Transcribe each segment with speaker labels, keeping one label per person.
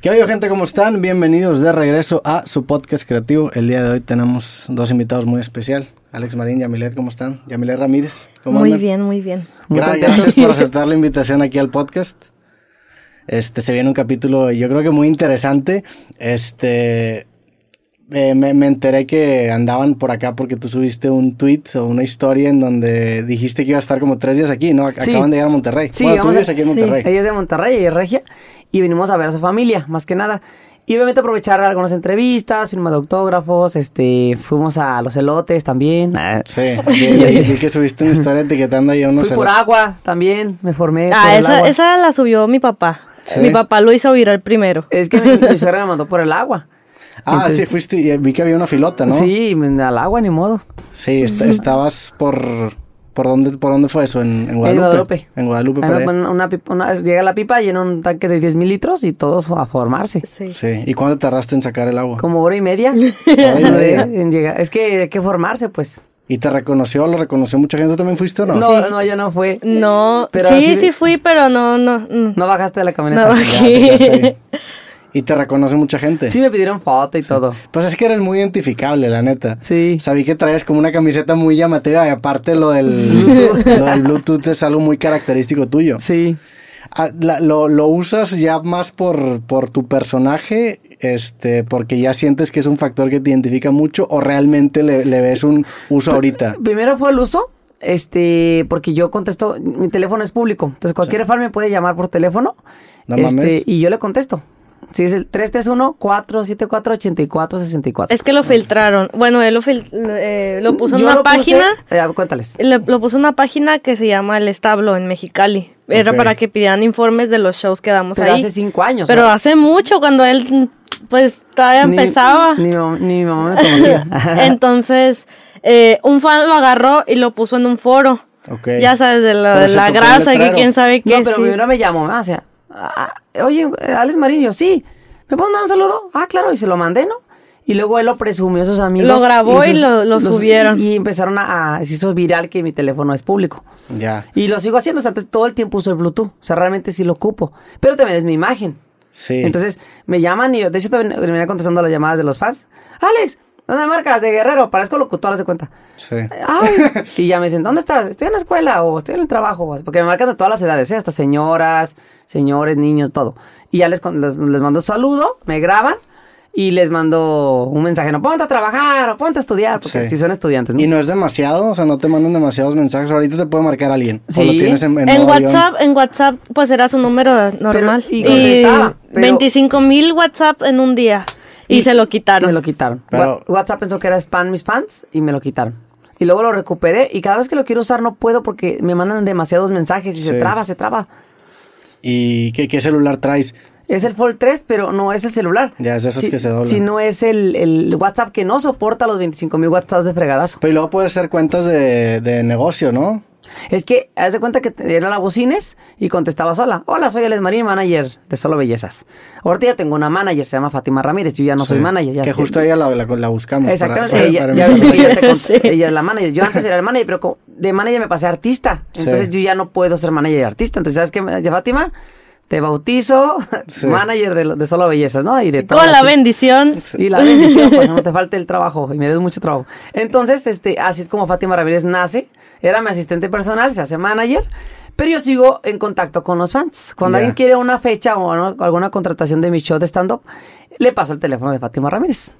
Speaker 1: ¿Qué ha habido, gente? ¿Cómo están? Bienvenidos de regreso a su podcast creativo. El día de hoy tenemos dos invitados muy especial. Alex Marín, Yamilet, ¿cómo están? Yamilet Ramírez, ¿cómo
Speaker 2: muy
Speaker 1: andan?
Speaker 2: bien, muy bien. Muy
Speaker 1: Gra-
Speaker 2: contenta.
Speaker 1: gracias por aceptar la invitación aquí al podcast. Este, se viene un capítulo, yo creo que muy interesante. Este, eh, me, me enteré que andaban por acá porque tú subiste un tweet o una historia en donde dijiste que iba a estar como tres días aquí, ¿no? Ac-
Speaker 3: Sí.
Speaker 1: Acaban de llegar a Monterrey.
Speaker 3: Sí,
Speaker 1: bueno, tú
Speaker 3: vamos a-
Speaker 1: vives aquí en
Speaker 2: sí.
Speaker 1: Monterrey.
Speaker 3: Ella es de Monterrey, ella es regia, y venimos a ver a su familia, más que nada. Y obviamente aprovechar algunas entrevistas, firma de autógrafos, este, fuimos a los elotes también. Ah,
Speaker 1: Sí, vi, vi que subiste una historia etiquetando ahí a unos
Speaker 3: Fui por
Speaker 1: elotes.
Speaker 3: agua también, me formé. Eh, por
Speaker 2: Ah,
Speaker 3: el
Speaker 2: esa,
Speaker 3: agua.
Speaker 2: esa la subió mi papá.
Speaker 1: Sí.
Speaker 2: Mi papá lo hizo viral primero.
Speaker 3: Es que mi, mi suegra me mandó por el agua.
Speaker 1: Ah,
Speaker 3: Entonces-
Speaker 1: sí, fuiste y vi que había una filota, ¿Ah, ¿no?
Speaker 3: Sí, me- al agua, ni modo.
Speaker 1: Sí, est- estabas por... ¿Por dónde, ¿Por dónde fue eso? ¿En, en Guadalupe? En Guadalupe,
Speaker 3: Ahí
Speaker 1: por
Speaker 3: nos
Speaker 1: allá.
Speaker 3: ponen una pipa- una- llega la pipa, llena un tanque de 10 mil litros y todos a formarse.
Speaker 2: Sí.
Speaker 1: Sí. ¿Y cuánto tardaste en sacar el agua?
Speaker 3: Como hora y media.
Speaker 1: Hora y media.
Speaker 3: En llegar- Es que hay que formarse, pues.
Speaker 1: ¿Y te reconoció? ¿Lo reconoció mucha gente? ¿Tú también fuiste o no?
Speaker 3: No, no, yo no fue.
Speaker 2: No,
Speaker 3: Pero
Speaker 2: sí,
Speaker 3: así-
Speaker 2: sí fui, pero no, no, no.
Speaker 3: No bajaste de la camioneta.
Speaker 2: No
Speaker 1: Ya, te
Speaker 2: bajé.
Speaker 1: quedaste ahí. ¿Y te reconoce mucha gente?
Speaker 3: Sí, me pidieron foto y todo.
Speaker 1: Pues es que eres muy identificable, la neta.
Speaker 3: Sí.
Speaker 1: Sabí que traes como una camiseta muy llamativa y aparte lo del, lo del Bluetooth es algo muy característico tuyo.
Speaker 3: Sí.
Speaker 1: Ah, la- lo, lo usas ya más por, por tu personaje, este, porque ya sientes que es un factor que te identifica mucho o realmente le, le ves un uso ahorita.
Speaker 3: Primero fue el uso, este, porque yo contesto, mi teléfono es público, entonces cualquier fan me puede llamar por teléfono
Speaker 1: No
Speaker 3: este,
Speaker 1: mames.
Speaker 3: y yo le contesto. Sí, es el 331-474-8464.
Speaker 2: Es que lo filtraron. Bueno, él lo, fil- eh, lo puso en
Speaker 3: Yo
Speaker 2: una
Speaker 3: lo puse-
Speaker 2: página.
Speaker 3: eh, cuéntales.
Speaker 2: Le- lo puso en una página que se llama El Establo en Mexicali. Era
Speaker 1: Ok.
Speaker 2: para que pidieran informes de los shows que damos
Speaker 3: Pero
Speaker 2: ahí.
Speaker 3: hace cinco años.
Speaker 2: pero
Speaker 3: o sea,
Speaker 2: hace mucho, cuando él pues todavía
Speaker 3: ni-
Speaker 2: empezaba.
Speaker 3: Ni, mi mam- ni mi mamá me conocía.
Speaker 2: Entonces, eh, un fan lo agarró y lo puso en un foro.
Speaker 1: Ok.
Speaker 2: Ya sabes, de la,
Speaker 1: Pero
Speaker 2: de
Speaker 1: se
Speaker 2: la
Speaker 1: tocó el
Speaker 2: grasa, que
Speaker 1: letrero.
Speaker 2: quién sabe qué.
Speaker 3: No, pero
Speaker 2: sí.
Speaker 3: primero me llamó, ah, o sea, ah, ah, oye, eh, Alex Mariño, sí, ¿me pueden dar un saludo? Ah, claro, y se lo mandé, ¿no? Y luego él lo presumió a sus amigos.
Speaker 2: Lo grabó y
Speaker 3: sus-
Speaker 2: lo- lo subieron.
Speaker 3: Y empezaron a, a- se hizo viral que mi teléfono es público.
Speaker 1: Ya.
Speaker 3: Y lo sigo haciendo, o sea, antes todo el tiempo uso el Bluetooth, o sea, realmente sí lo ocupo, pero también es mi imagen.
Speaker 1: Sí.
Speaker 3: Entonces me llaman y yo, de hecho, también terminé contestando las llamadas de los fans. Alex, ¿dónde marcas? De Guerrero, parezco locutor, haz de cuenta.
Speaker 1: sí.
Speaker 3: eh, Ay, y ya me dicen, ¿dónde estás? Estoy en la escuela o estoy en el trabajo. o- Porque me marcan de todas las edades, ¿eh? hasta señoras, señores, niños, todo. Y ya les, con- les, les mando un saludo, me graban y les mando un mensaje. No, ponte a trabajar o ponte a estudiar, porque
Speaker 1: Sí.
Speaker 3: si son estudiantes, ¿no?
Speaker 1: Y no es demasiado, o sea, no te mandan demasiados mensajes. Ahorita te puede marcar alguien. O lo
Speaker 3: Sí.
Speaker 1: tienes en, en
Speaker 2: En
Speaker 1: modo avión.
Speaker 2: WhatsApp, en WhatsApp, pues era su número normal.
Speaker 3: y contestaba, pero-
Speaker 2: 25 mil WhatsApp en un día. Y, se lo
Speaker 3: Me
Speaker 2: quitaron.
Speaker 3: lo quitaron.
Speaker 1: Pero-
Speaker 3: Wha- WhatsApp pensó que era spam mis fans y me lo quitaron. Y luego lo recuperé y cada vez que lo quiero usar no puedo porque me mandan demasiados mensajes y se
Speaker 1: Sí.
Speaker 3: traba, se traba.
Speaker 1: ¿Y qué, qué celular traes?
Speaker 3: Es el Fold 3, pero no es el celular.
Speaker 1: Ya, es de esos
Speaker 3: Si-
Speaker 1: que se doblan.
Speaker 3: Si no es el, el WhatsApp que no soporta los 25 mil WhatsApps de fregadazo.
Speaker 1: Pero y luego puedes hacer cuentas de, de negocio, ¿no?
Speaker 3: Es que, haz de cuenta que te- era la bocines y contestaba sola. Hola, soy Alex Marín, manager de Solo Bellezas. Ahorita ya tengo una manager, se llama Fátima Ramírez. Yo ya no soy
Speaker 1: Sí.
Speaker 3: manager. Ya
Speaker 1: que
Speaker 3: estoy-
Speaker 1: justo ella la, la- la buscamos. para-
Speaker 3: Exactamente.
Speaker 1: para-
Speaker 3: ella,
Speaker 1: para
Speaker 3: ya
Speaker 1: mí.
Speaker 3: ves que ella te
Speaker 2: Sí.
Speaker 3: contó- ella es la manager. Yo antes era el manager, pero co- de manager me pasé a artista.
Speaker 1: Sí.
Speaker 3: Entonces yo ya no puedo ser manager de artista. Entonces, ¿sabes qué, me- ya, Fátima? Te bautizo
Speaker 1: Sí.
Speaker 3: manager de, lo- de Solo Bellezas, ¿no? Y de todo.
Speaker 2: Con la
Speaker 3: así.
Speaker 2: bendición.
Speaker 3: Y la bendición, para que no te falte el trabajo. Y me des mucho trabajo. Entonces, este, así es como Fátima Ramírez nace. Era mi asistente personal, se hace manager. Pero yo sigo en contacto con los fans. Cuando
Speaker 1: Ya.
Speaker 3: alguien quiere una fecha o no- alguna contratación de mi show de stand-up, le paso el teléfono de Fátima Ramírez.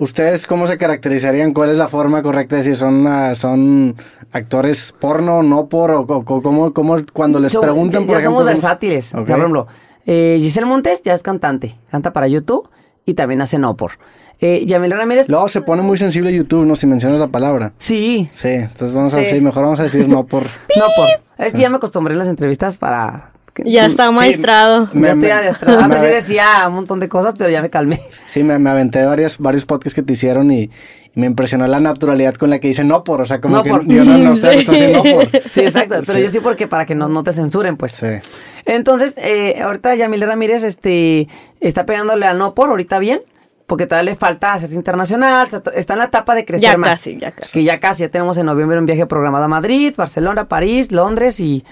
Speaker 1: ¿Ustedes cómo se caracterizarían? ¿Cuál es la forma correcta de decir son, ah, son actores porno, no por? O, co- co- cómo, cómo cuando les
Speaker 3: So-
Speaker 1: preguntan,
Speaker 3: eh, ya
Speaker 1: por ejemplo?
Speaker 3: somos
Speaker 1: cómo-
Speaker 3: versátiles. O sea,
Speaker 1: Ok.
Speaker 3: por ejemplo, eh, Giselle Montes ya es cantante. Canta para YouTube y también hace no por. Eh, Yamila Ramírez.
Speaker 1: Luego se pone muy sensible YouTube, ¿no? Si mencionas la palabra.
Speaker 3: Sí,
Speaker 1: Sí, entonces vamos a
Speaker 2: Sí.
Speaker 1: decir, mejor vamos a decir no por...
Speaker 3: no por. Es que ya me acostumbré a las entrevistas para.
Speaker 2: Ya está
Speaker 1: Sí.
Speaker 2: maestrado.
Speaker 1: Me-
Speaker 3: ya estoy
Speaker 1: me-
Speaker 3: adiestrada.
Speaker 1: me-
Speaker 3: Antes sí decía un montón de cosas, pero ya me calmé.
Speaker 1: Sí, me, me aventé varias, varios podcasts que te hicieron y, y me impresionó la naturalidad con la que dice no por. O sea, como
Speaker 3: No
Speaker 1: que
Speaker 3: por.
Speaker 1: yo no, no sé,
Speaker 2: Sí.
Speaker 1: estoy haciendo no por.
Speaker 3: Sí, exacto. Pero
Speaker 1: Sí.
Speaker 3: yo sí porque para que no, no te censuren, pues.
Speaker 1: Sí.
Speaker 3: Entonces, eh, ahorita Yamile Ramírez este, está pegándole al no por, ahorita bien. porque todavía le falta hacerse internacional, o sea, to- está en la etapa de crecer
Speaker 2: Ya
Speaker 3: más.
Speaker 2: casi, ya casi.
Speaker 3: Que ya casi, ya tenemos en noviembre un viaje programado a Madrid, Barcelona, París, Londres y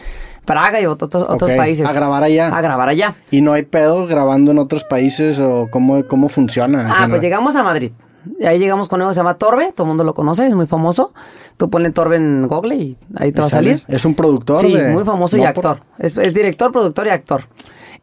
Speaker 3: Praga y otros, otros
Speaker 1: Ok,
Speaker 3: países.
Speaker 1: a grabar allá.
Speaker 3: A grabar allá.
Speaker 1: Y no hay pedo grabando en otros países o cómo, cómo funciona. en
Speaker 3: Ah,
Speaker 1: general?
Speaker 3: pues llegamos a Madrid. Y ahí llegamos con algo que se llama Torbe, todo el mundo lo conoce, es muy famoso. Tú ponle Torbe en Google y ahí te va a
Speaker 1: ¿Sale?
Speaker 3: salir.
Speaker 1: Es un productor.
Speaker 3: Sí,
Speaker 1: de-
Speaker 3: muy famoso y
Speaker 1: no,
Speaker 3: actor. Es, es director, productor y actor.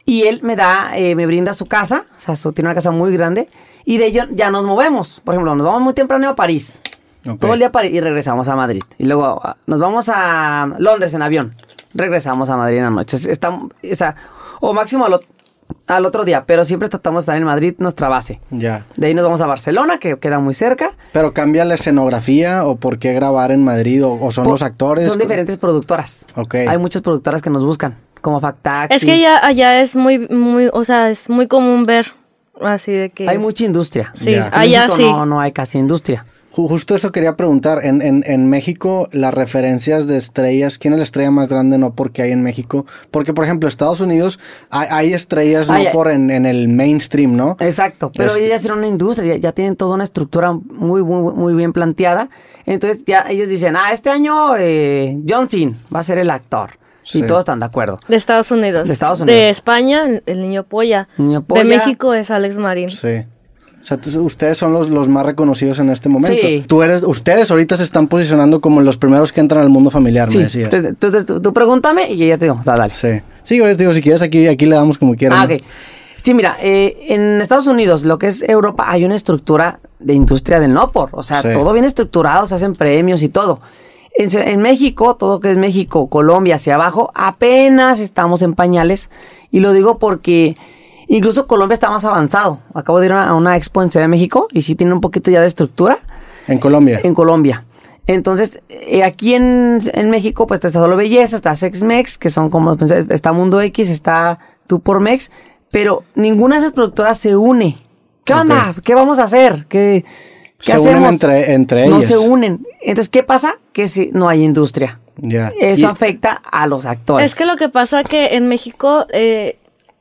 Speaker 3: Y él me da, eh, me brinda su casa, o sea, su- tiene una casa muy grande, y de ello ya nos movemos. Por ejemplo, nos vamos muy temprano a París.
Speaker 1: por- Ok.
Speaker 3: Todo el día a París y regresamos a Madrid. Y luego ah, nos vamos a Londres en avión. Regresamos a Madrid en la noche. Es- Está, o, sea, o máximo al, ot- al otro día, pero siempre tratamos de estar en Madrid, nuestra base.
Speaker 1: Ya.
Speaker 3: De ahí nos vamos a Barcelona, que queda muy cerca.
Speaker 1: Pero cambia la escenografía o por qué grabar en Madrid o, o son
Speaker 3: Po-
Speaker 1: los actores.
Speaker 3: Son diferentes productoras.
Speaker 1: Ok.
Speaker 3: Hay muchas productoras que nos buscan, como Factax.
Speaker 2: Es que ya allá es muy, muy, o sea, es muy común ver así de que.
Speaker 3: Hay mucha industria.
Speaker 2: Sí,
Speaker 1: Ya.
Speaker 3: En
Speaker 2: allá Ah,
Speaker 3: México
Speaker 2: sí.
Speaker 3: No, no hay casi industria.
Speaker 1: Ju- Justo eso quería preguntar. En, en, en México, las referencias de estrellas, ¿quién es la estrella más grande? No porque hay en México. Porque, por ejemplo, Estados Unidos hay, hay estrellas
Speaker 3: Ay,
Speaker 1: no
Speaker 3: ay.
Speaker 1: por en, en el mainstream, ¿no?
Speaker 3: Exacto, pero
Speaker 1: Este-
Speaker 3: ellas eran una industria, ya, ya tienen toda una estructura muy, muy, muy bien planteada. Entonces ya ellos dicen, ah, este año eh, John Cena va a ser el actor.
Speaker 1: Sí.
Speaker 3: Y todos están de acuerdo.
Speaker 2: De Estados Unidos.
Speaker 3: De Estados
Speaker 2: De
Speaker 3: Unidos.
Speaker 2: España, el, el niño polla.
Speaker 3: Niño
Speaker 2: De
Speaker 3: polla.
Speaker 2: México es Alex Marín.
Speaker 1: Sí. O sea, tú- ustedes son los, los más reconocidos en este momento.
Speaker 3: Sí.
Speaker 1: Tú eres, ustedes ahorita se están posicionando como los primeros que entran al mundo familiar,
Speaker 3: Sí,
Speaker 1: me decías.
Speaker 3: entonces, tú, tú- tú pregúntame y ya te digo, o sea, dale.
Speaker 1: Sí. Sí, pues, digo, si quieres aquí, aquí le damos como quieras.
Speaker 3: Ah,
Speaker 1: ¿no?
Speaker 3: ok. Sí, mira, eh, en Estados Unidos, lo que es Europa, hay una estructura de industria del no por. O sea,
Speaker 1: Sí.
Speaker 3: todo bien estructurado, se hacen premios y todo. En, se- en México, todo que es México, Colombia, hacia abajo, apenas estamos en pañales. Y lo digo porque incluso Colombia está más avanzado. Acabo de ir a una, a una expo en Ciudad de México y sí tiene un poquito ya de estructura
Speaker 1: En Colombia.
Speaker 3: en Colombia. Entonces, eh, aquí en, en México, pues está Solo Belleza, está Sex Mex, que son como, pues, está Mundo X, está Tú por Mex, pero ninguna de esas productoras se une. ¿Qué
Speaker 1: Ok.
Speaker 3: onda? ¿Qué vamos a hacer? ¿Qué, qué
Speaker 1: Se unen
Speaker 3: hacemos?
Speaker 1: entre- entre
Speaker 3: No
Speaker 1: ellas.
Speaker 3: se unen. Entonces, ¿qué pasa? Que si no hay industria.
Speaker 1: Ya.
Speaker 3: Eso
Speaker 1: Ah, Y-
Speaker 3: afecta a los actores.
Speaker 2: Es que lo que pasa que en México eh,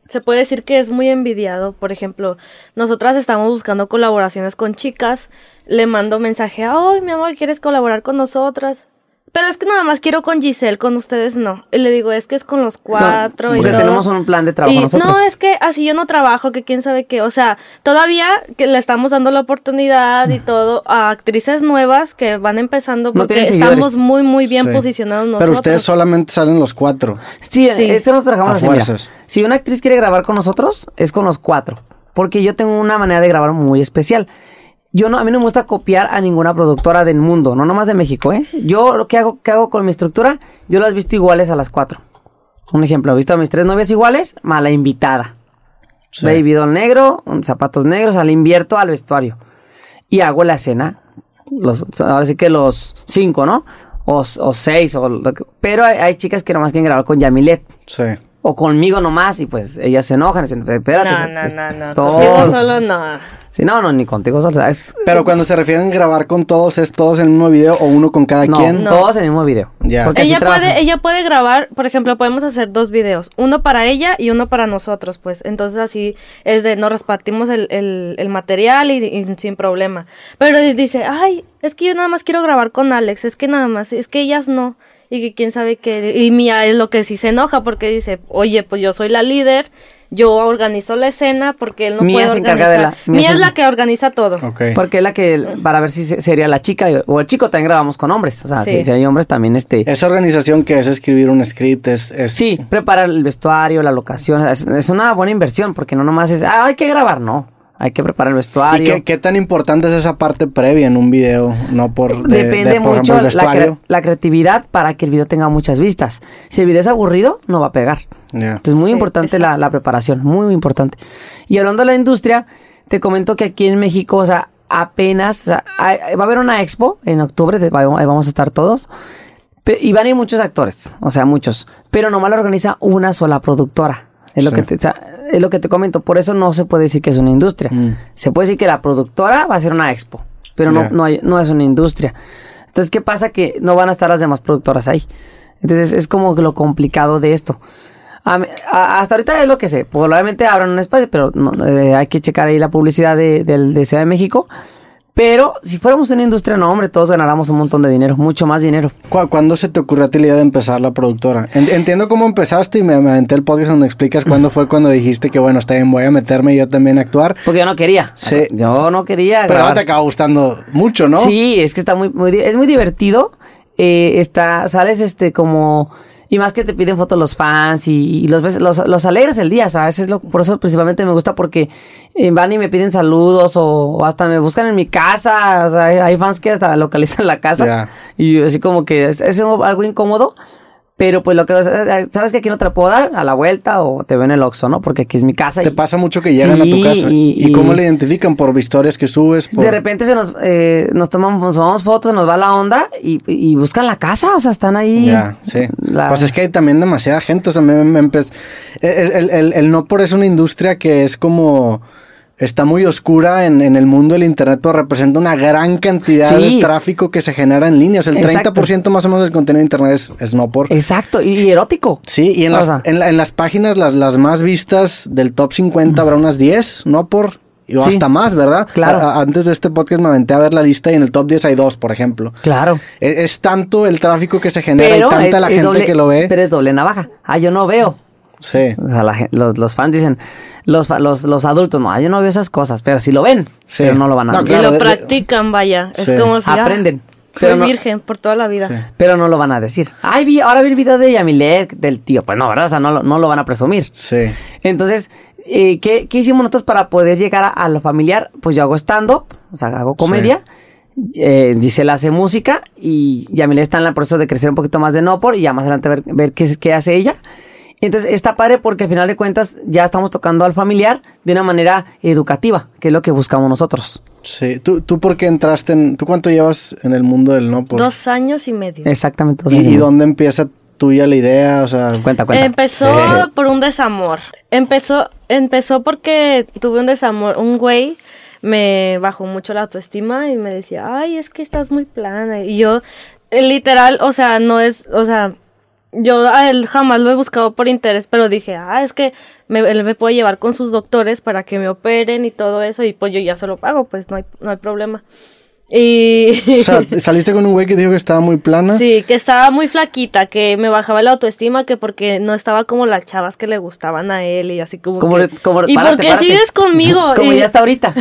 Speaker 2: se puede decir que es muy envidiado. Por ejemplo, nosotras estamos buscando colaboraciones con chicas. Le mando mensaje, ay, mi amor, ¿quieres colaborar con nosotras? Pero es que nada más quiero con Giselle, con ustedes no. Y le digo, es que es con los cuatro. y
Speaker 3: porque
Speaker 2: todo.
Speaker 3: tenemos un plan de trabajo
Speaker 2: Y,
Speaker 3: nosotros.
Speaker 2: No, es que así yo no trabajo, que quién sabe qué. O sea, todavía que le estamos dando la oportunidad y todo a actrices nuevas que van empezando
Speaker 3: Mm. No
Speaker 2: porque
Speaker 3: tienen seguidores.
Speaker 2: estamos muy, muy bien
Speaker 1: Sí.
Speaker 2: posicionados nosotros.
Speaker 1: Pero ustedes solamente salen los cuatro.
Speaker 3: Sí,
Speaker 2: Sí.
Speaker 3: esto lo trabajamos
Speaker 1: A
Speaker 3: así. mira.
Speaker 1: fuerzas.
Speaker 3: Si una actriz quiere grabar con nosotros, es con los cuatro. Porque yo tengo una manera de grabar muy especial. Yo no, a mí no me gusta copiar a ninguna productora del mundo, no nomás de México, ¿eh? Yo lo que hago, que hago con mi estructura, yo las visto iguales a las cuatro. Un ejemplo, he visto a mis tres novias iguales, mala invitada.
Speaker 1: Sí.
Speaker 3: Baby doll negro, un- zapatos negros, al invierto al vestuario. Y hago la escena. Los, ahora sí que los cinco, ¿no? O, o seis. O lo que- pero hay, hay chicas que nomás quieren grabar con Yamilet.
Speaker 1: Sí.
Speaker 3: O conmigo nomás. Y pues ellas se enojan. Dicen, espérate.
Speaker 2: No,
Speaker 3: es-
Speaker 2: no,
Speaker 3: es
Speaker 2: no, no.
Speaker 3: todo".
Speaker 2: Contigo solo no.
Speaker 3: Sí, no, no, ni contigo solo. o sea, es-
Speaker 1: Pero cuando se refieren a grabar con todos, ¿es todos en el mismo video o uno con cada
Speaker 3: no,
Speaker 1: quien?
Speaker 3: todos en el mismo video.
Speaker 1: Ya.
Speaker 3: Porque así
Speaker 2: Ella
Speaker 3: trabajan.
Speaker 2: puede, ella puede grabar, por ejemplo, podemos hacer dos videos, uno para ella y uno para nosotros, pues. Entonces así es de, nos repartimos el, el- el material y, y sin problema. Pero di- dice, ay, es que yo nada más quiero grabar con Alex, es que nada más, es que ellas no. Y que quién sabe qué. Y Mía es lo que sí se enoja porque dice, oye, pues yo soy la líder, yo organizo la escena porque él no
Speaker 3: Mía
Speaker 2: puede
Speaker 3: se
Speaker 2: organizar.
Speaker 3: encarga de la- Mía
Speaker 2: Mía,
Speaker 3: se-
Speaker 2: es la que organiza todo.
Speaker 1: Ok.
Speaker 3: Porque es la que, para ver si se- sería la chica o el chico, también grabamos con hombres. O sea,
Speaker 2: Sí.
Speaker 3: si, si hay hombres también, este...
Speaker 1: Esa organización que es escribir un script es... es-
Speaker 3: Sí, preparar el vestuario, la locación. Es, es una buena inversión porque no nomás es, "Ah, hay que grabar, no. Hay que preparar
Speaker 1: ¿Y
Speaker 3: el vestuario.
Speaker 1: qué, qué tan importante es esa parte previa en un video? No por... de- de,
Speaker 3: Depende
Speaker 1: por ejemplo,
Speaker 3: mucho
Speaker 1: el
Speaker 3: la, cre-
Speaker 1: vestuario.
Speaker 3: la creatividad para que el video tenga muchas vistas. Si el video es aburrido, no va a pegar.
Speaker 1: Ya.
Speaker 3: Entonces, muy
Speaker 2: Sí,
Speaker 3: importante la, la preparación, muy importante. Y hablando de la industria, te comento que aquí en México, o sea, apenas, o sea, hay- hay- va a haber una expo en octubre, de- ahí vamos a estar todos. Pe- Y van a ir muchos actores, o sea, muchos. Pero nomás la organiza una sola productora. Es lo,
Speaker 1: Sí.
Speaker 3: que te, o sea, es lo que te comento. Por eso no se puede decir que es una industria.
Speaker 1: Mm.
Speaker 3: Se puede decir que la productora va a ser una expo, pero
Speaker 1: Ya.
Speaker 3: no, no, hay- no es una industria. Entonces, ¿qué pasa? Que no van a estar las demás productoras ahí. Entonces, es como lo complicado de esto. A mí- a- hasta ahorita es lo que sé. Probablemente abran un espacio, pero no, eh, hay que checar ahí la publicidad de, del- de Ciudad de México. Pero si fuéramos una industria, no, hombre, todos ganáramos un montón de dinero, mucho más dinero.
Speaker 1: ¿Cu- ¿Cuándo se te ocurrió a ti la idea de empezar la productora? En- entiendo cómo empezaste y me, me aventé el podcast donde explicas cuándo fue cuando dijiste que, bueno, está bien, voy a meterme yo también a actuar.
Speaker 3: Porque yo no quería.
Speaker 1: Sí.
Speaker 3: Yo no quería.
Speaker 1: Pero ahora
Speaker 3: grabar.
Speaker 1: te acaba gustando mucho, ¿no?
Speaker 3: Sí, es que está muy, muy di- es muy divertido. Eh, está, sales este como y más que te piden fotos los fans y, y los ves, los, los alegras el día, ¿sabes? Es lo, por eso principalmente me gusta porque eh, van y me piden saludos o, o hasta me buscan en mi casa, o sea, hay, hay fans que hasta localizan la casa
Speaker 1: Ya.
Speaker 3: y yo así como que es, es algo incómodo, pero pues lo que sabes que aquí no te la puedo dar a la vuelta o te ven en el Oxxo, ¿no? Porque aquí es mi casa.
Speaker 1: Te
Speaker 3: y-
Speaker 1: pasa mucho que llegan a tu
Speaker 3: Sí,
Speaker 1: casa.
Speaker 3: y-
Speaker 1: Y, cómo
Speaker 3: y-
Speaker 1: le identifican? ¿Por historias que subes? Por...
Speaker 3: de repente se nos, eh, nos tomamos, nos tomamos fotos, nos va la onda y, y buscan la casa, o sea, están ahí.
Speaker 1: Ya, sí.
Speaker 3: La-
Speaker 1: Pues es que hay también demasiada gente. O sea, me, me empe- el, el- el- el no por es una industria que es como. Está muy oscura en, en el mundo del Internet, pero representa una gran cantidad
Speaker 3: Sí.
Speaker 1: de tráfico que se genera en línea. O sea, el
Speaker 3: Exacto.
Speaker 1: 30% más o menos del contenido de Internet es, es no por.
Speaker 3: Exacto, y, y erótico.
Speaker 1: Sí, y en
Speaker 3: O
Speaker 1: las,
Speaker 3: sea.
Speaker 1: en la- en las páginas, las, las más vistas del top 50, habrá unas 10, no por. O
Speaker 3: Sí.
Speaker 1: hasta más, ¿verdad?
Speaker 3: Claro.
Speaker 1: A- a- antes de este podcast me aventé a ver la lista y en el top 10 hay dos, por ejemplo.
Speaker 3: Claro.
Speaker 1: E- Es, tanto el tráfico que se genera y tanta la gente
Speaker 3: doble-
Speaker 1: que lo ve.
Speaker 3: Pero es doble navaja. Ah, yo no veo.
Speaker 1: Sí,
Speaker 3: O sea, la gen- los, los fans dicen, los, fa- los, los adultos, no, ah, yo no veo esas cosas, pero si lo ven,
Speaker 1: Sí.
Speaker 3: pero no lo van a
Speaker 1: No,
Speaker 3: ver.
Speaker 1: claro,
Speaker 2: y lo
Speaker 1: de- de-
Speaker 2: practican, vaya.
Speaker 1: Sí.
Speaker 2: Es como si. ah,
Speaker 3: Aprenden,
Speaker 2: Soy
Speaker 3: pero no-
Speaker 2: virgen por toda la vida.
Speaker 1: Sí.
Speaker 3: Pero no lo van a decir. Ay, vi, ahora vi el video de Yamilet, del tío. Pues no, ¿verdad? O sea, no, lo- no lo van a presumir.
Speaker 1: sí.
Speaker 3: Entonces, eh, ¿qué, qué hicimos nosotros para poder llegar a, a lo familiar? Pues yo hago stand-up, o sea, hago comedia. Eh, Gisela hace música y Yamile está en el proceso de crecer un poquito más de no por y ya más adelante ver, ver qué, es- qué hace ella. Entonces está padre porque al final de cuentas ya estamos tocando al familiar de una manera educativa, que es lo que buscamos nosotros.
Speaker 1: Sí. ¿Tú, ¿Tú por qué entraste en... ¿Tú cuánto llevas en el mundo del no por?
Speaker 2: Dos años y medio.
Speaker 3: Exactamente.
Speaker 1: ¿Y,
Speaker 3: entonces,
Speaker 1: y dónde empieza tuya la idea? O sea...
Speaker 3: Cuenta, cuenta.
Speaker 2: Empezó por un desamor. Empezó, empezó porque tuve un desamor. Un güey me bajó mucho la autoestima y me decía, ay, es que estás muy plana. Y yo, eh, literal, o sea, no es, o sea, yo a él jamás lo he buscado por interés, pero dije, ah, es que me, él me puede llevar con sus doctores para que me operen y todo eso. Y pues yo ya se lo pago, pues no hay, no hay problema. Y...
Speaker 1: O sea, saliste con un güey que dijo que estaba muy plana.
Speaker 2: Sí, que estaba muy flaquita, que me bajaba la autoestima, que porque no estaba como las chavas que le gustaban a él y así como.
Speaker 3: Como
Speaker 2: que,
Speaker 3: le- como-
Speaker 2: ¿Y
Speaker 3: párate,
Speaker 2: por qué
Speaker 3: párate.
Speaker 2: sigues conmigo?
Speaker 3: Como
Speaker 2: Y-
Speaker 3: ya está ahorita.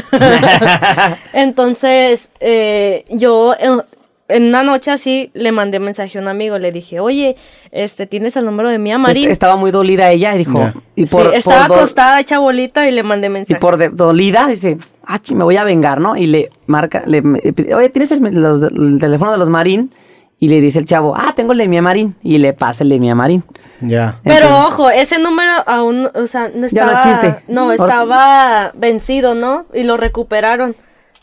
Speaker 2: Entonces, eh, yo en, en una noche así le mandé mensaje a un amigo, le dije, oye, este, tienes el número de Mía Marín.
Speaker 3: Est- Estaba muy dolida ella y dijo,
Speaker 1: Ya.
Speaker 3: este, y
Speaker 2: Sí,
Speaker 3: por, por
Speaker 2: estaba
Speaker 3: dol-
Speaker 2: acostada, hecha bolita y le mandé
Speaker 3: Y
Speaker 2: mensaje.
Speaker 3: por de- dolida dice, ah, chi, me voy a vengar, ¿no? Y le marca, le, me- pide, oye, ¿tienes el, los- el teléfono de los Marín? Y le dice el chavo, ah, tengo el de mi Marín. Y le pasa el de mi Marín.
Speaker 1: Ya.
Speaker 2: Pero
Speaker 3: Entonces-
Speaker 2: ojo, ese número aún, o sea, no
Speaker 3: Ya no
Speaker 2: estaba,
Speaker 3: existe.
Speaker 2: no,
Speaker 3: Ahora-
Speaker 2: estaba vencido, ¿no? Y lo recuperaron.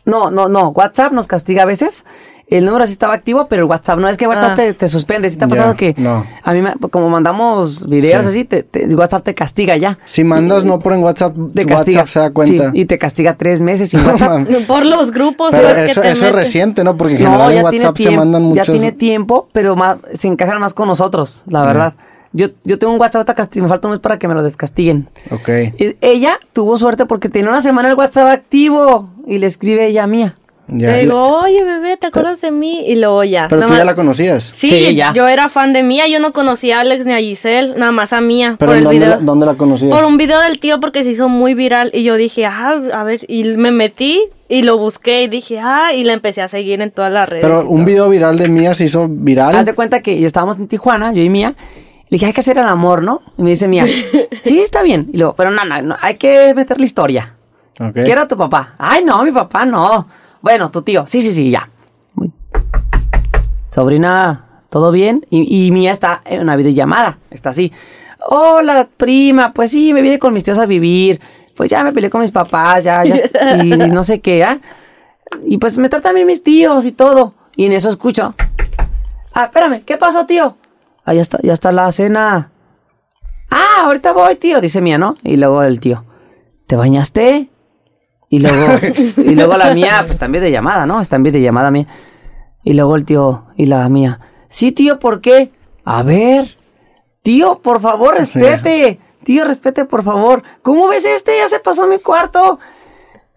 Speaker 3: No, no, no, WhatsApp nos castiga a veces. El número sí estaba activo, pero el WhatsApp no es que WhatsApp
Speaker 2: Ah.
Speaker 3: te, te suspende. Si te ha
Speaker 1: Ya,
Speaker 3: pasado que
Speaker 1: no.
Speaker 3: a mí, me- como mandamos videos
Speaker 1: Sí.
Speaker 3: así, te- te- WhatsApp te castiga ya.
Speaker 1: Si mandas no por en WhatsApp,
Speaker 3: Te castiga.
Speaker 1: WhatsApp se da cuenta.
Speaker 3: Sí, y te castiga tres meses sin
Speaker 1: No
Speaker 3: WhatsApp.
Speaker 1: mames.
Speaker 2: Por los grupos.
Speaker 1: Pero
Speaker 2: pues, que
Speaker 1: eso,
Speaker 2: te
Speaker 1: eso es
Speaker 2: meten.
Speaker 1: reciente, ¿no? Porque en
Speaker 3: No,
Speaker 1: general en
Speaker 3: ya
Speaker 1: WhatsApp
Speaker 3: tiene
Speaker 1: se
Speaker 3: tiemp-
Speaker 1: mandan muchas...
Speaker 3: Ya tiene tiempo, pero más, se encajan más con nosotros, la verdad. Yo, yo tengo un WhatsApp, ahorita casti- me falta un mes para que me lo descastiguen.
Speaker 1: Ok,
Speaker 3: E- Ella tuvo suerte porque tenía una semana el WhatsApp activo y le escribe ella mía.
Speaker 1: ya.
Speaker 2: Le digo, oye, bebé, ¿te acuerdas de mí? Y luego ya.
Speaker 1: Pero
Speaker 2: nada
Speaker 1: tú ya
Speaker 2: más-
Speaker 1: la conocías.
Speaker 2: Sí,
Speaker 3: Sí, ya.
Speaker 2: yo era fan de Mía, yo no conocía a Alex ni a Giselle, nada más a Mía
Speaker 1: Pero
Speaker 2: por
Speaker 1: ¿en
Speaker 2: el
Speaker 1: dónde,
Speaker 2: video.
Speaker 1: la, dónde la conocías?
Speaker 2: Por un video del tío porque se hizo muy viral y yo dije, ah, a ver, y me metí y lo busqué y dije, ah, y la empecé a seguir en todas las redes. y
Speaker 1: Pero un
Speaker 2: todo.
Speaker 1: video viral de Mía se hizo
Speaker 3: Haz de
Speaker 1: viral.
Speaker 3: cuenta que yo estábamos en Tijuana, yo y mía. Le dije, hay que hacer el amor, ¿no? Y me dice mía, sí, está bien. Y luego, pero no, no, no, hay que meter la historia.
Speaker 1: Ok.
Speaker 3: ¿Qué era tu papá? Ay, no, mi papá no. Bueno, tu tío. Sí, sí, sí, ya. Muy- Sobrina, ¿todo bien? Y, y mía está en una videollamada. Está así. Hola, prima. Pues sí, me vine con mis tíos a vivir. Pues ya me peleé con mis papás, ya, ya. Y, no sé qué, ¿ah? Y pues me tratan bien mis tíos y todo. Y en eso escucho. Ah, espérame, ¿qué pasó, tío? Ah, ya está, ya está la cena. Ah, ahorita voy, tío, dice mía, ¿no? Y luego el tío. ¿Te bañaste? Y luego, y luego la mía, pues también de llamada, ¿no? Está en videollamada mía. Y luego el tío y la mía. Sí, tío, ¿por qué? A ver. tío, por favor, respete. Tío, respete, por favor. ¿Cómo ves este? Ya se pasó mi cuarto.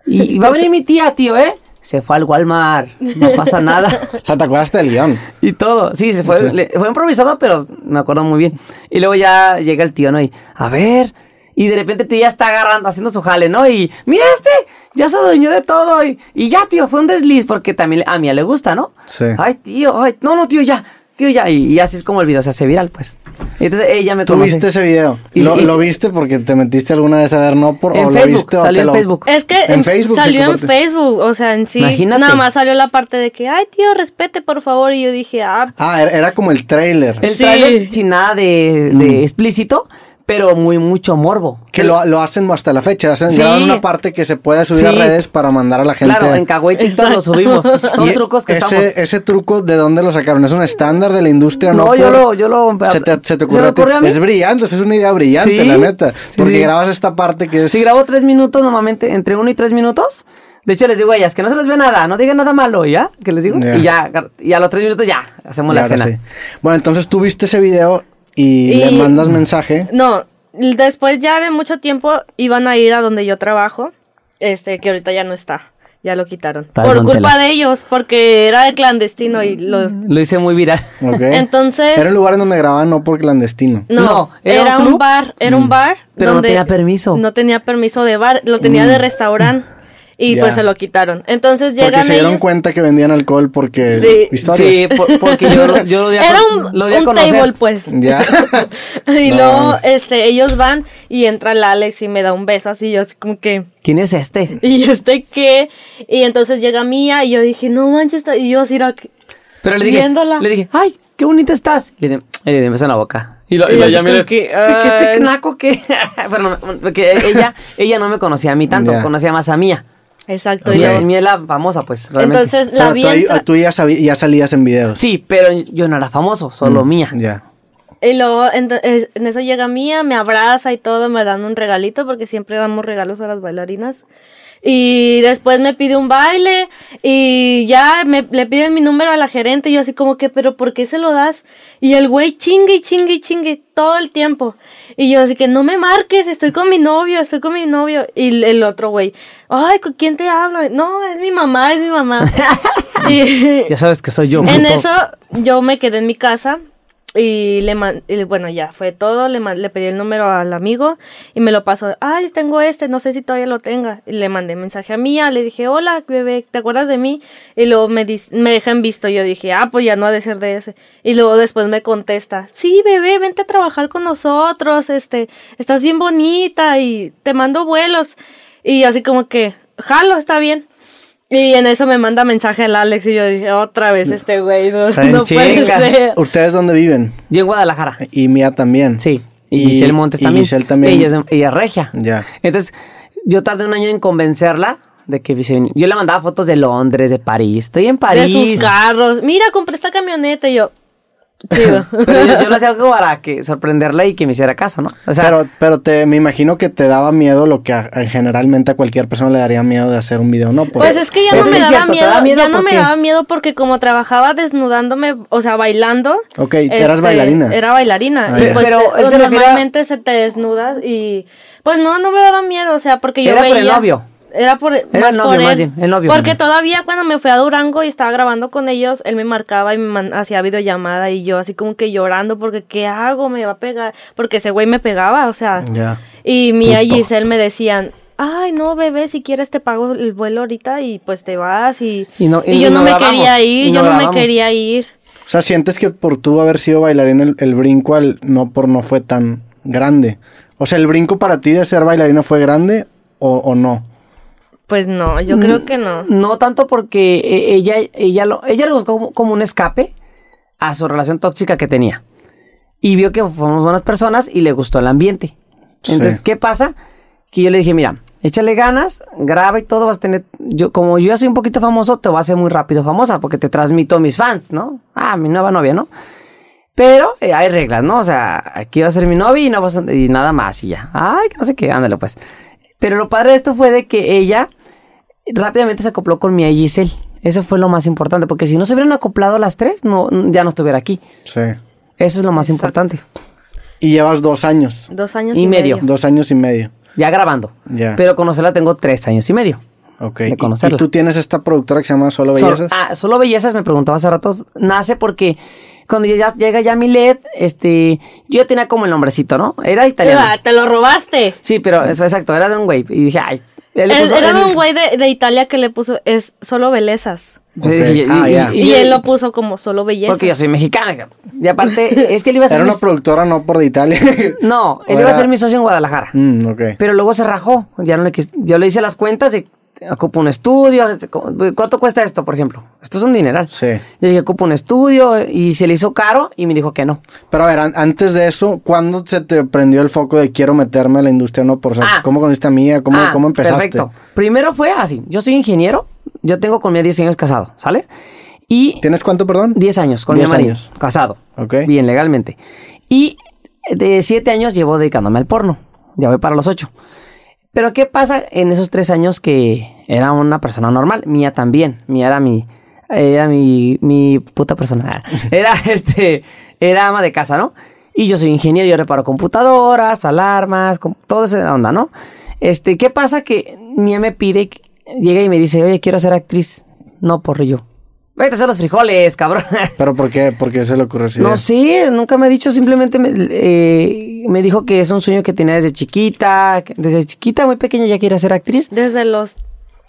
Speaker 3: Y, y va a venir mi tía, tío, ¿eh? Se fue al Walmart. No pasa nada.
Speaker 1: O sea, ¿te acuerdas del guión?
Speaker 3: Y todo, sí, se fue,
Speaker 1: Sí.
Speaker 3: le- fue improvisado, pero me acuerdo muy bien. Y luego ya llega el tío, ¿no? Y, a ver, y de repente el tío ya está agarrando, haciendo su jale, ¿no? Y, mira este, ya se adueñó de todo. Y, y ya, tío, fue un desliz, porque también a Mía le gusta, ¿no?
Speaker 1: Sí.
Speaker 3: Ay, tío, ay, no, no, tío, ya, tío, ya. Y, y así es como el video se hace viral, pues. Y entonces ella me
Speaker 1: ¿Tú
Speaker 3: conoce.
Speaker 1: viste ese video?
Speaker 3: Y
Speaker 1: ¿Lo,
Speaker 3: sí.
Speaker 1: lo viste porque te metiste alguna vez a ver no por
Speaker 3: En
Speaker 1: o lo
Speaker 3: Facebook,
Speaker 1: viste o
Speaker 3: salió
Speaker 1: te
Speaker 3: en
Speaker 1: lo...
Speaker 3: Facebook.
Speaker 2: Es que
Speaker 1: En
Speaker 2: en-
Speaker 1: Facebook se
Speaker 2: salió en
Speaker 1: comparte.
Speaker 2: Facebook, o sea, en sí.
Speaker 3: Imagínate.
Speaker 2: Nada más salió la parte de que, ay, tío, respete, por favor. Y yo dije, ah,
Speaker 1: Ah, era, era como el trailer.
Speaker 3: El
Speaker 2: Sí.
Speaker 3: tráiler sin nada de, de explícito, pero muy mucho morbo.
Speaker 1: Mm. Que lo, lo hacen hasta la fecha, hacen
Speaker 3: Sí.
Speaker 1: graban una parte que se puede subir a
Speaker 3: Sí.
Speaker 1: redes para mandar a la gente.
Speaker 3: Claro, en Kawaii TikTok lo subimos. Son
Speaker 1: Y
Speaker 3: trucos que
Speaker 1: ese,
Speaker 3: usamos.
Speaker 1: Ese truco, ¿de dónde lo sacaron? ¿Es un estándar de la industria?
Speaker 3: No,
Speaker 1: No,
Speaker 3: yo
Speaker 1: por-
Speaker 3: lo- yo lo-
Speaker 1: Se te, se te
Speaker 3: ¿Se
Speaker 1: ocurrió,
Speaker 3: me
Speaker 1: a ti?
Speaker 3: ocurrió a mí?
Speaker 1: Es brillante, es una idea brillante,
Speaker 3: Sí,
Speaker 1: la neta.
Speaker 3: sí,
Speaker 1: Porque
Speaker 3: sí.
Speaker 1: grabas esta parte que es...
Speaker 3: Si grabo tres minutos, normalmente entre uno y tres minutos. De hecho, les digo a ellas que no se les ve nada, no digan nada malo, ¿ya? Que les digo.
Speaker 1: Ya.
Speaker 3: Y ya, gar- y a los tres minutos ya, hacemos
Speaker 1: Y
Speaker 3: la
Speaker 1: ahora
Speaker 3: escena.
Speaker 1: sí. Bueno, entonces tú viste ese video y, le
Speaker 2: Y-
Speaker 1: mandas mensaje.
Speaker 2: No, después ya de mucho tiempo iban a ir a donde yo trabajo, este, que ahorita ya no está, ya lo quitaron.
Speaker 3: Está
Speaker 2: por
Speaker 3: en
Speaker 2: culpa
Speaker 3: Montela.
Speaker 2: de ellos, porque era de clandestino y los...
Speaker 3: Lo hice muy viral.
Speaker 1: ¿ok?
Speaker 2: Entonces-
Speaker 1: Era el lugar en donde grababan no por clandestino.
Speaker 2: No,
Speaker 3: No,
Speaker 2: era, un,
Speaker 3: club. Mm.
Speaker 2: bar, era un bar.
Speaker 3: Pero no
Speaker 2: donde
Speaker 3: tenía permiso. Mm.
Speaker 2: No tenía permiso de bar, lo tenía de restaurante y
Speaker 1: Ya.
Speaker 2: pues se lo quitaron. Entonces llegan
Speaker 1: Porque se dieron
Speaker 2: ellos-
Speaker 1: cuenta que vendían alcohol porque...
Speaker 2: Sí.
Speaker 1: Eh, ¿Historias?
Speaker 3: Sí, por- porque yo, yo lo di a
Speaker 2: Era
Speaker 3: con-
Speaker 2: un,
Speaker 3: lo di a
Speaker 2: un
Speaker 3: conocer.
Speaker 2: table, pues.
Speaker 1: Ya.
Speaker 2: y
Speaker 1: No.
Speaker 2: luego, este, ellos van y entra el Alex y me da un beso así, yo así como que...
Speaker 3: ¿Quién es este?
Speaker 2: ¿Y este qué? Y entonces llega Mía y yo dije, no manches, está- y yo así, era que-
Speaker 3: Pero le dije,
Speaker 2: Viéndola.
Speaker 3: le dije, ay, qué bonita estás. Y le, di- y le di un beso en la boca. Y, lo, y
Speaker 2: Y
Speaker 3: la
Speaker 2: así
Speaker 3: llamé y
Speaker 2: como
Speaker 3: le-
Speaker 2: que,
Speaker 3: este, que este
Speaker 2: ay.
Speaker 3: naco que... Pero no, porque ella, ella no me conocía a mí tanto,
Speaker 1: Ya.
Speaker 3: conocía más a Mía.
Speaker 2: Exacto,
Speaker 1: Ok.
Speaker 3: Y
Speaker 2: y
Speaker 3: la
Speaker 2: yo-
Speaker 3: Mía es la famosa, pues, realmente.
Speaker 2: entonces la
Speaker 1: Pero
Speaker 2: vi
Speaker 1: tú, ahí-
Speaker 2: entra-
Speaker 1: tú ya, sabí- ya salías en videos.
Speaker 3: Sí, pero yo no era famoso, solo mía.
Speaker 1: Mm, Ya.
Speaker 2: y luego ento- es- en eso llega Mía, me abraza y todo, me dan un regalito porque siempre damos regalos a las bailarinas. Y después me pide un baile y ya me, le piden mi número a la gerente y yo así como que, pero ¿por qué se lo das? Y el güey chingue y chingue y chingue todo el tiempo. Y yo así que no me marques, estoy con mi novio, estoy con mi novio. Y el- el otro güey, ay, ¿con quién te hablo? No, es mi mamá, es mi mamá. y,
Speaker 3: Ya sabes que soy yo.
Speaker 2: en
Speaker 3: puto.
Speaker 2: eso yo me quedé en mi casa y le man- y bueno ya fue todo le, man- le pedí el número al amigo y me lo pasó ay tengo este no sé si todavía lo tenga y le mandé mensaje a Mía le dije hola bebé te acuerdas de mí y luego me dis- me dejan visto yo dije ah pues ya no ha de ser de ese y luego después me contesta sí bebé vente a trabajar con nosotros este estás bien bonita y te mando vuelos y así como que jalo está bien y en eso me manda mensaje al Alex y yo dije, otra vez este güey, no,
Speaker 3: Está en
Speaker 2: no puede
Speaker 3: chinga.
Speaker 2: ser.
Speaker 1: ¿Ustedes dónde viven?
Speaker 3: Yo en Guadalajara.
Speaker 1: Y Mía también.
Speaker 3: Sí. Y, Giselle Montes
Speaker 1: y
Speaker 3: también.
Speaker 1: Giselle también.
Speaker 3: Ella es, de- ella es regia.
Speaker 1: Ya.
Speaker 3: Entonces, yo tardé un año en convencerla de que se viniera. Yo le mandaba fotos de Londres, de París. Estoy en
Speaker 2: De
Speaker 3: París.
Speaker 2: sus carros. Mira, compré esta camioneta y yo, chido.
Speaker 3: Pero yo, yo lo hacía algo para que sorprenderla y que me hiciera caso, ¿no? O sea,
Speaker 1: pero pero te, me imagino que te daba miedo lo que a- a- generalmente a cualquier persona le daría miedo de hacer un video, ¿no? Por-
Speaker 2: Pues es que ya
Speaker 3: Pero
Speaker 2: no me
Speaker 3: sí es
Speaker 2: daba
Speaker 3: cierto, ¿te
Speaker 2: miedo,
Speaker 3: daba miedo
Speaker 2: ya no
Speaker 3: por
Speaker 2: me
Speaker 3: qué?
Speaker 2: daba miedo porque como trabajaba desnudándome, o sea, bailando.
Speaker 1: Ok, eras
Speaker 3: este,
Speaker 1: bailarina.
Speaker 2: Este, Era bailarina.
Speaker 1: Ah,
Speaker 2: y
Speaker 1: ya.
Speaker 2: pues,
Speaker 3: Pero
Speaker 2: te-
Speaker 3: él se
Speaker 2: pues,
Speaker 3: refiere a-
Speaker 2: normalmente se te desnudas y pues no, no me daba miedo, o sea, porque yo
Speaker 3: Era por el
Speaker 2: veía...
Speaker 3: novio.
Speaker 2: Era por, más
Speaker 3: el novio,
Speaker 2: por él,
Speaker 3: más bien, el novio.
Speaker 2: Porque todavía cuando me fui a Durango y estaba grabando con ellos, él me marcaba y me man- hacía videollamada y yo así como que llorando porque ¿qué hago? Me va a pegar. Porque ese güey me pegaba, o sea...
Speaker 1: Ya.
Speaker 2: Y Mía y
Speaker 1: Puto.
Speaker 2: Giselle me decían, ay, no, bebé, si quieres te pago el vuelo ahorita y pues te vas y,
Speaker 3: Y no- y
Speaker 2: yo
Speaker 3: no
Speaker 2: no me
Speaker 3: grabamos,
Speaker 2: quería
Speaker 3: y
Speaker 2: ir,
Speaker 3: no
Speaker 2: yo no me
Speaker 3: grabamos.
Speaker 2: quería ir.
Speaker 1: O sea, sientes que por tú haber sido bailarina el, el brinco al no por no fue tan grande. O sea, el brinco para ti de ser bailarina fue grande o, o no.
Speaker 2: Pues no, yo creo que no.
Speaker 3: No tanto porque eh, ella, ella, lo, ella lo buscó como, como un escape a su relación tóxica que tenía. Y vio que fuimos buenas personas y le gustó el ambiente. Entonces,
Speaker 1: Sí.
Speaker 3: ¿qué pasa? Que yo le dije, mira, échale ganas, graba y todo, vas a tener... Yo, como yo ya soy un poquito famoso, te voy a hacer muy rápido famosa porque te transmito a mis fans, ¿no? Ah, mi nueva novia, ¿no? Pero eh, hay reglas, ¿no? O sea, aquí va a ser mi novia y, no vas a- y nada más y ya. Ay, que no sé qué, ándale pues. Pero lo padre de esto fue de que ella rápidamente se acopló con mi Giselle. Eso fue lo más importante, porque si no se hubieran acoplado las tres, no, ya no estuviera aquí.
Speaker 1: Sí.
Speaker 3: Eso es lo más importante.
Speaker 1: Y llevas dos años.
Speaker 2: Dos años
Speaker 3: Y
Speaker 2: y,
Speaker 3: medio.
Speaker 2: medio.
Speaker 1: Dos años y medio.
Speaker 3: Ya grabando.
Speaker 1: Ya.
Speaker 3: Pero conocerla tengo tres años y medio.
Speaker 1: Ok.
Speaker 3: De
Speaker 1: Y- Y,
Speaker 3: conocerla.
Speaker 1: tú tienes esta productora que se llama Solo
Speaker 3: Solo-
Speaker 1: Bellezas.
Speaker 3: ah, solo bellezas, me preguntaba hace rato, nace porque cuando ya- ya llega ya Milet, este, yo ya tenía como el nombrecito, ¿no? Era
Speaker 2: Eva,
Speaker 3: italiano.
Speaker 2: te lo robaste.
Speaker 3: Sí, pero eso exacto, era de un güey. Y dije, ay, él le
Speaker 2: Es-
Speaker 3: puso-
Speaker 2: era
Speaker 3: él-
Speaker 2: de un güey de, de Italia que le puso es solo bellezas.
Speaker 3: Y-
Speaker 1: Ok,
Speaker 3: y-
Speaker 1: ah,
Speaker 3: y-
Speaker 1: ya.
Speaker 2: Y,
Speaker 3: y-
Speaker 2: él lo puso como solo bellezas.
Speaker 3: Porque yo soy mexicana. Y aparte, es que él iba a ser.
Speaker 1: Era
Speaker 3: mi-
Speaker 1: una productora no por de Italia.
Speaker 3: pues, No, él
Speaker 1: O
Speaker 3: iba a
Speaker 1: era-
Speaker 3: ser mi socio en Guadalajara.
Speaker 1: Mm, ok.
Speaker 3: Pero luego se rajó. Ya no le quis- yo le hice las cuentas de ocupo un estudio. ¿Cuánto cuesta esto, por ejemplo? Esto es un dineral.
Speaker 1: Sí.
Speaker 3: Yo dije, ocupo un estudio y se le hizo caro y me dijo que no.
Speaker 1: Pero a ver, an- antes de eso, ¿cuándo se te prendió el foco de quiero meterme a la industria no por ser?
Speaker 3: Ah.
Speaker 1: ¿Cómo conociste a Mía? ¿Cómo,
Speaker 3: Ah,
Speaker 1: ¿Cómo empezaste?
Speaker 3: Perfecto. Primero fue así. Yo soy ingeniero. Yo tengo con mi 10 años casado, ¿sale? Y
Speaker 1: ¿Tienes cuánto, perdón?
Speaker 3: 10 años con
Speaker 1: 10
Speaker 3: mi marido,
Speaker 1: años.
Speaker 3: casado.
Speaker 1: Ok.
Speaker 3: Bien, legalmente. Y de 7 años llevo dedicándome al porno. Ya voy para los 8. Pero ¿qué pasa en esos 3 años que era una persona normal? Mía también. Mía era mi era mi, mi puta persona. Era este era ama de casa, ¿no? Y yo soy ingeniero, yo reparo computadoras, alarmas, com- toda esa onda, ¿no? Este, ¿qué pasa que Mía me pide que- llega y me dice, "Oye, quiero ser actriz." No, por yo. Vete a hacer los frijoles, cabrón.
Speaker 1: ¿Pero por qué? ¿Por qué se le ocurrió esa idea?
Speaker 3: No sé, nunca me ha dicho, simplemente me, eh, me dijo que es un sueño que tenía desde chiquita, que desde chiquita, muy pequeña ya quiere ser actriz.
Speaker 2: Desde los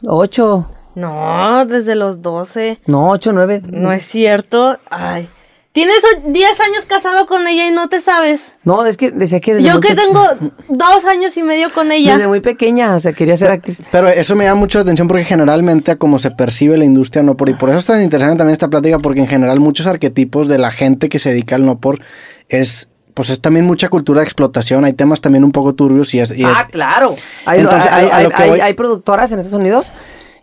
Speaker 3: Ocho,
Speaker 2: no, desde los 12.
Speaker 3: no, ocho, nueve.
Speaker 2: No es cierto. Ay. Tienes o- 10 años casado con ella y no te sabes.
Speaker 3: No, es que decía que desde,
Speaker 2: Yo
Speaker 3: muy
Speaker 2: que
Speaker 3: pe-
Speaker 2: tengo dos años y medio con ella.
Speaker 3: desde muy pequeña, o sea, quería ser actriz.
Speaker 1: Pero eso me llama mucho la atención porque generalmente a cómo se percibe la industria no por, y por eso es tan interesante también esta plática porque en general muchos arquetipos de la gente que se dedica al no por es, pues es también mucha cultura de explotación, hay temas también un poco turbios y es... y es-
Speaker 3: Ah, claro. Hay,
Speaker 1: Entonces,
Speaker 3: hay-
Speaker 1: a- a lo
Speaker 3: hay-
Speaker 1: que
Speaker 3: hay-
Speaker 1: voy-
Speaker 3: hay productoras en Estados Unidos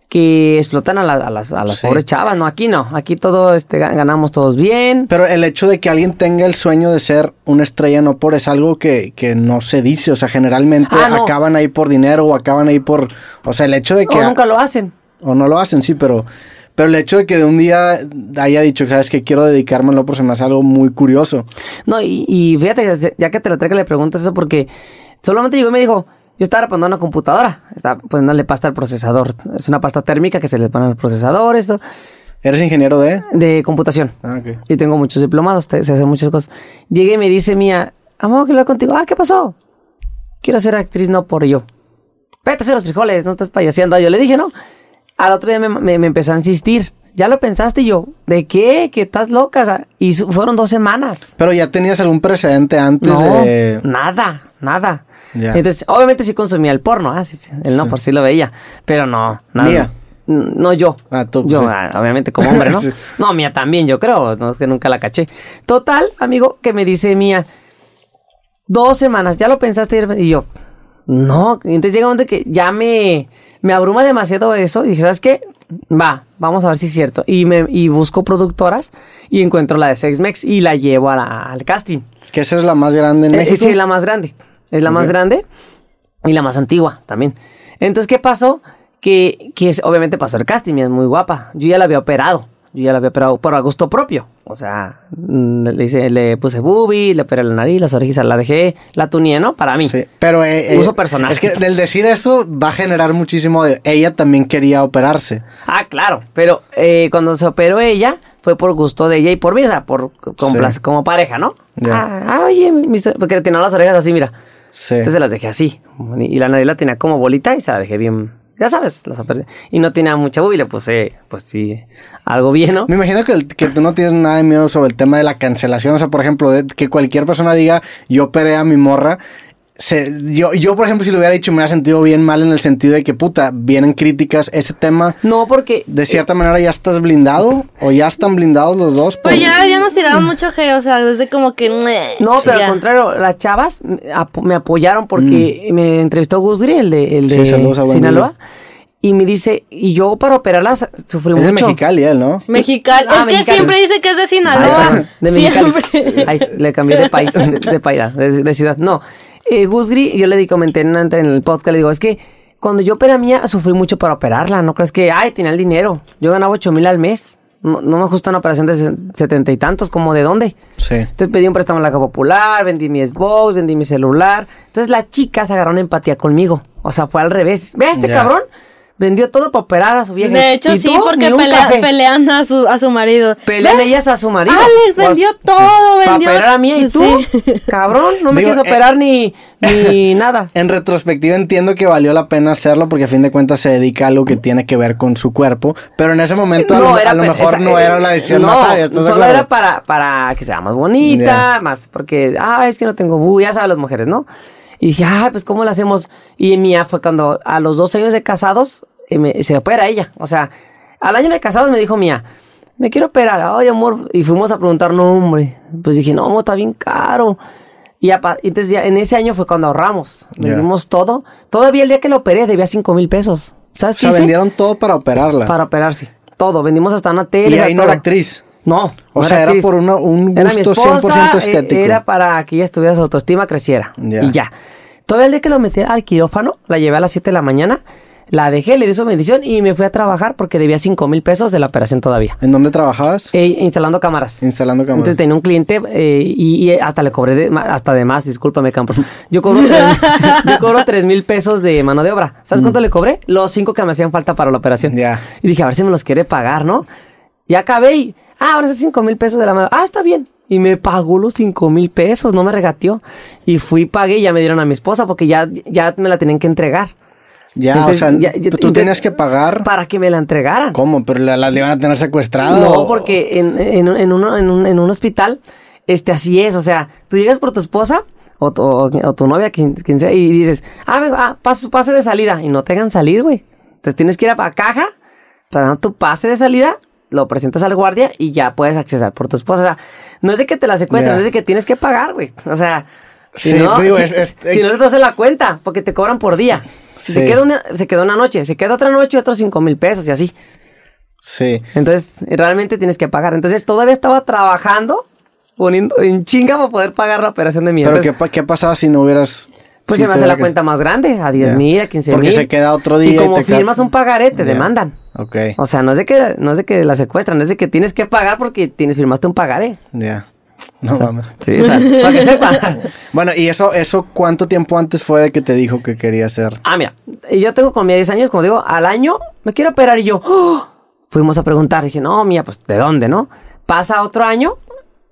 Speaker 3: que explotan a, la- a las, a las
Speaker 1: Sí.
Speaker 3: pobres chavas, no, aquí no, aquí todo, este, ga- ganamos todos bien.
Speaker 1: Pero el hecho de que alguien tenga el sueño de ser una estrella no por es algo que, que no se dice, o sea, generalmente
Speaker 3: Ah, no.
Speaker 1: acaban ahí por dinero o acaban ahí por... O sea, el hecho de que...
Speaker 3: O nunca lo hacen.
Speaker 1: o no lo hacen, sí, pero, pero el hecho de que de un día haya dicho, sabes que quiero dedicarme al no por se me hace algo muy curioso.
Speaker 3: No, y, y fíjate, que se- ya que te la traigo, le preguntas eso porque solamente llegó y me dijo, yo estaba reparando una computadora, estaba poniéndole pasta al procesador. Es una pasta térmica que se le pone al procesador, esto,
Speaker 1: ¿Eres ingeniero de...?
Speaker 3: de computación.
Speaker 1: Ah, ok.
Speaker 3: Yo tengo muchos diplomados, te- sé hacer muchas cosas. Llegué y me dice mía, amor, quiero hablar contigo. Ah, ¿qué pasó? Quiero ser actriz, no por yo. Vete a hacer los frijoles, no estás payaseando. Yo le dije, no. Al otro día me, me- me empezó a insistir. Ya lo pensaste y yo, ¿de qué? ¿Que estás loca? O sea, Y su- fueron dos semanas.
Speaker 1: Pero ya tenías algún precedente antes
Speaker 3: No,
Speaker 1: de...
Speaker 3: nada, nada.
Speaker 1: Ya.
Speaker 3: Entonces, obviamente sí consumía el porno, ah, sí, sí, él no por sí lo veía, pero no, nada.
Speaker 1: Mía.
Speaker 3: N- No yo.
Speaker 1: Ah, tú,
Speaker 3: Yo,
Speaker 1: sí.
Speaker 3: ah, obviamente como hombre, ¿no?
Speaker 1: Sí.
Speaker 3: No, mía también, yo creo, no es que nunca la caché. Total, amigo, que me dice mía, dos semanas, ya lo pensaste y yo, no, Y entonces llega un momento que ya me, me abruma demasiado eso y dije, ¿sabes qué? Va, vamos a ver si es cierto. Y, me, y busco productoras y encuentro la de Sex Mex y la llevo a la- al casting.
Speaker 1: Que esa es la más grande en
Speaker 3: Eh,
Speaker 1: México.
Speaker 3: Sí, es la más grande. Es la más
Speaker 1: Ok.
Speaker 3: grande y la más antigua también. Entonces, ¿qué pasó? Que, que es- obviamente pasó el casting, y es muy guapa. Yo ya la había operado. Yo ya la había operado por a gusto propio. O sea, mm, le, hice- le puse boobie, le operé la nariz, las orejitas, la dejé, la tuneé, ¿no? Para mí.
Speaker 1: Sí, pero eh, eh,
Speaker 3: Uso personal.
Speaker 1: Es que el decir eso va a generar muchísimo de... Ella también quería operarse.
Speaker 3: Ah, claro. Pero eh, cuando se operó ella, fue por gusto de ella y por mí, o sea, por, con
Speaker 1: Sí.
Speaker 3: placer- como pareja, ¿no?
Speaker 1: Ya.
Speaker 3: Ah, ah, oye, mister- porque le tenía las orejas así, mira.
Speaker 1: Sí.
Speaker 3: Entonces las dejé así. Y la nariz la tenía como bolita y se la dejé bien. Ya sabes, las apreté. Y no tenía mucha boobie, le puse, pues sí, algo bien, ¿no?
Speaker 1: Me imagino que, el- que tú no tienes nada de miedo sobre el tema de la cancelación. O sea, por ejemplo, de- que cualquier persona diga, yo operé a mi morra. Se- yo, yo, por ejemplo, si lo hubiera dicho, me hubiera sentido bien mal en el sentido de que, puta, vienen críticas. Ese tema,
Speaker 3: No, porque.
Speaker 1: de cierta manera, ya estás blindado o ya están blindados los dos. por-
Speaker 2: Pues ya, ya nos tiraron mucho G, o sea, desde como que... "Mue".
Speaker 3: No,
Speaker 2: Sí,
Speaker 3: pero
Speaker 2: ya.
Speaker 3: al contrario, las chavas me apo- me apoyaron porque me entrevistó Gus Gris, el de, el
Speaker 1: Mm. Sí,
Speaker 3: de
Speaker 1: saludos a buen
Speaker 3: Sinaloa.
Speaker 1: Guri.
Speaker 3: Y me dice, y yo para operarla sa- sufrí
Speaker 1: es
Speaker 3: mucho.
Speaker 1: de Mexicali, él, ¿no?
Speaker 2: Mexicali. es
Speaker 3: Ah,
Speaker 2: que
Speaker 3: Mexicali.
Speaker 2: siempre dice que es de
Speaker 3: Ay,
Speaker 2: Sinaloa.
Speaker 3: perdón, de Mexicali.
Speaker 2: siempre.
Speaker 3: Ay, le cambié de país, de, de país, de, de ciudad. No, eh, Gus Gris, yo le di, comenté en, en el podcast, le digo, es que cuando yo operé a mía, sufrí mucho para operarla, ¿no crees que, ay, tenía el dinero? Yo ganaba 8 mil al mes. no, no me ajusta una operación de ses- setenta y tantos, como de dónde.
Speaker 1: Sí.
Speaker 3: Entonces pedí un préstamo en la Caja Popular, vendí mi Xbox, vendí mi celular. Entonces las chicas agarraron empatía conmigo. O sea, fue al revés. Ve a este
Speaker 1: Ya.
Speaker 3: cabrón, vendió todo para operar a su vieja.
Speaker 2: De hecho,
Speaker 3: ¿Y
Speaker 2: sí,
Speaker 3: tú?
Speaker 2: porque
Speaker 3: Ni un
Speaker 2: pelea-
Speaker 3: café.
Speaker 2: pelean a su, a su marido.
Speaker 3: Pelean
Speaker 2: ¿Ves?
Speaker 3: ellas a su marido.
Speaker 2: Alex
Speaker 3: Pues,
Speaker 2: vendió todo,
Speaker 3: Para
Speaker 2: vendió.
Speaker 3: operar a mí y tú,
Speaker 2: Sí.
Speaker 3: cabrón, no me
Speaker 1: Digo,
Speaker 3: quieres
Speaker 1: eh,
Speaker 3: operar ni, ni nada.
Speaker 1: En retrospectiva entiendo que valió la pena hacerlo porque a fin de cuentas se dedica a algo que tiene que ver con su cuerpo, pero en ese momento a lo, a lo
Speaker 3: pe-
Speaker 1: mejor
Speaker 3: esa-
Speaker 1: no era la decisión
Speaker 3: no,
Speaker 1: más sabia, ¿estás de
Speaker 3: solo
Speaker 1: acuerdo?
Speaker 3: era para, para que sea más bonita,
Speaker 1: Ya.
Speaker 3: más porque, ah, es que no tengo bu, ya saben las mujeres, ¿no? Y dije, ah, pues ¿cómo la hacemos? Y mía fue cuando a los dos años de casados eh, me- se opera ella. O sea, al año de casados me dijo mía, me quiero operar, ay amor. Y fuimos a preguntar, no, hombre. Pues dije, no, amor, está bien caro. Y apa- entonces ya en ese año fue cuando ahorramos,
Speaker 1: Ya.
Speaker 3: vendimos todo. Todavía el día que la operé debía 5 mil pesos. ¿Sabes
Speaker 1: o
Speaker 3: qué
Speaker 1: sea,
Speaker 3: hice?
Speaker 1: vendieron todo para operarla.
Speaker 3: Para operarse. Todo. Vendimos hasta una tele.
Speaker 1: y ahí no
Speaker 3: todo.
Speaker 1: era actriz.
Speaker 3: No.
Speaker 1: O
Speaker 3: no
Speaker 1: sea, era
Speaker 3: actriz.
Speaker 1: por una- un
Speaker 3: Era mi
Speaker 1: gusto
Speaker 3: esposa,
Speaker 1: 100%
Speaker 3: e-
Speaker 1: estético.
Speaker 3: Era para que ella estuviera su autoestima creciera.
Speaker 1: Ya.
Speaker 3: Y ya. Todavía el día que lo metí al quirófano, la llevé a las 7 de la mañana, la dejé, le di su bendición y me fui a trabajar porque debía 5 mil pesos de la operación todavía.
Speaker 1: ¿En dónde trabajabas?
Speaker 3: E- instalando cámaras.
Speaker 1: Instalando cámaras.
Speaker 3: Entonces tenía un cliente eh, y, y hasta le cobré de ma- hasta de más, discúlpame, Campos. Yo cobro tres- yo cobro tres mil pesos de mano de obra. ¿Sabes cuánto le cobré? Los cinco que me hacían falta para la operación.
Speaker 1: Ya.
Speaker 3: Y dije, a ver si me los quiere pagar, ¿no? Ya acabé y, ah, ahora son cinco mil pesos de la mano. Ah, está bien. Y me pagó los cinco mil pesos, no me regateó. Y fui, pagué y ya me dieron a mi esposa porque ya, ya me la tenían que entregar.
Speaker 1: ya,
Speaker 3: Entonces,
Speaker 1: o sea,
Speaker 3: ya- ya-
Speaker 1: tú
Speaker 3: entonces,
Speaker 1: tenías que pagar.
Speaker 3: Para que me la entregaran.
Speaker 1: ¿Cómo? ¿Pero la- las iban a tener secuestradas?
Speaker 3: No,
Speaker 1: o-
Speaker 3: porque en, en, un- en uno- en un, en un hospital, este, así es. O sea, tú llegas por tu esposa o tu, o tu novia, quien, quien sea, y dices, ah, vengo, ah, paso- pase de salida. Y no te hagan salir, güey. Entonces tienes que ir a la caja para dar tu pase de salida, lo presentas al guardia y ya puedes accesar por tu esposa. O sea, no es de que te la secuestren,
Speaker 1: Ya.
Speaker 3: es de que tienes que pagar, güey. O sea, si,
Speaker 1: Sí,
Speaker 3: no,
Speaker 1: digo,
Speaker 3: si,
Speaker 1: es- es- eh,
Speaker 3: si no te haces la cuenta, porque te cobran por día. Si se,
Speaker 1: Sí.
Speaker 3: queda una, se queda una noche, se queda otra noche, otros cinco mil pesos y así.
Speaker 1: Sí.
Speaker 3: Entonces, realmente tienes que pagar. Entonces, todavía estaba trabajando, poniendo en chinga para poder pagar la operación de mi
Speaker 1: ¿Pero
Speaker 3: Entonces,
Speaker 1: qué, pa- qué pasaba si no hubieras...?
Speaker 3: Pues
Speaker 1: si
Speaker 3: se me hace
Speaker 1: tuviera
Speaker 3: la
Speaker 1: que-
Speaker 3: cuenta más grande, a 10
Speaker 1: Ya.
Speaker 3: mil, a 15 mil.
Speaker 1: Porque se queda otro día y
Speaker 3: Y como
Speaker 1: te ca-
Speaker 3: firmas un pagaré,
Speaker 1: Ya.
Speaker 3: te demandan.
Speaker 1: Ok,
Speaker 3: O sea, no es, de que, no es de que la secuestran, es de que tienes que pagar porque tienes, firmaste un pagaré.
Speaker 1: ya. No mames.
Speaker 3: Sí, está- para que sepa.
Speaker 1: Bueno, ¿y eso, eso cuánto tiempo antes fue de que te dijo que quería hacer?
Speaker 3: Ah, mira, yo tengo con mi 10 años, como digo, al año me quiero operar y yo, ¡oh! fuimos a preguntar, dije, no, mía, pues, ¿de dónde, no? Pasa otro año,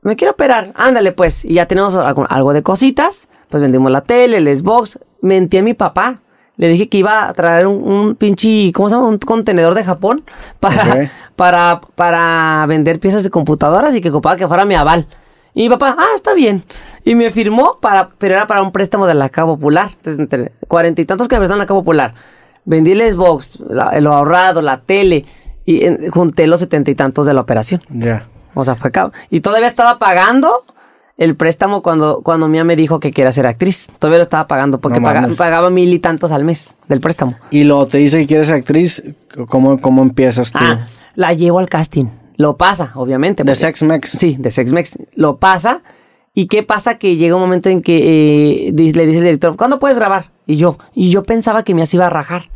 Speaker 3: me quiero operar, ándale, pues, y ya tenemos algo, algo de cositas, pues vendimos la tele, el Xbox, mentí a mi papá, le dije que iba a traer un, un pinche, ¿cómo se llama? Un contenedor de Japón para,
Speaker 1: Ok.
Speaker 3: para, para vender piezas de computadoras y que ocupaba que fuera mi aval. Y mi papá, ah, está bien. Y me firmó para, pero era para un préstamo de la Caja Popular. Entonces, entre cuarenta y tantos que me prestaron la Caja Popular. Vendí el Xbox, la- lo ahorrado, la tele. Y en- junté los setenta y tantos de la operación.
Speaker 1: Ya.
Speaker 3: O sea, fue cab- Y todavía estaba pagando el préstamo cuando, cuando Mía me dijo que quería ser actriz. Todavía lo estaba pagando porque
Speaker 1: No
Speaker 3: paga-
Speaker 1: mames.
Speaker 3: pagaba mil y tantos al mes del préstamo.
Speaker 1: Y luego te dice que quieres ser actriz, ¿cómo, cómo empiezas tú?
Speaker 3: Ah, la llevo al casting. Lo pasa, obviamente.
Speaker 1: Pues, de
Speaker 3: porque-
Speaker 1: Sex Mex.
Speaker 3: Sí, de Sex Mex. Lo pasa. ¿Y qué pasa? Que llega un momento en que eh, di- le dice el director, ¿cuándo puedes grabar? Y yo, y yo pensaba que me iba a rajar.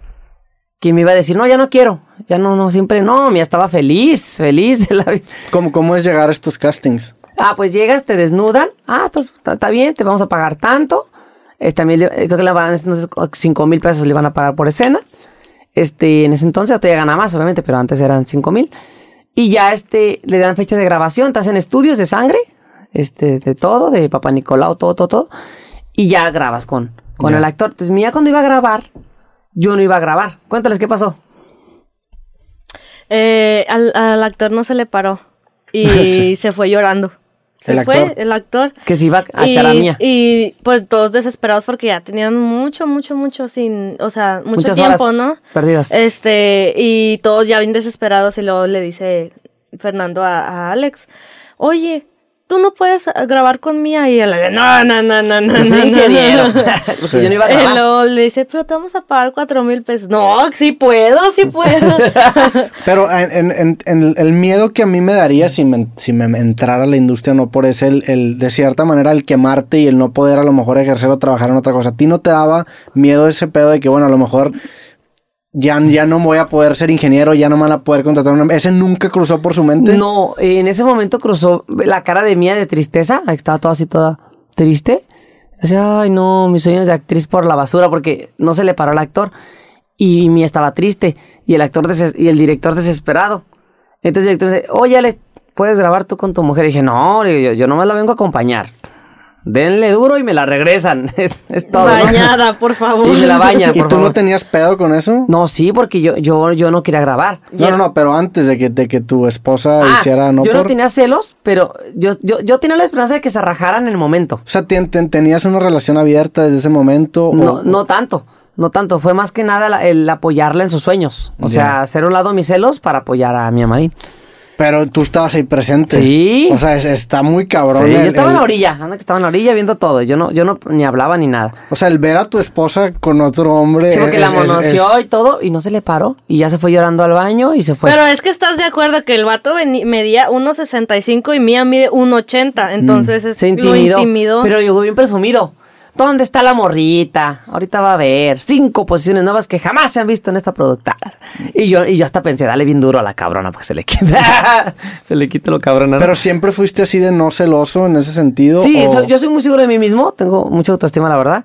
Speaker 3: Que me iba a decir, no, ya no quiero. Ya no, no, siempre no. Mía estaba feliz, feliz de la vida.
Speaker 1: ¿Cómo, ¿Cómo es llegar a estos castings?
Speaker 3: Ah, pues llegas, te desnudan. Ah, estás- está está bien, te vamos a pagar tanto. Eh, también le- eh, creo que le van, entonces, co- cinco mil pesos le van a pagar por escena. Este, en ese entonces te llegan a más, obviamente, pero antes eran cinco mil. Y ya este, le dan fecha de grabación, te hacen estudios de sangre, este, de todo, de Papá Nicolau, todo, todo, todo. Y ya grabas con, con
Speaker 1: Ya.
Speaker 3: el actor. Entonces, mira, cuando iba a grabar, yo no iba a grabar. Cuéntales qué pasó.
Speaker 2: Eh, al, al actor no se le paró y se fue llorando. Se
Speaker 1: ¿El
Speaker 2: fue
Speaker 1: actor?
Speaker 2: el actor.
Speaker 3: Que se iba a echar a
Speaker 2: y,
Speaker 3: Ah, Mía.
Speaker 2: y, pues todos desesperados porque ya tenían mucho, mucho, mucho sin, o sea, mucho
Speaker 3: Muchas
Speaker 2: tiempo,
Speaker 3: horas
Speaker 2: ¿no?
Speaker 3: perdidas.
Speaker 2: Este, y todos ya bien desesperados y luego le dice Fernando a, a Alex, oye, tú no puedes eh, grabar con Mía y él, no, no, no, no, no,
Speaker 3: Yo soy
Speaker 2: no, no,
Speaker 3: ingeniero.
Speaker 2: no".
Speaker 3: Porque yo no iba a
Speaker 2: Eh,
Speaker 3: grabar.
Speaker 2: luego le dice, pero te vamos a pagar cuatro mil pesos. No, sí puedo, sí puedo.
Speaker 1: Pero en, en- en- en el miedo que a mí me daría si me, si me entrara a la industria no por es el, el, de cierta manera, el quemarte y el no poder a lo mejor ejercer o trabajar en otra cosa. ¿A ti no te daba miedo ese pedo de que, bueno, a lo mejor ya, ya no voy a poder ser ingeniero, ya no me van a poder contratar. Una... em-, ¿Ese nunca cruzó por su mente?
Speaker 3: No, en ese momento cruzó la cara de mía de tristeza, estaba toda así, toda triste. Decía, ay, no, mis sueños de actriz por la basura, porque no se le paró al actor. Y mía estaba triste, y el, actor deses- y el director desesperado. Entonces el director dice, oye, Ale, ¿puedes grabar tú con tu mujer? Y dije, no, le digo yo, yo nomás la vengo a acompañar. Denle duro y me la regresan. Es, es todo. ¿no?
Speaker 2: Bañada, por favor.
Speaker 3: Y se la baña,
Speaker 1: ¿Y
Speaker 3: por
Speaker 1: tú
Speaker 3: favor.
Speaker 1: no tenías pedo con eso?
Speaker 3: No, sí, porque yo, yo, yo no quería grabar.
Speaker 1: No, no, no, pero antes de que, de que tu esposa
Speaker 3: Ah,
Speaker 1: hiciera no
Speaker 3: yo no
Speaker 1: por...
Speaker 3: tenía celos, pero yo, yo, yo tenía la esperanza de que se rajaran en el momento.
Speaker 1: O sea, ten- ten- ¿tenías una relación abierta desde ese momento?
Speaker 3: No,
Speaker 1: o-
Speaker 3: no tanto, no tanto. Fue más que nada la- el apoyarla en sus sueños. O
Speaker 1: Ya.
Speaker 3: sea, hacer a un lado mis celos para apoyar a mi amarín.
Speaker 1: Pero tú estabas ahí presente.
Speaker 3: Sí.
Speaker 1: O sea, es- está muy cabrón.
Speaker 3: Sí, yo
Speaker 1: el-
Speaker 3: estaba en
Speaker 1: el-
Speaker 3: la orilla, anda que estaba en la orilla viendo todo. Yo no, yo no ni hablaba ni nada.
Speaker 1: O sea, el ver a tu esposa con otro hombre.
Speaker 3: Sí, porque la
Speaker 1: Eh, es- es-
Speaker 3: monoció
Speaker 1: es-
Speaker 3: y todo, y no se le paró. Y ya se fue llorando al baño y se fue.
Speaker 2: Pero es que estás de acuerdo que el vato veni- medía 1.65 y Mía mide 1.80. Entonces es
Speaker 3: Mm, se
Speaker 2: lo
Speaker 3: intimidó.
Speaker 2: intimidó.
Speaker 3: Pero llegó bien presumido. ¿Dónde está la morrita? Ahorita va a ver cinco posiciones nuevas que jamás se han visto en esta producta. Y yo, y yo hasta pensé, dale bien duro a la cabrona para que se le quite. se le quite lo cabrona. ¿no?
Speaker 1: Pero siempre fuiste así de no celoso en ese sentido.
Speaker 3: sí,
Speaker 1: o-
Speaker 3: so- yo soy muy seguro de mí mismo. Tengo mucha autoestima, la verdad.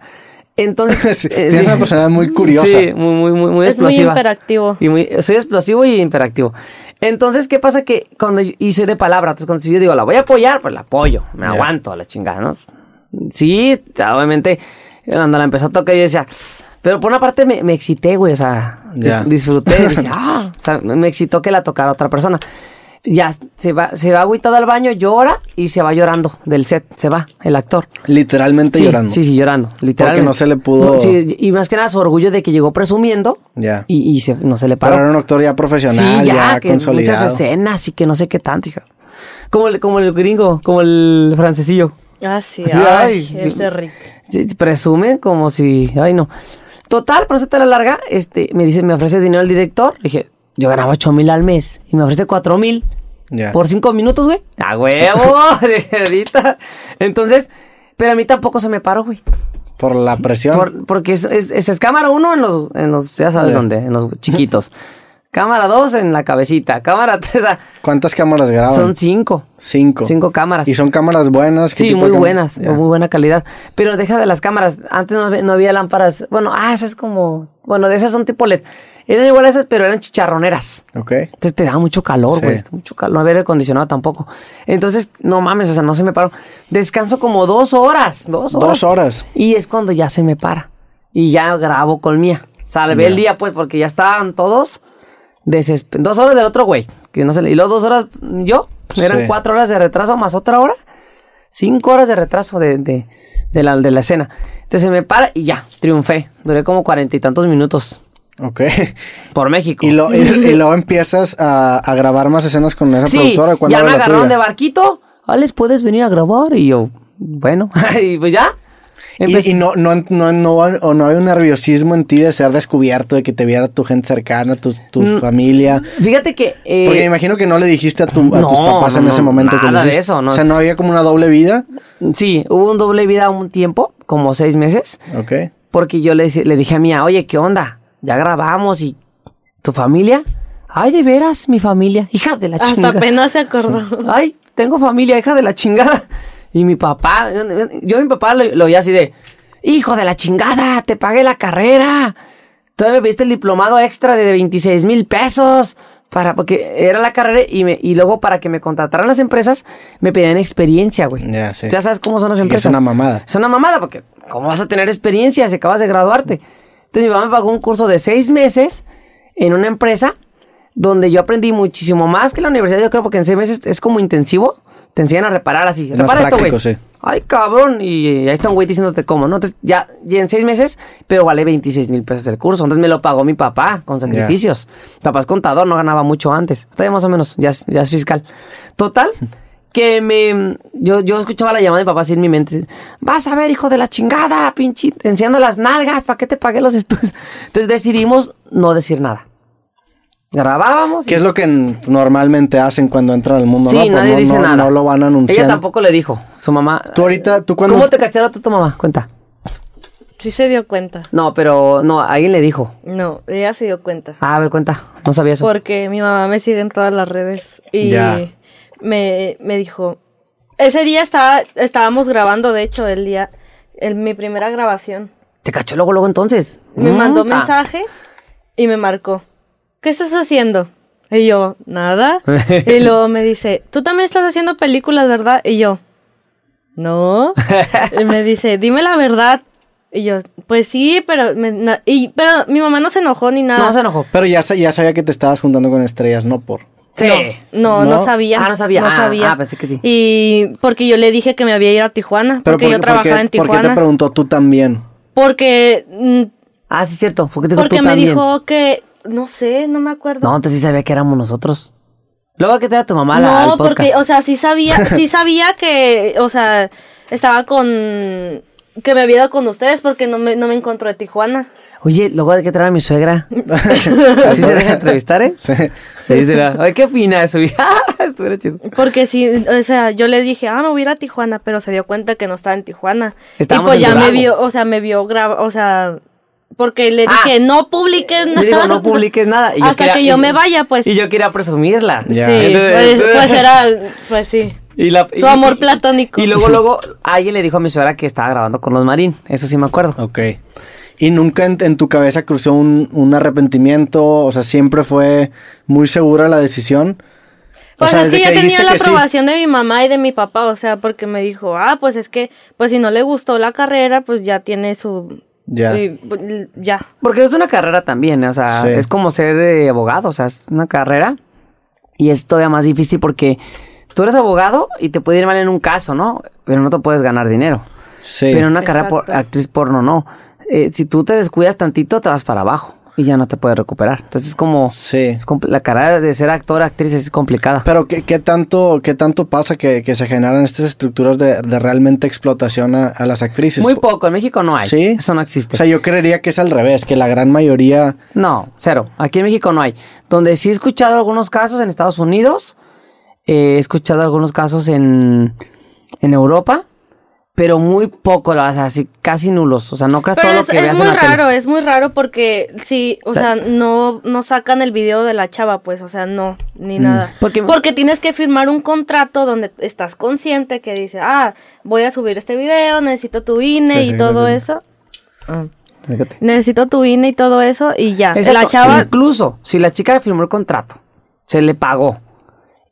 Speaker 3: Entonces.
Speaker 1: Sí,
Speaker 3: eh,
Speaker 1: tienes una personalidad muy curiosa.
Speaker 3: Sí, muy, muy, muy, muy
Speaker 2: Es muy
Speaker 3: explosiva.
Speaker 2: hiperactivo.
Speaker 3: Y muy, soy explosivo y imperactivo. Entonces, ¿qué pasa? Que cuando yo, y soy de palabra, entonces cuando yo digo, la voy a apoyar, pues la apoyo, me
Speaker 1: Ya.
Speaker 3: aguanto a la chingada, ¿no? Sí, obviamente, cuando la empezó a tocar, yo decía, pero por una parte me, me excité, güey, o sea,
Speaker 1: Ya.
Speaker 3: dis- disfruté, dije, "Ah", o sea, me me excitó que la tocara otra persona. Ya se va, se va agüitado al baño, llora y se va llorando del set, se va el actor.
Speaker 1: Literalmente
Speaker 3: sí,
Speaker 1: llorando.
Speaker 3: Sí, sí, llorando, literalmente.
Speaker 1: no se le pudo-
Speaker 3: No, sí, y más que nada su orgullo de que llegó presumiendo
Speaker 1: Ya.
Speaker 3: y, y se- no se le
Speaker 1: Pero era
Speaker 3: paró.
Speaker 1: un actor ya profesional,
Speaker 3: sí, ya,
Speaker 1: ya,
Speaker 3: que
Speaker 1: consolidado.
Speaker 3: muchas escenas y que no sé qué tanto, hija. Como el, como el gringo, como el francesillo.
Speaker 2: Ah, sí,
Speaker 3: Sí,
Speaker 2: ay,
Speaker 3: ay.
Speaker 2: ese rico.
Speaker 3: Sí, Presumen como si, ay no. Total, pero se te la larga, este, me dice, me ofrece dinero el director. Le dije, yo ganaba 8 mil al mes y me ofrece 4 mil.
Speaker 1: Ya.
Speaker 3: Por cinco minutos, güey. ¡A huevo! Dije, "Ahorita". Entonces, pero a mí tampoco se me paró, güey.
Speaker 1: Por la presión.
Speaker 3: Por- porque es, es, es- es cámara uno en los, en los, ya sabes
Speaker 1: Ya.
Speaker 3: dónde, en los chiquitos. cámara dos en la cabecita. Cámara tres, o sea,
Speaker 1: ¿Cuántas cámaras graban?
Speaker 3: son cinco.
Speaker 1: cinco.
Speaker 3: Cinco cámaras.
Speaker 1: ¿Y son cámaras buenas? ¿Qué
Speaker 3: Sí,
Speaker 1: tipo de
Speaker 3: muy
Speaker 1: cámara?
Speaker 3: buenas,
Speaker 1: Ya.
Speaker 3: muy buena calidad. Pero deja de las cámaras. Antes no, había- no había lámparas. Bueno, ah, esas como, bueno, de esas son tipo LED. Eran igual a esas, pero eran chicharroneras.
Speaker 1: Ok.
Speaker 3: Entonces te da mucho calor,
Speaker 1: Sí.
Speaker 3: güey. Mucho calor. No había aire acondicionado tampoco. Entonces, no mames, o sea, no se me paró. Descanso como dos horas. Dos horas.
Speaker 1: Dos horas.
Speaker 3: Y es cuando ya se me para. Y ya grabo con mía. Salvé el día, pues, porque ya estaban todos desesper- Dos horas del otro güey. Que no se le- Y luego dos horas mm, yo. Eran
Speaker 1: Sí.
Speaker 3: cuatro horas de retraso más otra hora. Cinco horas de retraso de, de- de la, de la escena. Entonces se me para y ya, triunfé. Duré como cuarenta y tantos minutos
Speaker 1: Ok.
Speaker 3: por México.
Speaker 1: Y, lo- y- y luego empiezas a, a grabar más escenas con esa
Speaker 3: Sí,
Speaker 1: Ah, productora. ¿Cuándo
Speaker 3: ya
Speaker 1: era
Speaker 3: me
Speaker 1: la
Speaker 3: agarraron
Speaker 1: tuya?
Speaker 3: de barquito. Ah, les puedes venir a grabar. Y yo, bueno, y pues ya. Empecé-
Speaker 1: Y, y no, no, no, no, o no hay un nerviosismo en ti de ser descubierto, de que te viera tu gente cercana, tu, tu familia.
Speaker 3: Fíjate que. Mm. eh,
Speaker 1: Porque me imagino que no le dijiste a, tu- a
Speaker 3: no,
Speaker 1: tus papás en
Speaker 3: no,
Speaker 1: ese momento que lo
Speaker 3: nada de
Speaker 1: hiciste.
Speaker 3: eso, no.
Speaker 1: O sea, no había como una doble vida.
Speaker 3: Sí, hubo un doble vida un tiempo, como seis meses,
Speaker 1: Ok.
Speaker 3: porque yo le, decí- le dije a Mía, oye, ¿qué onda? Ya grabamos y tu familia. Ay, de veras, mi familia, hija de la
Speaker 2: Hasta
Speaker 3: chingada.
Speaker 2: apenas se acordó.
Speaker 3: Ay, tengo familia, hija de la chingada. Y mi papá, yo a mi papá lo, lo oía así de, hijo de la chingada, te pagué la carrera. Todavía me pediste el diplomado extra de 26 mil pesos. Para, porque era la carrera y, me, y luego para que me contrataran las empresas me pedían experiencia, güey.
Speaker 1: Ya, sí.
Speaker 3: Ya sabes cómo son las
Speaker 1: Sí, que es
Speaker 3: empresas.
Speaker 1: una mamada.
Speaker 3: Es una mamada porque ¿cómo vas a tener experiencia si acabas de graduarte? Entonces mi mamá me pagó un curso de seis meses en una empresa donde yo aprendí muchísimo más que la universidad. Yo creo porque en seis meses es como intensivo. Te enseñan a reparar así.
Speaker 1: Más
Speaker 3: Repara esto, güey.
Speaker 1: práctico, sí.
Speaker 3: Ay, cabrón. Y ahí está un güey diciéndote cómo, ¿no? Entonces, ya, ya en seis meses, pero vale 26 mil pesos el curso. Entonces me lo pagó mi papá con sacrificios. Papá es contador, no ganaba mucho antes. Está ya más o menos, ya es, ya es fiscal. Total, que me. Yo, yo escuchaba la llamada de mi papá así en mi mente. Vas a ver, hijo de la chingada, pinche. te Enseñando las nalgas, ¿para qué te pagué los estudios? Entonces decidimos no decir nada. Grabábamos. y-
Speaker 1: ¿Qué es lo que n- normalmente hacen cuando entran al mundo?
Speaker 3: Sí,
Speaker 1: no, Pues
Speaker 3: nadie
Speaker 1: no,
Speaker 3: dice
Speaker 1: no-
Speaker 3: nada.
Speaker 1: No lo van a anunciar.
Speaker 3: Ella tampoco le dijo. Su mamá.
Speaker 1: Tú ahorita, tú cuando...
Speaker 3: ¿Cómo te cacharon tú, tu mamá? Cuenta.
Speaker 2: Sí se dio cuenta.
Speaker 3: No, pero no, alguien le dijo.
Speaker 2: No, ella se dio cuenta.
Speaker 3: Ah, a ver, cuenta. No sabía eso.
Speaker 2: Porque mi mamá me sigue en todas las redes. Y
Speaker 1: Ya.
Speaker 2: me, me dijo. Ese día estaba, estábamos grabando, de hecho, el día. el- mi primera grabación.
Speaker 3: Te cachó luego, luego entonces.
Speaker 2: Me
Speaker 3: Mm,
Speaker 2: mandó
Speaker 3: ah.
Speaker 2: mensaje y me marcó. ¿Qué estás haciendo? Y yo, nada. y luego me dice, tú también estás haciendo películas, ¿verdad? Y yo, no. y me dice, dime la verdad. Y yo, pues sí, pero, me- na- y, pero mi mamá no se enojó ni nada.
Speaker 3: No se enojó.
Speaker 1: Pero ya, sa- ya sabía que te estabas juntando con estrellas, no por.
Speaker 3: Sí.
Speaker 2: No, no,
Speaker 1: No.
Speaker 2: sabía.
Speaker 3: Ah, no sabía.
Speaker 2: No
Speaker 3: Ah,
Speaker 2: sabía.
Speaker 3: ah, pensé que sí.
Speaker 2: Y porque yo le dije que me había ido a Tijuana,
Speaker 1: Pero
Speaker 2: porque
Speaker 1: por-
Speaker 2: yo trabajaba en
Speaker 1: ¿Por qué te
Speaker 2: Tijuana.
Speaker 1: preguntó tú también?
Speaker 2: porque mm,
Speaker 3: Ah, sí, es cierto. Porque, te dijo
Speaker 2: porque
Speaker 3: tú
Speaker 2: me
Speaker 3: también.
Speaker 2: dijo que no sé, no me acuerdo.
Speaker 3: No, entonces sí sabía que éramos nosotros. Luego que te da tu mamá la,
Speaker 2: no,
Speaker 3: al podcast.
Speaker 2: porque o sea, sí sabía, sí sabía que, o sea, estaba con que me había ido con ustedes porque no me, no me encontró de Tijuana.
Speaker 3: Oye, luego hay que traer a mi suegra. Así se deja entrevistar, ¿eh?
Speaker 1: Sí.
Speaker 3: Sí, será. Ay, ¿qué opina de su vida? Estuviera chido.
Speaker 2: Porque sí, o sea, yo le dije, ah, me voy a ir a Tijuana, pero se dio cuenta que no estaba en Tijuana. y
Speaker 3: Estábamos
Speaker 2: pues
Speaker 3: en
Speaker 2: ya me
Speaker 3: Durango.
Speaker 2: vio, o sea, me vio grabar, o sea, porque le
Speaker 3: Ah.
Speaker 2: dije, no publiques nada.
Speaker 3: Le digo, no publiques nada. Y yo
Speaker 2: Hasta
Speaker 3: quería-
Speaker 2: que yo
Speaker 3: y-
Speaker 2: me vaya, pues.
Speaker 3: Y yo quería presumirla.
Speaker 2: Sí,
Speaker 1: Ya.
Speaker 2: pues, pues era, pues sí.
Speaker 3: Y la-
Speaker 2: Su amor platónico.
Speaker 3: Y luego, luego, alguien le dijo a mi suegra que estaba grabando con los Marín. Eso sí me acuerdo.
Speaker 1: Ok. ¿Y nunca en, en tu cabeza cruzó un, un arrepentimiento? O sea, siempre fue muy segura la decisión. O
Speaker 2: Pues
Speaker 1: sea,
Speaker 2: es que
Speaker 1: desde
Speaker 2: yo tenía
Speaker 1: dijiste
Speaker 2: la
Speaker 1: que sí.
Speaker 2: aprobación de mi mamá y de mi papá, o sea, porque me dijo, ah, pues es que, pues si no le gustó la carrera, pues ya tiene su...
Speaker 1: Ya.
Speaker 2: y, pues, ya.
Speaker 3: Porque es una carrera también, ¿eh? o sea,
Speaker 1: Sí.
Speaker 3: es como ser eh, abogado, o sea, es una carrera y es todavía más difícil porque tú eres abogado y te puede ir mal en un caso, ¿no? Pero no te puedes ganar dinero.
Speaker 1: Sí.
Speaker 3: Pero en una carrera por,
Speaker 2: Exacto.
Speaker 3: actriz porno no. Eh, si tú te descuidas tantito, te vas para abajo y ya no te puedes recuperar. Entonces es como...
Speaker 1: Sí.
Speaker 3: es compl- la carrera de ser actor, actriz es complicada.
Speaker 1: Pero ¿qué, qué tanto, qué tanto pasa que, que se generan estas estructuras de, de realmente explotación a, a las actrices?
Speaker 3: Muy
Speaker 1: Po-
Speaker 3: poco, en México no hay.
Speaker 1: Sí.
Speaker 3: Eso no
Speaker 1: O
Speaker 3: existe.
Speaker 1: sea, yo creería que es al revés, que la gran mayoría...
Speaker 3: No, cero. Aquí en México no hay. Donde sí he escuchado algunos casos en Estados Unidos, eh, he escuchado algunos casos en, en Europa, pero muy poco, o sea, así, casi nulos. O sea, no creas
Speaker 2: Pero
Speaker 3: todo
Speaker 2: es,
Speaker 3: lo que
Speaker 2: es
Speaker 3: veas
Speaker 2: muy
Speaker 3: en la tele.
Speaker 2: raro, es muy raro porque sí, o sea, no, no sacan el video de la chava, pues, o sea, no, ni nada.
Speaker 3: Porque-
Speaker 2: Porque tienes que firmar un contrato donde estás consciente que dice, ah, voy a subir este video, necesito tu INE
Speaker 1: Sí,
Speaker 2: y
Speaker 1: sí,
Speaker 2: todo
Speaker 1: sí.
Speaker 2: eso. Necesito tu INE y todo eso y ya.
Speaker 3: Exacto.
Speaker 2: La chava...
Speaker 3: Incluso si la chica firmó el contrato, se le pagó.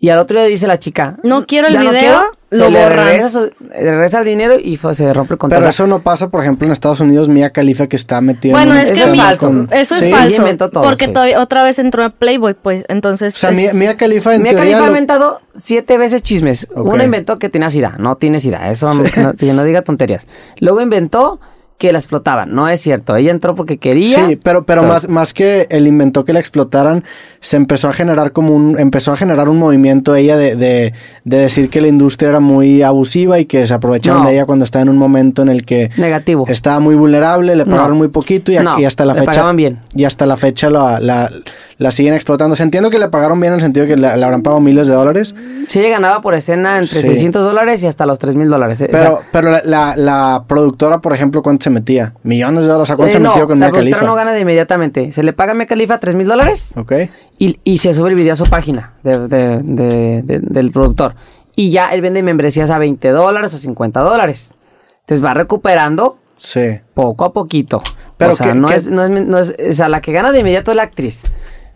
Speaker 3: Y al otro día dice la chica,
Speaker 2: No quiero el
Speaker 3: "Ya
Speaker 2: video",
Speaker 3: se
Speaker 2: lo
Speaker 3: le
Speaker 2: borran.
Speaker 3: regresa, su- le regresa el dinero y fue- se rompe el contrato.
Speaker 1: Pero
Speaker 3: O sea,
Speaker 1: eso no pasa, por ejemplo, en Estados Unidos, Mia Khalifa que está metida
Speaker 2: Bueno,
Speaker 1: en un
Speaker 2: es que
Speaker 3: Eso es
Speaker 2: mi-
Speaker 3: falso.
Speaker 2: Eso es
Speaker 1: Sí.
Speaker 3: Ella
Speaker 2: falso.
Speaker 3: inventó todo,
Speaker 2: porque
Speaker 3: sí.
Speaker 2: todavía- otra vez entró a Playboy, pues. Entonces.
Speaker 1: O sea,
Speaker 2: es-
Speaker 1: Mia, Mia Khalifa en
Speaker 3: Mia
Speaker 1: teoría...
Speaker 3: Khalifa ha
Speaker 1: lo-
Speaker 3: inventado siete veces chismes.
Speaker 1: Ok.
Speaker 3: Una inventó que tenía sida. No tiene sida. Eso no- no, que no diga tonterías. Luego inventó que la explotaban. No es cierto. Ella entró porque quería.
Speaker 1: Sí, pero, pero
Speaker 3: Todo.
Speaker 1: más, más que él inventó que la explotaran, se empezó a generar como un, empezó a generar un movimiento ella de, de, de decir que la industria era muy abusiva y que se aprovechaban
Speaker 3: No.
Speaker 1: de ella cuando estaba en un momento en el que
Speaker 3: Negativo.
Speaker 1: estaba muy vulnerable, le
Speaker 3: No.
Speaker 1: pagaron muy poquito y, a-
Speaker 3: No,
Speaker 1: y hasta la
Speaker 3: le
Speaker 1: fecha.
Speaker 3: pagaban bien.
Speaker 1: Y hasta la fecha la, la, la siguen explotando. Se entiendo que le pagaron bien en el sentido que la, la habrán pagado miles de dólares.
Speaker 3: Sí, ella ganaba por escena entre
Speaker 1: Sí.
Speaker 3: 600 dólares y hasta los 3 mil dólares. eh. O sea,
Speaker 1: Pero, pero la, la, la productora, por ejemplo, ¿cuánto se metía? Millones de dólares. ¿A cuánto
Speaker 3: eh,
Speaker 1: se metió
Speaker 3: no,
Speaker 1: con
Speaker 3: la
Speaker 1: Mia
Speaker 3: productora
Speaker 1: Khalifa?
Speaker 3: no gana de inmediatamente. Se le paga a Mia Califa 3 mil dólares
Speaker 1: Ok.
Speaker 3: y, y se sube el video a su página de- de- de- de- del productor. Y ya él vende membresías a 20 dólares o 50 dólares. Entonces va recuperando
Speaker 1: Sí.
Speaker 3: poco a poquito.
Speaker 1: Pero
Speaker 3: o sea,
Speaker 1: que-
Speaker 3: no,
Speaker 1: que-
Speaker 3: Es, no, es, no es- o sea, la que gana de inmediato es la actriz.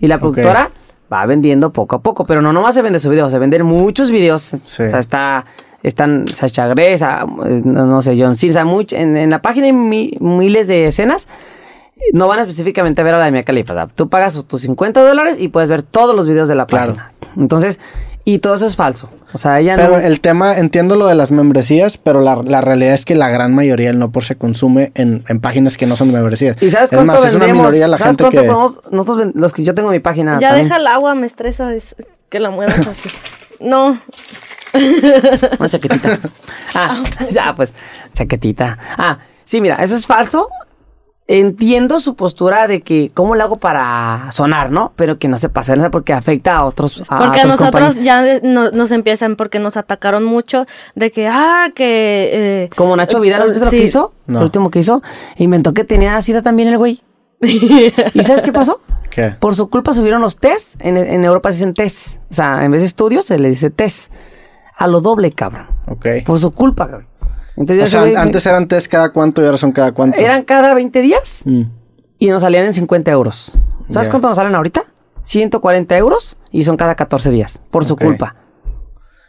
Speaker 3: Y la productora va vendiendo poco a poco. Pero no nomás se vende su video, se venden muchos videos.
Speaker 1: Sí.
Speaker 3: O sea, está, están Sacha Grey, sa- eh, no, no sé, John Cena, much- en, en la página hay mi- miles de escenas. No van específicamente a ver a la de Mia Khalifa. o sea, Tú pagas sus- tus 50 dólares y puedes ver todos los videos de la
Speaker 1: Claro.
Speaker 3: página. Entonces, y todo eso es falso. O sea, ella
Speaker 1: Pero
Speaker 3: no...
Speaker 1: el tema, entiendo lo de las membresías, pero la, la realidad es que la gran mayoría del no por se consume en, en páginas que no son de membresías.
Speaker 3: ¿Y sabes
Speaker 1: es
Speaker 3: cuánto
Speaker 1: más, es una
Speaker 3: vendemos?
Speaker 1: minoría la
Speaker 3: ¿Sabes
Speaker 1: gente
Speaker 3: cuánto
Speaker 1: que...
Speaker 3: podemos? Nosotros, ven- los que yo tengo en mi página.
Speaker 2: ya
Speaker 3: Ah, también.
Speaker 2: deja el agua, me estresa es- que la muevas así. No.
Speaker 3: Una chaquetita. Ah, ya, pues, chaquetita. Ah, sí, mira, eso es falso. entiendo su postura de que cómo lo hago para sonar, ¿no? Pero que no se pase nada porque afecta a otros. A
Speaker 2: Porque a
Speaker 3: otros
Speaker 2: nosotros
Speaker 3: compañeros.
Speaker 2: ya de- no- nos empiezan, porque nos atacaron mucho de que, ah, que... eh,
Speaker 3: Como Nacho Vidal, ¿has visto lo
Speaker 2: sí.
Speaker 3: que hizo?
Speaker 1: No.
Speaker 3: Lo último que hizo. Inventó que tenía sida también el güey. ¿Y sabes qué pasó?
Speaker 1: ¿Qué?
Speaker 3: Por su culpa subieron los test. En, en Europa se dicen test. O sea, en vez de estudios se le dice test. A lo doble, cabrón.
Speaker 1: Ok.
Speaker 3: Por su culpa, cabrón. Entonces,
Speaker 1: o
Speaker 3: ese
Speaker 1: sea,
Speaker 3: güey
Speaker 1: an-
Speaker 3: me-
Speaker 1: antes eran test cada cuánto y ahora son cada cuánto.
Speaker 3: eran cada 20 días
Speaker 1: Mm.
Speaker 3: y nos salían en 50 euros. ¿Sabes
Speaker 1: Ya.
Speaker 3: cuánto nos salen ahorita? 140 euros y son cada 14 días. Por su
Speaker 1: Ok.
Speaker 3: culpa.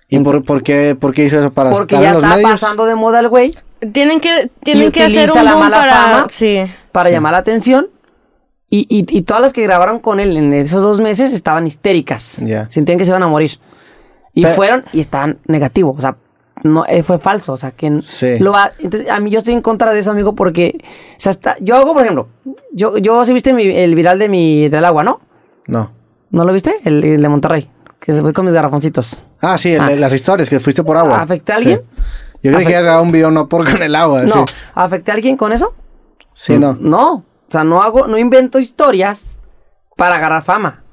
Speaker 1: ¿Y por, por qué, por qué hizo eso? ¿Para
Speaker 3: Porque
Speaker 1: estar
Speaker 3: ya
Speaker 1: en los
Speaker 3: está
Speaker 1: medios?
Speaker 3: pasando de moda el güey
Speaker 2: Tienen que, tienen
Speaker 3: Y
Speaker 2: que hacer
Speaker 3: utiliza
Speaker 2: un
Speaker 3: la
Speaker 2: boom
Speaker 3: mala
Speaker 2: para...
Speaker 3: fama.
Speaker 2: Sí.
Speaker 3: para
Speaker 1: Sí.
Speaker 3: llamar la atención. Y, y, y todas las que grabaron con él en esos dos meses estaban histéricas.
Speaker 1: Ya.
Speaker 3: Sentían que se iban a morir. Y
Speaker 1: Pero-
Speaker 3: fueron y estaban negativos. O sea, no, eh, fue falso. O sea, que n-
Speaker 1: Sí.
Speaker 3: lo va- Entonces, a mí yo estoy en contra de eso, amigo, porque. O sea, está- yo hago, por ejemplo, yo, yo si viste mi- el viral de mi del agua, ¿no?
Speaker 1: No.
Speaker 3: ¿No lo viste? El, el de Monterrey. Que se fue con mis garrafoncitos.
Speaker 1: Ah, sí, el-
Speaker 3: Ah.
Speaker 1: las historias que fuiste por agua.
Speaker 3: ¿Afecta a
Speaker 1: Sí.
Speaker 3: alguien?
Speaker 1: Yo creí
Speaker 3: Afect-
Speaker 1: que habías grabado un video no por con el agua.
Speaker 3: No.
Speaker 1: Ah, Sí, Ah.
Speaker 3: ¿Afecté a alguien con eso?
Speaker 1: sí no.
Speaker 3: No, o sea, no hago, no invento historias para agarrar fama.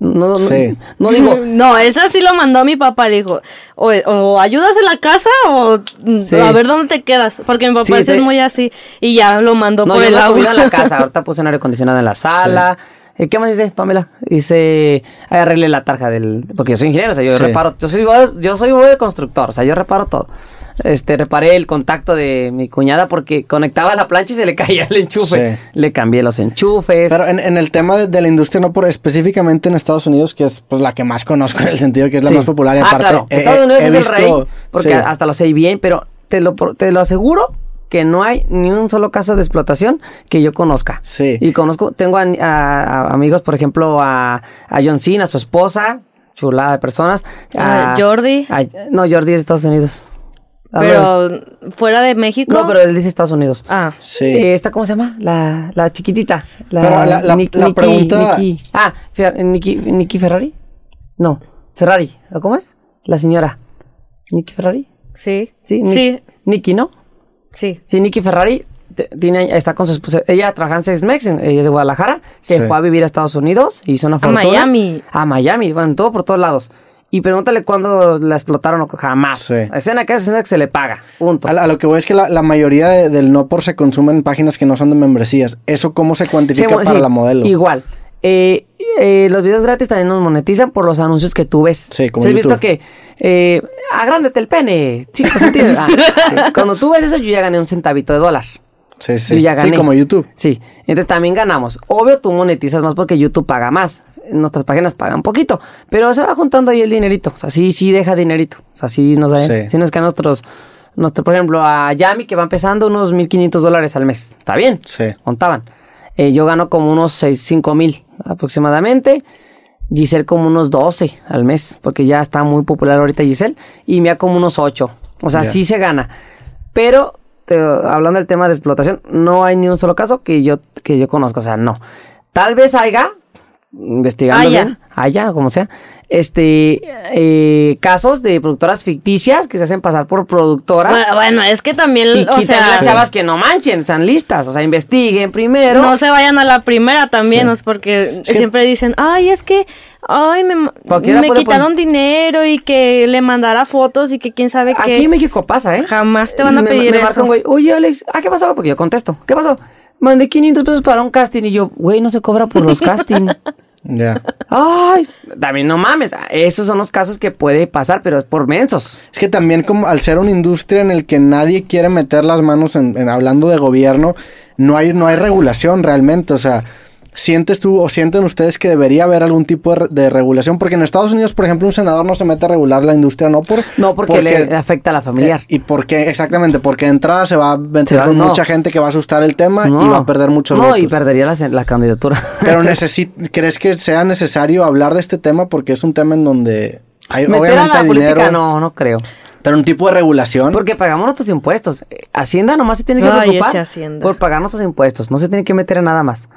Speaker 3: No, no,
Speaker 1: Sí.
Speaker 3: no digo,
Speaker 2: No, esa sí lo mandó mi papá, dijo, o, o ayudas en la casa o mm,
Speaker 3: Sí.
Speaker 2: a ver dónde te quedas, porque mi papá
Speaker 3: Sí,
Speaker 2: sí,
Speaker 3: sí.
Speaker 2: es muy así y ya lo mandó
Speaker 3: no,
Speaker 2: por
Speaker 3: yo
Speaker 2: el
Speaker 3: no hago vida
Speaker 2: agua.
Speaker 3: en la casa, ahorita puse un aire acondicionado en la sala. Eh, ¿Qué más dice, Pamela? Dice, "Ay, arregle la tarja del... Porque yo soy ingeniero, o sea, yo
Speaker 1: Sí.
Speaker 3: reparo, yo soy, igual- yo soy igual de constructor, o sea, yo reparo todo. Este, reparé el contacto de mi cuñada porque conectaba la plancha y se le caía el enchufe.
Speaker 1: Sí.
Speaker 3: Le cambié los enchufes.
Speaker 1: Pero en, en el tema de, de la industria, no por específicamente en Estados Unidos, que es pues, la que más conozco en el sentido que es la
Speaker 3: Sí.
Speaker 1: más popular y
Speaker 3: Ah,
Speaker 1: aparte
Speaker 3: claro.
Speaker 1: he-
Speaker 3: Estados
Speaker 1: he-
Speaker 3: Unidos
Speaker 1: he
Speaker 3: es
Speaker 1: visto-
Speaker 3: el rey, porque
Speaker 1: sí.
Speaker 3: hasta lo sé bien, pero te lo, pro- te lo aseguro que no hay ni un solo caso de explotación que yo conozca.
Speaker 1: Sí.
Speaker 3: Y conozco, tengo a, a- a amigos, por ejemplo, a, a John Cena, a su esposa, chulada de personas. A
Speaker 2: Ah, Jordi.
Speaker 3: a- no, Jordi es de Estados Unidos. A ver.
Speaker 2: Pero fuera de México.
Speaker 3: No, pero él dice Estados Unidos.
Speaker 2: Ah,
Speaker 1: Sí.
Speaker 3: Eh, ¿Esta cómo se llama? La, la chiquitita. La,
Speaker 1: Pero la- la-
Speaker 3: Nic-
Speaker 1: la
Speaker 3: Nikki-
Speaker 1: pregunta-
Speaker 3: Nikki- ah, Fer- Nikki, Nikki Ferrari. No, Ferrari. ¿O ¿Cómo es? La señora. Nikki Ferrari.
Speaker 2: sí.
Speaker 3: Sí, Ni-
Speaker 2: sí,
Speaker 3: Nikki, ¿no?
Speaker 2: sí.
Speaker 3: Sí, Nikki Ferrari te- tiene, está con su esposa. Ella trabaja en Sex Mex, en- ella es de Guadalajara. Se
Speaker 1: Sí.
Speaker 3: fue a vivir a Estados Unidos, hizo una fortuna.
Speaker 2: Miami.
Speaker 3: A Miami, bueno, todo por todos lados. Y pregúntale cuándo la explotaron o jamás.
Speaker 1: Sí.
Speaker 3: Escena que es escena que se le paga. Punto.
Speaker 1: A, la- a lo que voy es que la, la mayoría de- del no por se consume en páginas que no son de membresías. ¿Eso cómo se cuantifica
Speaker 3: Sí, bueno,
Speaker 1: para
Speaker 3: sí,
Speaker 1: la modelo?
Speaker 3: Igual. Eh, eh, los videos gratis también nos monetizan por los anuncios que tú ves.
Speaker 1: Sí, como
Speaker 3: ¿Sí has
Speaker 1: YouTube.
Speaker 3: visto que eh, agrándate el pene, chicos. Ah. Cuando tú ves eso, yo ya gané un centavito de dólar.
Speaker 1: Sí,
Speaker 3: Yo
Speaker 1: sí.
Speaker 3: ya
Speaker 1: Sí,
Speaker 3: gané.
Speaker 1: como YouTube.
Speaker 3: Sí, entonces también ganamos. Obvio, tú monetizas más porque YouTube paga más. Nuestras páginas pagan poquito, pero se va juntando ahí el dinerito. O sea, sí, sí deja dinerito. O sea, sí nos da.
Speaker 1: Sí.
Speaker 3: Sí. nos quedan nuestros, nuestro, por ejemplo, a Yami que va empezando unos 1.500 dólares al mes. Está bien.
Speaker 1: Sí.
Speaker 3: Contaban. Eh, yo gano como unos 6, 5 mil aproximadamente. Giselle como unos 12 al mes, porque ya está muy popular ahorita Giselle. Y Mia como unos 8. O sea,
Speaker 1: Ya.
Speaker 3: sí se gana. Pero te- hablando del tema de explotación, no hay ni un solo caso que yo, que yo conozca. O sea, no. Tal vez haya, investigando
Speaker 2: Haya.
Speaker 3: bien, haya, como sea, este, eh, casos de productoras ficticias que se hacen pasar por productoras.
Speaker 2: Bueno, bueno, es que también,
Speaker 3: y
Speaker 2: o
Speaker 3: quitan
Speaker 2: sea,
Speaker 3: las chavas que no manchen, sean listas. O sea, investiguen primero.
Speaker 2: no se vayan a la primera también,
Speaker 1: Sí.
Speaker 2: o sea, porque
Speaker 1: Es que-
Speaker 2: siempre dicen, ay, es que, ay, me, ma-
Speaker 3: Cualquiera
Speaker 2: me
Speaker 3: puede
Speaker 2: quitaron
Speaker 3: poner-
Speaker 2: dinero y que le mandara fotos y que quién sabe qué.
Speaker 3: Aquí en México pasa, ¿eh?
Speaker 2: Jamás te van a
Speaker 3: Me-
Speaker 2: pedir
Speaker 3: me
Speaker 2: eso.
Speaker 3: marca un güey, oye, Alex, ¿ah, qué pasó? Porque yo contesto, ¿qué pasó? Mandé 500 pesos para un casting y yo, güey, no se cobra por los castings.
Speaker 1: Ya.
Speaker 3: Ay, también no mames. Esos son los casos que puede pasar, pero es por mensos.
Speaker 1: Es que también como al ser una industria en el que nadie quiere meter las manos en, en- hablando de gobierno, no hay, no hay regulación realmente. O sea, sientes tú o sienten ustedes que debería haber algún tipo de, re- de regulación, porque en Estados Unidos, por ejemplo, un senador no se mete a regular la industria, no por
Speaker 3: No, porque, le afecta a la familiar.
Speaker 1: eh, ¿Y por qué? Exactamente, porque de entrada se va a meter
Speaker 3: Se va-
Speaker 1: con
Speaker 3: no.
Speaker 1: mucha gente que va a asustar el tema
Speaker 3: no,
Speaker 1: y va a perder muchos
Speaker 3: No,
Speaker 1: votos.
Speaker 3: y perdería la, se- la candidatura.
Speaker 1: Pero necesi- ¿crees que sea necesario hablar de este tema? Porque es un tema en donde hay
Speaker 3: Meter a
Speaker 1: obviamente
Speaker 3: la
Speaker 1: hay
Speaker 3: política,
Speaker 1: dinero,
Speaker 3: no, no creo.
Speaker 1: pero un tipo de regulación.
Speaker 3: Porque pagamos nuestros impuestos. Eh, Hacienda nomás se tiene que
Speaker 2: Ay,
Speaker 3: preocupar
Speaker 2: ese Hacienda.
Speaker 3: por pagar nuestros impuestos. No se tiene que meter en nada más.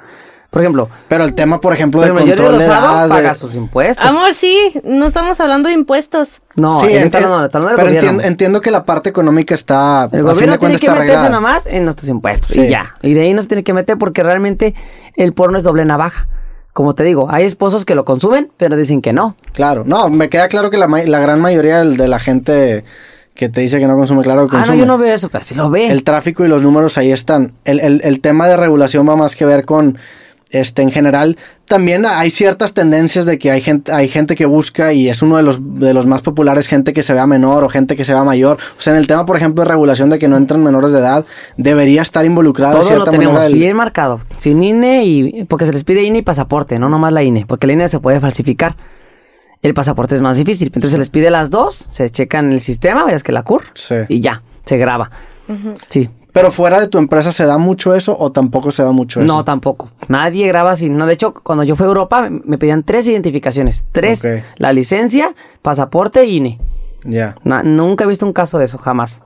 Speaker 3: Por ejemplo,
Speaker 1: Pero el tema, por ejemplo,
Speaker 3: la
Speaker 1: del
Speaker 3: mayoría de
Speaker 1: control de
Speaker 3: Rosado
Speaker 1: edad. de-
Speaker 3: paga sus impuestos.
Speaker 2: Amor, sí, no estamos hablando de impuestos.
Speaker 3: No,
Speaker 1: Sí, enti-
Speaker 3: él está hablando- está hablando del
Speaker 1: pero
Speaker 3: gobierno.
Speaker 1: entiendo, entiendo que la parte económica está. a
Speaker 3: El
Speaker 1: fin
Speaker 3: gobierno
Speaker 1: de
Speaker 3: tiene
Speaker 1: cuentas
Speaker 3: que
Speaker 1: está
Speaker 3: meterse
Speaker 1: arreglada.
Speaker 3: nomás en nuestros impuestos
Speaker 1: Sí.
Speaker 3: y ya. Y de ahí no se tiene que meter porque realmente el porno es doble navaja. Como te digo, hay esposos que lo consumen, pero dicen que no.
Speaker 1: Claro, no, me queda claro que la, ma- la gran mayoría del- de la gente que te dice que no consume, claro que
Speaker 3: Ah, no,
Speaker 1: consume.
Speaker 3: yo no veo eso, pero sí lo ve.
Speaker 1: El tráfico y los números ahí están. El, el- el tema de regulación va más que ver con, este, en general, también hay ciertas tendencias de que hay gente, hay gente que busca y es uno de los, de los más populares, gente que se vea menor o gente que se vea mayor. O sea, en el tema, por ejemplo, de regulación de que no entran menores de edad, debería estar involucrado de
Speaker 3: Todo lo
Speaker 1: cierta manera
Speaker 3: tenemos
Speaker 1: el-
Speaker 3: bien marcado. Sin INE y. Porque se les pide INE y pasaporte, no nomás la INE. Porque la INE se puede falsificar. El pasaporte es más difícil. Entonces se les pide las dos, se checan el sistema, veas que la CUR.
Speaker 1: Sí.
Speaker 3: Y ya, se graba. Sí.
Speaker 1: Pero fuera de tu empresa, ¿se da mucho eso o tampoco se da mucho eso?
Speaker 3: No, tampoco. Nadie graba sin. No, de hecho, cuando yo fui a Europa, me- me pedían tres identificaciones: tres.
Speaker 1: Ok.
Speaker 3: La licencia, pasaporte, INE.
Speaker 1: Ya,
Speaker 3: Na- nunca he visto un caso de eso, jamás.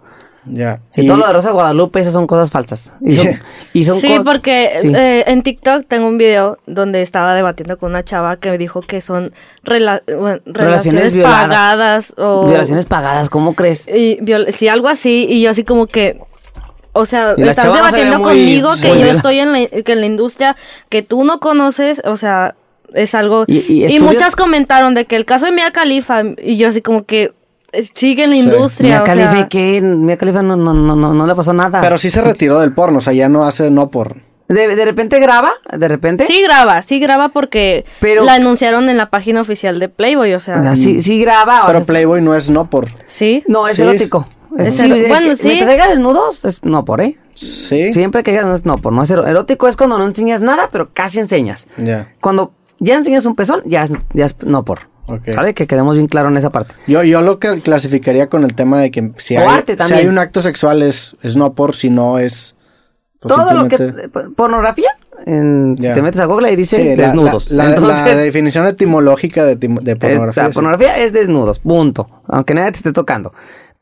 Speaker 1: ya.
Speaker 3: Si
Speaker 1: Y-
Speaker 3: todo lo de Rosa de Guadalupe, esas son cosas falsas. Y son, y son
Speaker 2: Sí,
Speaker 3: cos-
Speaker 2: porque
Speaker 3: Sí.
Speaker 2: eh, en TikTok tengo un video donde estaba debatiendo con una chava que dijo que son rela- bueno, relaciones,
Speaker 3: violadas.
Speaker 2: pagadas o...
Speaker 3: Violaciones pagadas, ¿cómo crees?
Speaker 2: Y viol- sí, algo así, y yo así como que... O sea,
Speaker 3: Y la
Speaker 2: estás
Speaker 3: chava no se ve
Speaker 2: debatiendo
Speaker 3: muy-
Speaker 2: conmigo
Speaker 3: muy
Speaker 2: que yo
Speaker 3: viola-
Speaker 2: estoy en la, que en la industria que tú no conoces, o sea, es algo...
Speaker 3: Y- y estudias-
Speaker 2: muchas comentaron de que el caso de Mia Khalifa, y yo así como que eh, sigue en la
Speaker 1: Sí.
Speaker 2: industria,
Speaker 3: Mia
Speaker 2: o sea,
Speaker 3: Khalifa, ¿qué? Mia Khalifa no, no, no, no, no le pasó nada.
Speaker 1: Pero sí se retiró del porno, o sea, ya no hace no por.
Speaker 3: De, de repente graba, de repente.
Speaker 2: Sí graba, sí graba porque
Speaker 3: Pero-
Speaker 2: la anunciaron en la página oficial de Playboy, o sea,
Speaker 3: O sea, sí, sí graba. o
Speaker 1: Pero
Speaker 3: sea,
Speaker 1: Playboy no es no por.
Speaker 2: sí.
Speaker 3: no, es
Speaker 1: Sí, es-
Speaker 3: erótico. Es,
Speaker 2: es
Speaker 3: sí,
Speaker 2: ero-
Speaker 3: es
Speaker 2: bueno,
Speaker 3: que
Speaker 2: sí.
Speaker 3: Mientras haya desnudos, es no por, ¿eh?
Speaker 1: Sí.
Speaker 3: Siempre que digas, no, por no es ero- erótico es cuando no enseñas nada, pero casi enseñas.
Speaker 1: Ya.
Speaker 3: Cuando ya enseñas un pezón, ya es, ya es no por.
Speaker 1: Ok.
Speaker 3: ¿Sale? Que quedemos bien claro en esa parte.
Speaker 1: Yo, yo lo que clasificaría con el tema de que si
Speaker 3: O
Speaker 1: hay,
Speaker 3: arte
Speaker 1: si
Speaker 3: también.
Speaker 1: hay un acto sexual es, es no por, si no es. pues,
Speaker 3: Todo lo que.
Speaker 1: simplemente-
Speaker 3: eh, Pornografía, en-
Speaker 1: Ya.
Speaker 3: si te metes a Google y dice
Speaker 1: Sí, la-
Speaker 3: desnudos.
Speaker 1: La, la-
Speaker 3: Entonces,
Speaker 1: la definición etimológica de, timo- de
Speaker 3: es-
Speaker 1: pornografía.
Speaker 3: la
Speaker 1: sí.
Speaker 3: pornografía es desnudos, punto. Aunque nadie te esté tocando.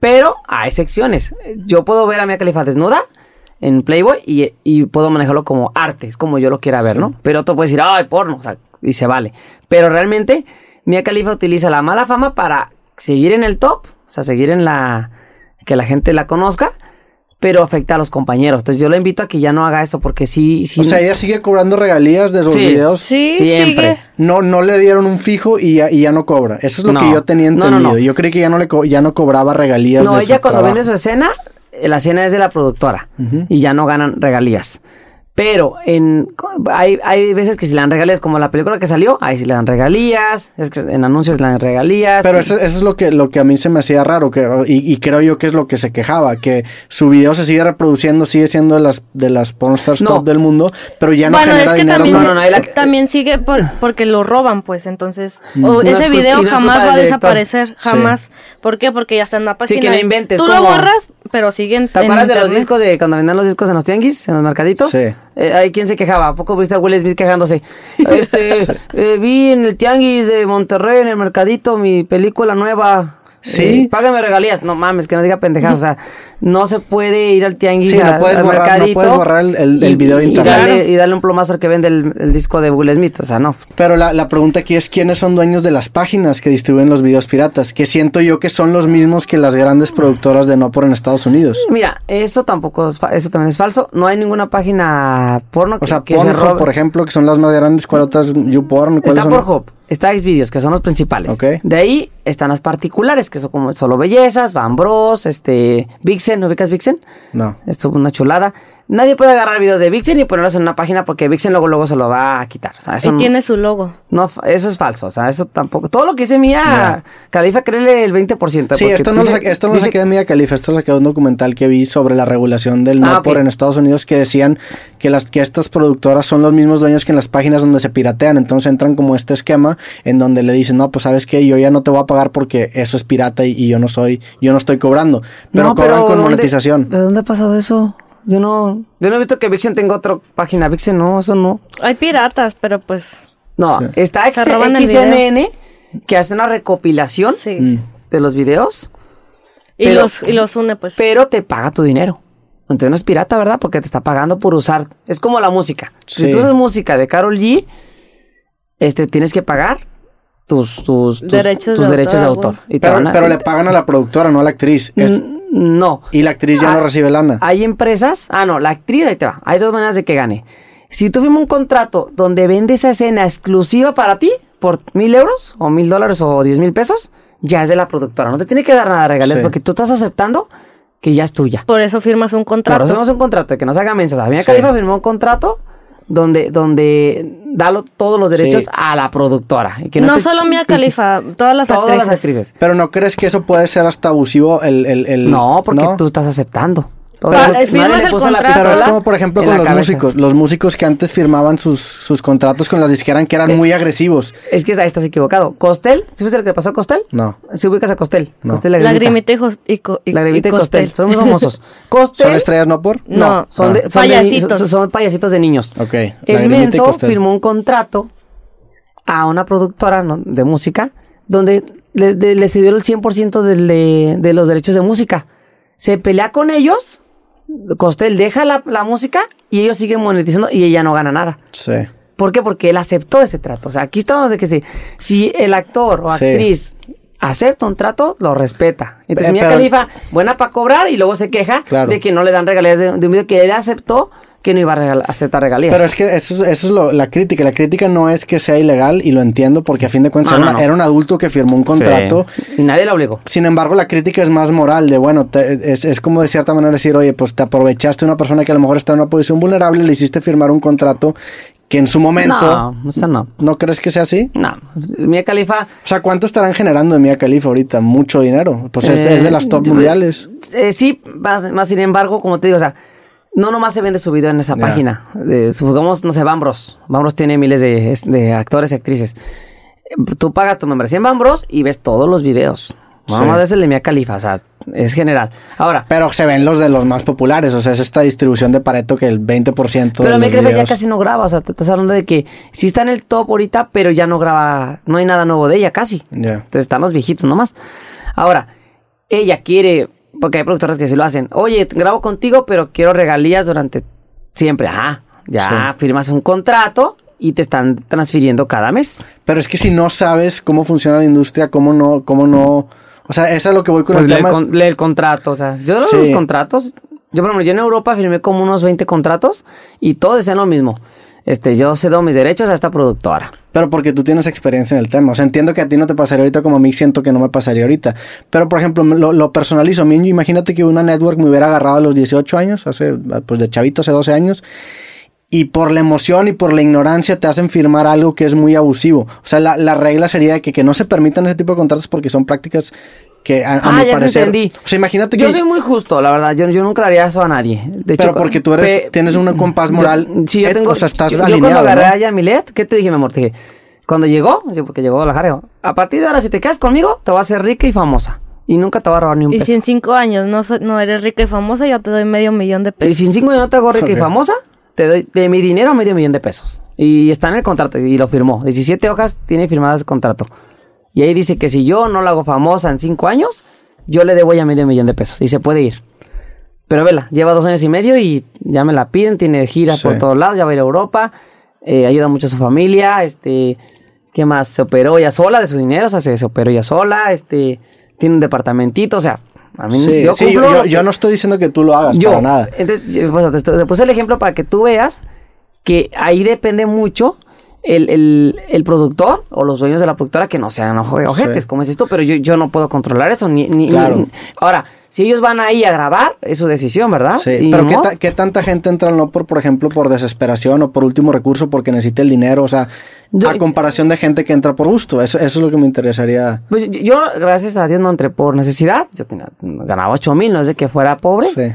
Speaker 3: Pero hay secciones. Yo puedo ver a Mia Califa desnuda en Playboy y, y puedo manejarlo como arte, es como yo lo quiera ver, ¿no? Pero tú puedes decir, ay, porno, o sea, y se vale. Pero realmente, Mia Califa utiliza la mala fama para seguir en el top, o sea, seguir en la. que la gente la conozca, pero afecta a los compañeros. Entonces yo lo invito a que ya no haga eso porque sí. sí
Speaker 1: O sea, ella sigue cobrando regalías de sus
Speaker 3: Sí.
Speaker 1: videos.
Speaker 2: Sí,
Speaker 3: Siempre.
Speaker 2: sigue.
Speaker 1: No, no le dieron un fijo y ya, y ya no cobra. Eso es lo
Speaker 3: No.
Speaker 1: que yo tenía
Speaker 3: No, no,
Speaker 1: entendido.
Speaker 3: no.
Speaker 1: Yo creí que ya no le co- ya no cobraba regalías.
Speaker 3: No,
Speaker 1: de
Speaker 3: ella
Speaker 1: su
Speaker 3: cuando
Speaker 1: trabajo.
Speaker 3: vende su escena, eh, la escena es de la productora y ya no ganan regalías. Pero en, co- hay, hay veces que si le dan regalías, como la película que salió, ahí sí le dan regalías, es que en anuncios le dan regalías.
Speaker 1: Pero eso, eso es lo que, lo que a mí se me hacía raro, que, y, y creo yo que es lo que se quejaba, que su video se sigue reproduciendo, sigue siendo de las, de las pornstars
Speaker 3: No.
Speaker 1: top del mundo, pero ya no
Speaker 2: bueno, es
Speaker 1: genera
Speaker 2: que
Speaker 1: dinero.
Speaker 2: también,
Speaker 1: con-
Speaker 3: No, no, no, ahí la-
Speaker 2: también sigue por- porque lo roban, pues, entonces
Speaker 3: No
Speaker 2: o ese
Speaker 3: es Mm. culpa- y
Speaker 2: video
Speaker 3: no es
Speaker 2: jamás
Speaker 3: culpa
Speaker 2: va a
Speaker 3: del director.
Speaker 2: desaparecer, jamás. ¿Por qué? Porque ya está en la página.
Speaker 3: que no inventes,
Speaker 2: Tú lo
Speaker 3: ¿cómo?
Speaker 2: borras, pero siguen.
Speaker 3: ¿Te acuerdas de los discos de cuando vendían los discos en los tianguis, en los mercaditos?
Speaker 1: Sí.
Speaker 3: Eh, ¿Hay quien se quejaba? ¿A poco viste a Will Smith quejándose? Este, eh, vi en el tianguis de Monterrey, en el mercadito, mi película nueva.
Speaker 1: Sí.
Speaker 3: Eh, págame regalías. No mames, que no diga pendejadas. O sea, no se puede ir al tianguis
Speaker 1: Sí, no
Speaker 3: a-
Speaker 1: puedes
Speaker 3: al
Speaker 1: borrar- no
Speaker 3: mercadito
Speaker 1: puedes borrar el- el- el
Speaker 3: y-
Speaker 1: video de
Speaker 3: y
Speaker 1: internet.
Speaker 3: darle,
Speaker 1: Claro.
Speaker 3: y darle un plomazo al que vende el, el disco de Will Smith. O sea, no.
Speaker 1: Pero la, la pregunta aquí es quiénes son dueños de las páginas que distribuyen los videos piratas, que siento yo que son los mismos que las grandes productoras de No por en Estados Unidos.
Speaker 3: Mira, esto tampoco es fa- esto también es falso. No hay ninguna página porno que,
Speaker 1: O sea,
Speaker 3: que se
Speaker 1: Pornhub,
Speaker 3: robe.
Speaker 1: por ejemplo, que son las más grandes, ¿cuál otras? YouPorn, ¿cuáles
Speaker 3: Está
Speaker 1: son?
Speaker 3: Pornhub, está Xvideos, que son los principales.
Speaker 1: Ok.
Speaker 3: De ahí están las particulares, que son como Solo Bellezas, Van Bros, este, Vixen, ¿no ubicas Vixen?
Speaker 1: No.
Speaker 3: Esto es una chulada. Nadie puede agarrar videos de Vixen y ponerlos en una página porque Vixen luego luego se lo va a quitar. O sea, eso
Speaker 2: Y
Speaker 3: no-
Speaker 2: tiene su logo.
Speaker 3: no, fa- eso es falso, o sea, eso tampoco. Todo lo que dice Mía,
Speaker 1: Ya.
Speaker 3: Califa, créele el 20%.
Speaker 1: Sí,
Speaker 3: porque
Speaker 1: esto no, lo
Speaker 3: dice-
Speaker 1: sa- esto no lo
Speaker 3: dice-
Speaker 1: saqué de Mia Khalifa, esto lo saqué de un documental que vi sobre la regulación del no
Speaker 3: Ah, ok.
Speaker 1: por en Estados Unidos que decían que las que estas productoras son los mismos dueños que en las páginas donde se piratean, entonces entran como este esquema en donde le dicen, "No, pues sabes qué, yo ya no te voy a pagar porque eso es pirata y, y yo no soy, yo no estoy cobrando", pero
Speaker 3: No,
Speaker 1: cobran con
Speaker 3: ¿dónde-
Speaker 1: monetización.
Speaker 3: ¿De dónde ha pasado eso? Yo no. Yo no he visto que Vixen tenga otra página. Vixen no, eso no.
Speaker 2: Hay piratas, pero pues.
Speaker 3: No,
Speaker 1: Sí.
Speaker 3: está
Speaker 2: Se roban el
Speaker 3: XNN que hace una recopilación
Speaker 2: Sí.
Speaker 1: Mm.
Speaker 3: de los videos,
Speaker 2: Y,
Speaker 3: Pero-
Speaker 2: los, y los une, pues.
Speaker 3: pero te paga tu dinero. Entonces no es pirata, ¿verdad? Porque te está pagando por usar. Es como la música.
Speaker 1: Sí.
Speaker 3: Si tú usas música de Carol G, este, tienes que pagar tus, tus, tus-
Speaker 2: Derechos
Speaker 3: tus
Speaker 2: de
Speaker 3: derechos de
Speaker 2: autor,
Speaker 3: autor. Y te
Speaker 1: Pero,
Speaker 3: van a-
Speaker 1: pero le pagan a la productora, no a la actriz. Es-
Speaker 3: N- No.
Speaker 1: y la actriz ya
Speaker 3: Ah,
Speaker 1: no recibe lana.
Speaker 3: Hay empresas. Ah, no, la actriz, ahí te va. Hay dos maneras de que gane. Si tú firmas un contrato donde vende esa escena exclusiva para ti por mil euros o mil dólares o diez mil pesos, ya es de la productora. No te tiene que dar nada de regalos
Speaker 1: Sí.
Speaker 3: porque tú estás aceptando que ya es tuya.
Speaker 2: Por eso firmas un
Speaker 3: Pero
Speaker 2: contrato.
Speaker 3: hacemos un contrato de que no se haga mensas. A mí
Speaker 1: Sí.
Speaker 3: Khalifa firmó un contrato donde, donde da lo- todos los derechos
Speaker 1: Sí.
Speaker 3: a la productora. Y que
Speaker 2: no
Speaker 3: te-
Speaker 2: solo Mia Khalifa, todas las
Speaker 3: todas
Speaker 2: actrices.
Speaker 3: las actrices.
Speaker 1: Pero no crees que eso puede ser hasta abusivo el... el- el-
Speaker 3: No, porque tú estás aceptando.
Speaker 1: Pero-
Speaker 3: Todas-
Speaker 1: Eh,
Speaker 3: nadie
Speaker 2: firmas
Speaker 3: le
Speaker 2: el
Speaker 3: puso la
Speaker 2: contrato.
Speaker 1: Pero es
Speaker 3: pistola
Speaker 1: como, por ejemplo,
Speaker 3: en
Speaker 1: con
Speaker 3: la
Speaker 1: los
Speaker 3: cabeza.
Speaker 1: músicos. Los músicos que antes firmaban sus, sus contratos con las disqueras que eran muy agresivos.
Speaker 3: Es que ahí estás equivocado. Costel, ¿sí viste lo que le pasó a Costel?
Speaker 1: No.
Speaker 3: Si ubicas a Costel.
Speaker 1: No.
Speaker 3: Costel
Speaker 2: Lagrimita y, jos- y, co- y-
Speaker 3: Lagrimita y
Speaker 2: y
Speaker 3: Costel. Son muy famosos. Costel.
Speaker 1: ¿Son estrellas no por?
Speaker 2: No.
Speaker 3: son, de-
Speaker 1: Ah.
Speaker 3: son de-
Speaker 2: Payasitos.
Speaker 3: son- son payasitos de niños.
Speaker 1: Ok,
Speaker 3: El
Speaker 1: Lagrimita y
Speaker 3: Menso
Speaker 1: Costel.
Speaker 3: firmó un contrato a una productora ¿no? de música donde le, de- le cedió el 100% del- de, de los derechos de música. Se pelea con ellos, Costel deja la, la música y ellos siguen monetizando y ella no gana nada.
Speaker 1: Sí.
Speaker 3: ¿Por qué? Porque él aceptó ese trato. O sea, aquí estamos de que si, si el actor o
Speaker 1: Sí.
Speaker 3: actriz acepta un trato, lo respeta. Entonces,
Speaker 1: Eh,
Speaker 3: Mia
Speaker 1: pero-
Speaker 3: Khalifa, buena para cobrar y luego se queja
Speaker 1: Claro.
Speaker 3: de que no le dan regalías de, de un video que él aceptó que no iba a regal- aceptar regalías.
Speaker 1: Pero es que eso, es- eso es lo- la crítica. La crítica no es que sea ilegal y lo entiendo porque a fin de cuentas
Speaker 3: No,
Speaker 1: era,
Speaker 3: no,
Speaker 1: una-
Speaker 3: no.
Speaker 1: era un adulto que firmó un contrato.
Speaker 3: Y nadie la obligó.
Speaker 1: Sin embargo, la crítica es más moral, de bueno, te- es, es como de cierta manera decir, oye, pues te aprovechaste de una persona que a lo mejor está en una posición vulnerable y le hiciste firmar un contrato que en su momento...
Speaker 3: No, o sea, no.
Speaker 1: ¿No, crees que sea así?
Speaker 3: No. Mia Khalifa.
Speaker 1: O sea, ¿cuánto estarán generando de Mia Khalifa ahorita? Mucho dinero. Pues es,
Speaker 3: eh,
Speaker 1: es de las top
Speaker 3: eh,
Speaker 1: mundiales.
Speaker 3: eh, sí, más, más sin embargo, como te digo, o sea, no nomás se vende su video en esa
Speaker 1: Ya.
Speaker 3: página. Eh, supongamos, no sé, Bambros. Bambros tiene miles de, es- de actores y actrices. Eh, Tú pagas tu membresía en Bambros y ves todos los videos. Vamos
Speaker 1: Sí.
Speaker 3: a ver el de Mia Khalifa, o sea, es general. Ahora,
Speaker 1: Pero se ven los de los más populares. O sea, es esta distribución de Pareto que el 20% de
Speaker 3: pero Mia
Speaker 1: los
Speaker 3: Khalifa ya
Speaker 1: videos-
Speaker 3: casi no graba, o sea, te estás hablando de que sí está en el top ahorita, pero ya no graba, no hay nada nuevo de ella casi.
Speaker 1: Ya.
Speaker 3: Entonces están los viejitos nomás. Ahora, ella quiere, porque hay productoras que sí lo hacen. Oye, grabo contigo, pero quiero regalías durante siempre. Ah, ya
Speaker 1: Sí.
Speaker 3: firmas un contrato y te están transfiriendo cada mes.
Speaker 1: Pero es que si no sabes cómo funciona la industria, cómo no, cómo no. O sea, eso es lo que voy con
Speaker 3: Pues
Speaker 1: el
Speaker 3: lee, el
Speaker 1: tema.
Speaker 3: con- lee el contrato, o sea, yo
Speaker 1: Sí.
Speaker 3: los contratos, yo por ejemplo, yo en Europa firmé como unos 20 contratos y todos decían lo mismo. Este, yo cedo mis derechos a esta productora.
Speaker 1: Pero porque tú tienes experiencia en el tema. O sea, entiendo que a ti no te pasaría ahorita como a mí siento que no me pasaría ahorita. Pero, por ejemplo, lo, lo personalizo. A mí, imagínate que una network me hubiera agarrado a los 18 años, hace, pues de chavito, hace 12 años. Y por la emoción y por la ignorancia te hacen firmar algo que es muy abusivo. O sea, la, la regla sería que, que no se permitan ese tipo de contratos porque son prácticas que a, a
Speaker 3: ah,
Speaker 1: mi
Speaker 3: ya te
Speaker 1: parecer.
Speaker 3: entendí.
Speaker 1: O sea, imagínate que.
Speaker 3: Yo soy muy justo, la verdad. Yo, yo nunca le haría eso a nadie. De
Speaker 1: pero
Speaker 3: hecho,
Speaker 1: porque tú eres,
Speaker 3: pe-
Speaker 1: tienes un compás moral.
Speaker 3: Yo- sí, yo
Speaker 1: Eh,
Speaker 3: tengo.
Speaker 1: O sea, estás
Speaker 3: yo, yo
Speaker 1: alineado.
Speaker 3: cuando agarré
Speaker 1: ¿no?
Speaker 3: a Yamilet, ¿qué te dije, mi amor? Te dije, cuando llegó, yo- porque llegó a Guadalajara, digo, a partir de ahora, si te quedas conmigo, te vas a hacer rica y famosa. Y nunca te va a robar ni un
Speaker 2: Y
Speaker 3: peso.
Speaker 2: si en cinco años no, so- no eres rica y famosa, yo te doy medio millón de
Speaker 3: Y
Speaker 2: pesos.
Speaker 3: si en cinco años no te hago rica
Speaker 1: Ok.
Speaker 3: y famosa, te doy de mi dinero medio millón de pesos. Y está en el contrato, y lo firmó. 17 hojas tiene firmadas el contrato. Y ahí dice que si yo no la hago famosa en cinco años, yo le debo ya medio millón de pesos. Y se puede ir. Pero vela, lleva dos años y medio y ya me la piden, tiene giras
Speaker 1: Sí.
Speaker 3: por todos lados, ya va a ir a Europa, eh, ayuda mucho a su familia, este, ¿qué más? Se operó ya sola de su dinero, o sea, se, se operó ya sola, este, tiene un departamentito, o sea, a mí
Speaker 1: Sí,
Speaker 3: yo
Speaker 1: sí, yo,
Speaker 3: cumplo
Speaker 1: yo-
Speaker 3: lo
Speaker 1: yo
Speaker 3: que-
Speaker 1: no estoy diciendo que tú lo hagas
Speaker 3: yo,
Speaker 1: para nada.
Speaker 3: Entonces, yo, pues, te, estoy- te puse el ejemplo para que tú veas que ahí depende mucho el, el- el productor o los dueños de la productora que no sean oje- ojetes,
Speaker 1: Sí.
Speaker 3: como es esto, pero yo, yo no puedo controlar eso. Ni, ni-
Speaker 1: Claro.
Speaker 3: ni- ahora, si ellos van ahí a grabar, es su decisión, ¿verdad?
Speaker 1: Sí,
Speaker 3: ¿Ah? Y
Speaker 1: pero
Speaker 3: ni
Speaker 1: ¿qué,
Speaker 3: modo.
Speaker 1: ta- qué tanta gente entra al no por, por ejemplo, por desesperación o por último recurso porque necesita el dinero? O sea,
Speaker 3: Yo-
Speaker 1: a comparación de gente que entra por gusto. Eso, eso es lo que me interesaría.
Speaker 3: Pues, yo, yo, gracias a Dios, no entré por necesidad. Yo tenía, ganaba 8 mil, no es de que fuera pobre,
Speaker 1: Sí.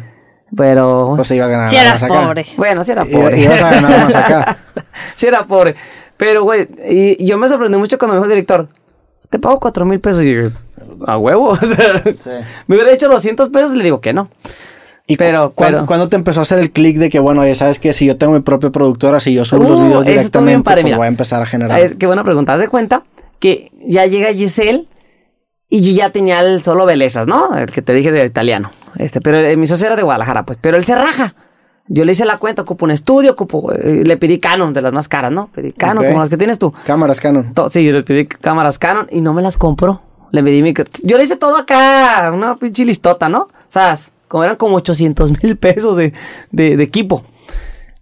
Speaker 3: pero...
Speaker 1: Pues se iba a ganar
Speaker 2: Si
Speaker 1: más
Speaker 2: eras
Speaker 1: acá.
Speaker 2: pobre.
Speaker 3: bueno, si era
Speaker 1: I-
Speaker 3: pobre.
Speaker 1: ibas a ganar más acá.
Speaker 3: sí era pobre. Pero, güey, y yo me sorprendí mucho cuando me dijo el director, te pago cuatro mil pesos. Y yo, a huevo. O sea, me hubiera hecho 200 pesos y le digo que no.
Speaker 1: ¿Y cu-
Speaker 3: Pero-
Speaker 1: cuándo-
Speaker 3: pero-
Speaker 1: cuándo te empezó a hacer el clic de que, bueno, oye, sabes que si yo tengo mi propia productora, si yo subo los
Speaker 3: Uh,
Speaker 1: videos
Speaker 3: eso estuvo bien
Speaker 1: directamente,
Speaker 3: padre,
Speaker 1: pues
Speaker 3: mira.
Speaker 1: voy a empezar a generar.
Speaker 3: Es, qué buena pregunta. Haz de cuenta que ya llega Giselle y yo ya tenía el solo Belezas, ¿no? El que te dije de italiano. Este, pero eh, mi socio era de Guadalajara, pues. Pero él se raja. Yo le hice la cuenta, ocupo un estudio, ocupo. eh, le pedí Canon, de las más caras, ¿no? Pedí Canon,
Speaker 1: Ok.
Speaker 3: como las que tienes tú.
Speaker 1: Cámaras Canon.
Speaker 3: To- sí, les pedí cámaras Canon y no me las compró. Le pedí mi... Yo le hice todo acá, una pinche listota, ¿no? O sea, como eran como 800 mil pesos de, de- de equipo.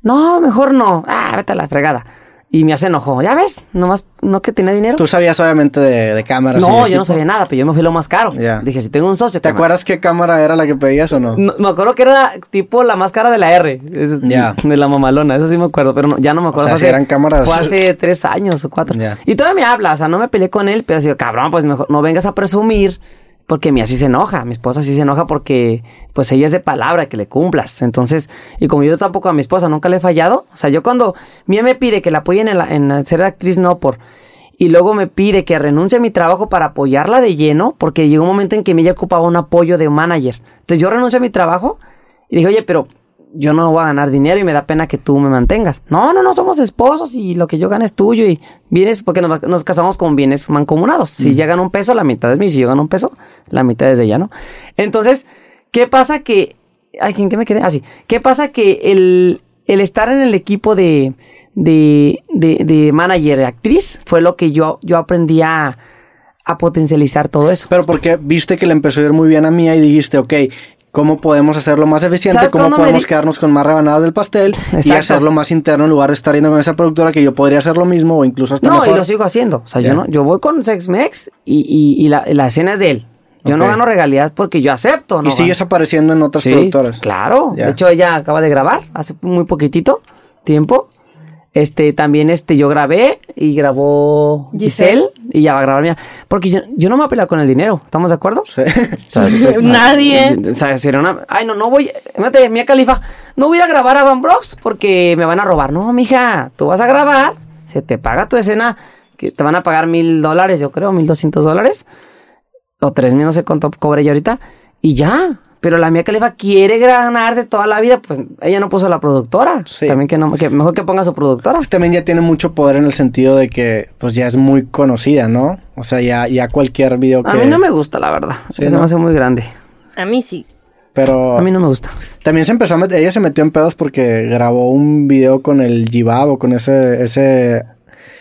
Speaker 3: No, mejor no. Ah, vete a la fregada. Y me hace enojo. ¿Ya ves? Nomás, no que tenía dinero.
Speaker 1: Tú sabías obviamente de, de cámaras. y de
Speaker 3: no, yo no
Speaker 1: equipo.
Speaker 3: sabía nada, pero yo me fui lo más caro.
Speaker 1: Ya.
Speaker 3: Dije, si tengo un socio...
Speaker 1: ¿Te
Speaker 3: carnal.
Speaker 1: acuerdas qué cámara era la que pedías o no?
Speaker 3: No, me acuerdo que era tipo la máscara de la R. es-
Speaker 1: Ya.
Speaker 3: De la mamalona, eso sí me acuerdo, pero no- ya no me acuerdo.
Speaker 1: sea, si
Speaker 3: fue
Speaker 1: eran cámaras-
Speaker 3: Fue hace tres años o cuatro.
Speaker 1: Ya.
Speaker 3: Y todavía me habla, o sea, no me peleé con él, pero así, cabrón, pues mejor no vengas a presumir. Porque mi así se enoja, mi esposa sí se enoja porque pues ella es de palabra, que le cumplas. Entonces, y como yo tampoco a mi esposa nunca le he fallado, o sea, yo cuando mía me pide que la apoyen en, la- en ser actriz, no por... Y luego me pide que renuncie a mi trabajo para apoyarla de lleno, porque llegó un momento en que mi ella ocupaba un apoyo de un manager. Entonces yo renuncio a mi trabajo y dije, oye, pero yo no voy a ganar dinero y me da pena que tú me mantengas. No, no, no, somos esposos y lo que yo gane es tuyo y vienes, porque nos, nos casamos con bienes mancomunados. Si ella gana un peso, la mitad es mí. Si yo gano un peso, la mitad es de ella, ¿no? Entonces, ¿qué pasa que... Ay, ¿en qué me quedé? Así. ¿Qué pasa que el, el estar en el equipo de, de, de, de manager actriz fue lo que yo, yo aprendí a, a potencializar todo eso?
Speaker 1: Pero porque viste que le empezó a ir muy bien a Mía y dijiste, ok, ¿cómo podemos hacerlo más eficiente?
Speaker 3: ¿Sabes
Speaker 1: ¿Cómo
Speaker 3: cuándo me
Speaker 1: podemos
Speaker 3: di-
Speaker 1: quedarnos con más rebanadas del pastel y
Speaker 3: Exacto.
Speaker 1: hacerlo más interno en lugar de estar yendo con esa productora que yo podría hacer lo mismo o incluso hasta
Speaker 3: No,
Speaker 1: mejor?
Speaker 3: y lo sigo haciendo. O sea,
Speaker 1: Ya.
Speaker 3: yo no, yo voy con Sex Mex y, y- y la, la escena es de él. Yo no
Speaker 1: Ok.
Speaker 3: gano regalías porque yo acepto, ¿no?
Speaker 1: Y sigues
Speaker 3: gano.
Speaker 1: apareciendo en otras
Speaker 3: Sí,
Speaker 1: productoras.
Speaker 3: Claro.
Speaker 1: Ya.
Speaker 3: De hecho, ella acaba de grabar hace muy poquitito tiempo. Este, también este, yo grabé y grabó Giselle,
Speaker 2: Giselle.
Speaker 3: y ya va a grabar mía. Porque yo, yo no me voy a pelear con el dinero, ¿estamos de acuerdo?
Speaker 1: Sí.
Speaker 3: O sea,
Speaker 2: Nadie.
Speaker 3: o sea, sería una. Ay, no, no voy. Mate, Mía Califa, no voy a ir a grabar a Van Brox porque me van a robar. No, mija, tú vas a grabar, se te paga tu escena, que te van a pagar mil dólares, yo creo, mil doscientos dólares. O tres mil, no sé cuánto cobré yo ahorita. Y ya. Pero la Mía Califa quiere ganar de toda la vida, pues ella no puso la productora.
Speaker 1: Sí.
Speaker 3: También que no, que mejor que ponga su productora.
Speaker 1: Pues también ya tiene mucho poder en el sentido de que pues ya es muy conocida, ¿no? O sea, ya, ya cualquier video que...
Speaker 3: A mí no me gusta, la verdad.
Speaker 1: Sí,
Speaker 3: Se me
Speaker 1: ¿no?
Speaker 3: hace muy grande.
Speaker 2: A mí sí.
Speaker 1: Pero
Speaker 3: A mí no me gusta.
Speaker 1: también se empezó a met- Ella se metió en pedos porque grabó un video con el jibab o con ese... ese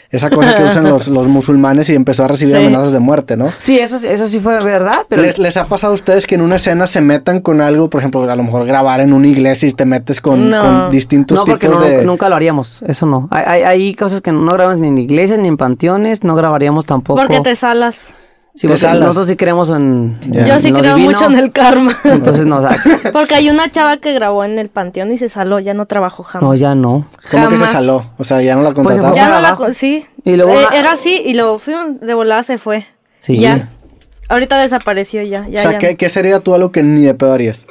Speaker 1: esa cosa que usan los, los musulmanes y empezó a recibir
Speaker 2: Sí.
Speaker 1: amenazas de muerte, ¿no?
Speaker 3: Sí, eso, sí- eso sí fue verdad, pero.
Speaker 1: ¿Les, les ha pasado a ustedes que en una escena se metan con algo, por ejemplo, a lo mejor grabar en una iglesia y te metes con,
Speaker 2: No.
Speaker 1: con distintos
Speaker 3: No, porque
Speaker 1: tipos
Speaker 3: no,
Speaker 1: de...
Speaker 3: nunca lo haríamos. Eso no. Hay, hay, hay cosas que no grabamos ni en iglesias, ni en panteones, no grabaríamos tampoco.
Speaker 2: Porque te salas.
Speaker 3: Sí,
Speaker 1: te
Speaker 3: porque
Speaker 1: salas.
Speaker 3: Nosotros sí creemos en.
Speaker 1: Ya.
Speaker 3: en
Speaker 2: Yo sí
Speaker 3: lo
Speaker 2: creo
Speaker 3: divino.
Speaker 2: mucho en el karma.
Speaker 3: Entonces, no, o sea,
Speaker 2: Porque hay una chava que grabó en el panteón y se saló, ya no trabajó jamás.
Speaker 3: no, ya no.
Speaker 1: ¿Cómo que se
Speaker 2: Jamás.
Speaker 1: saló? O sea, ya no la
Speaker 3: se
Speaker 1: contrataron.
Speaker 3: fue.
Speaker 2: Ya no
Speaker 3: Ojalá.
Speaker 2: la con- sí.
Speaker 3: Y luego
Speaker 2: Eh,
Speaker 3: una-
Speaker 2: era así y luego fium, de volada se fue.
Speaker 3: Sí.
Speaker 2: Ya. Ahorita desapareció ya. ya,
Speaker 1: o sea,
Speaker 2: ya.
Speaker 1: ¿qué, qué sería tú algo que ni de pedo harías?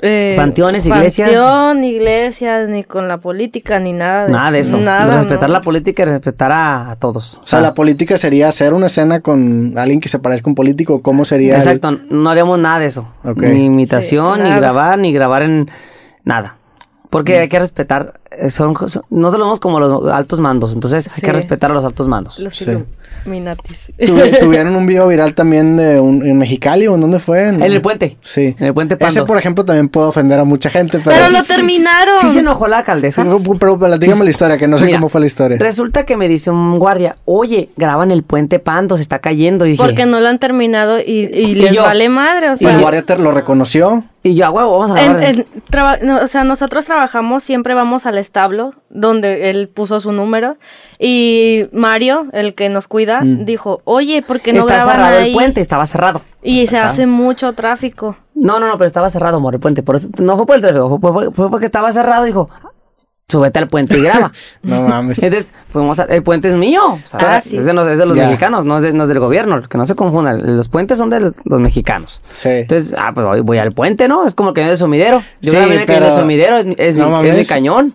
Speaker 2: Eh,
Speaker 3: Panteones, iglesias.
Speaker 2: Panteón, iglesias, ni con la política, ni nada de
Speaker 3: Nada de eso.
Speaker 2: Nada,
Speaker 3: respetar
Speaker 2: no.
Speaker 3: la política y respetar a, a todos.
Speaker 1: O sea, la política sería hacer una escena con alguien que se parezca a un político. ¿Cómo sería? el-
Speaker 3: Exacto, no haríamos nada de eso.
Speaker 1: Ok.
Speaker 3: Ni imitación,
Speaker 2: Sí,
Speaker 3: ni
Speaker 2: nada.
Speaker 3: grabar, ni grabar en nada. Porque
Speaker 1: Mm.
Speaker 3: hay que respetar, eh, son, son- nosotros somos como los altos mandos, entonces hay
Speaker 2: Sí.
Speaker 3: que respetar a los altos mandos.
Speaker 2: Los
Speaker 1: Sí.
Speaker 2: Illuminatis.
Speaker 1: Tuvi- tuvieron un video viral también de un, en Mexicali o en dónde fue.
Speaker 3: En el puente.
Speaker 1: Sí.
Speaker 3: En el puente
Speaker 1: Ese,
Speaker 3: Pando.
Speaker 1: por ejemplo, también puede ofender a mucha gente, pero...
Speaker 2: Pero
Speaker 1: Sí,
Speaker 2: lo
Speaker 1: sí, sí.
Speaker 2: terminaron.
Speaker 3: Sí se enojó la alcaldesa.
Speaker 1: Pero, pero platícame
Speaker 3: Sí,
Speaker 1: la historia, que no sé
Speaker 3: Mira,
Speaker 1: cómo fue la historia.
Speaker 3: Resulta que me dice un guardia, oye, graban el puente Pando, se está cayendo. Y dije,
Speaker 2: Porque no lo han terminado y, y
Speaker 3: Y
Speaker 2: les
Speaker 3: yo.
Speaker 2: vale madre. O
Speaker 1: Y el
Speaker 2: sea,
Speaker 1: guardia te lo reconoció.
Speaker 3: Y yo, a huevo, vamos a
Speaker 2: En-
Speaker 3: grabar.
Speaker 2: en traba- no, o sea, nosotros trabajamos, siempre vamos al establo donde él puso su número y Mario, el que nos cuida, dijo, oye, ¿por qué no
Speaker 3: Mm. está
Speaker 2: graban
Speaker 3: cerrado
Speaker 2: ahí?"
Speaker 3: el puente, estaba cerrado.
Speaker 2: Y se
Speaker 3: Ajá.
Speaker 2: hace mucho tráfico.
Speaker 3: No, no, no, pero estaba cerrado, amor, el puente. Por eso, no fue por el tráfico, fue, fue- fue porque estaba cerrado. Dijo, súbete al puente y graba.
Speaker 1: No mames.
Speaker 3: Entonces, fuimos a- el puente es mío. ¿sabes?
Speaker 2: Ah, sí.
Speaker 3: es, de, los- es de los
Speaker 1: Ya.
Speaker 3: mexicanos, no es, de- no es del gobierno, que no se confundan. Los puentes son de los, los mexicanos.
Speaker 1: Sí.
Speaker 3: Entonces, ah, pues voy, voy al puente, ¿no? Es como el cañón de sumidero. Yo
Speaker 1: Sí,
Speaker 3: grabé en el cañón
Speaker 1: pero-
Speaker 3: de sumidero, es, mi- es
Speaker 1: No
Speaker 3: mi- es mi
Speaker 1: mames.
Speaker 3: cañón.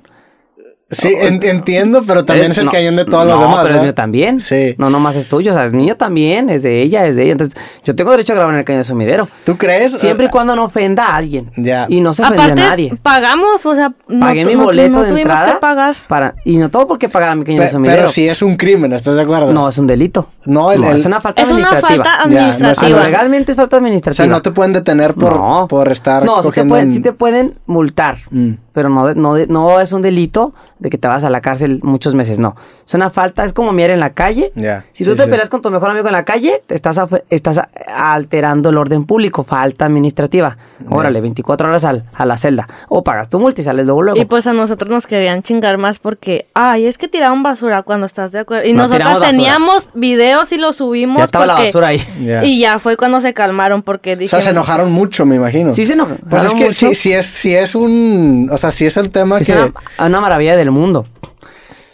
Speaker 1: Sí, en- entiendo, pero también es el
Speaker 3: no,
Speaker 1: cañón de todos los
Speaker 3: no,
Speaker 1: demás.
Speaker 3: pero es
Speaker 1: ¿verdad?
Speaker 3: mío también.
Speaker 1: Sí.
Speaker 3: No, nomás es tuyo, o sea, es mío también, es de ella, es de ella. Entonces, yo tengo derecho a grabar en el cañón de sumidero.
Speaker 1: ¿Tú crees? Ah,
Speaker 3: Siempre y cuando no ofenda a alguien.
Speaker 1: Ya.
Speaker 3: Y no se ofende
Speaker 2: Aparte,
Speaker 3: a nadie.
Speaker 2: pagamos, o sea, no,
Speaker 3: Pagué
Speaker 2: tu-
Speaker 3: mi
Speaker 2: no-
Speaker 3: boleto
Speaker 2: no
Speaker 3: de
Speaker 2: tuvimos
Speaker 3: entrada.
Speaker 2: que pagar.
Speaker 3: Para, y no todo porque pagaba mi cañón
Speaker 1: Pe-
Speaker 3: de sumidero.
Speaker 1: pero si es un crimen, ¿estás de acuerdo?
Speaker 3: No, es un delito.
Speaker 1: No, el- el-
Speaker 3: es una falta
Speaker 2: Es una
Speaker 3: administrativa.
Speaker 1: Ya,
Speaker 2: falta
Speaker 1: no es
Speaker 3: Ah,
Speaker 1: algo
Speaker 2: administrativa.
Speaker 1: legal.
Speaker 3: legalmente es falta
Speaker 1: O sea,
Speaker 3: administrativa.
Speaker 1: no te pueden detener por,
Speaker 3: No.
Speaker 1: por estar
Speaker 3: No, sí te,
Speaker 1: cogiendo.
Speaker 3: pueden,
Speaker 1: en-
Speaker 3: sí te pueden multar,
Speaker 1: Mm.
Speaker 3: pero no, de- no, de- no es un delito de que te vas a la cárcel muchos meses, no. Es una falta, es como mirar en la calle.
Speaker 1: Ya,
Speaker 3: si
Speaker 1: sí,
Speaker 3: tú te
Speaker 1: sí.
Speaker 3: peleas con tu mejor amigo en la calle, te estás, af- estás a- alterando el orden público, falta administrativa. Órale, 24 horas al- a la celda. O pagas tu multa y sales luego luego.
Speaker 2: Y pues a nosotros nos querían chingar más porque, ay, es que tiraron basura cuando estás de acuerdo. Y
Speaker 3: No, tiramos
Speaker 2: nosotras
Speaker 3: basura.
Speaker 2: teníamos videos y los subimos.
Speaker 3: ya estaba la
Speaker 2: porque-
Speaker 3: basura ahí.
Speaker 1: Ya.
Speaker 2: Y ya fue cuando se calmaron porque
Speaker 1: O
Speaker 2: dije.
Speaker 1: sea, se enojaron mucho, me imagino.
Speaker 3: Sí, se enojaron
Speaker 1: Pues es que
Speaker 3: mucho.
Speaker 1: si, si es, si es un. O sea, si es el tema
Speaker 3: Es
Speaker 1: que.
Speaker 3: una, una maravilla del mundo.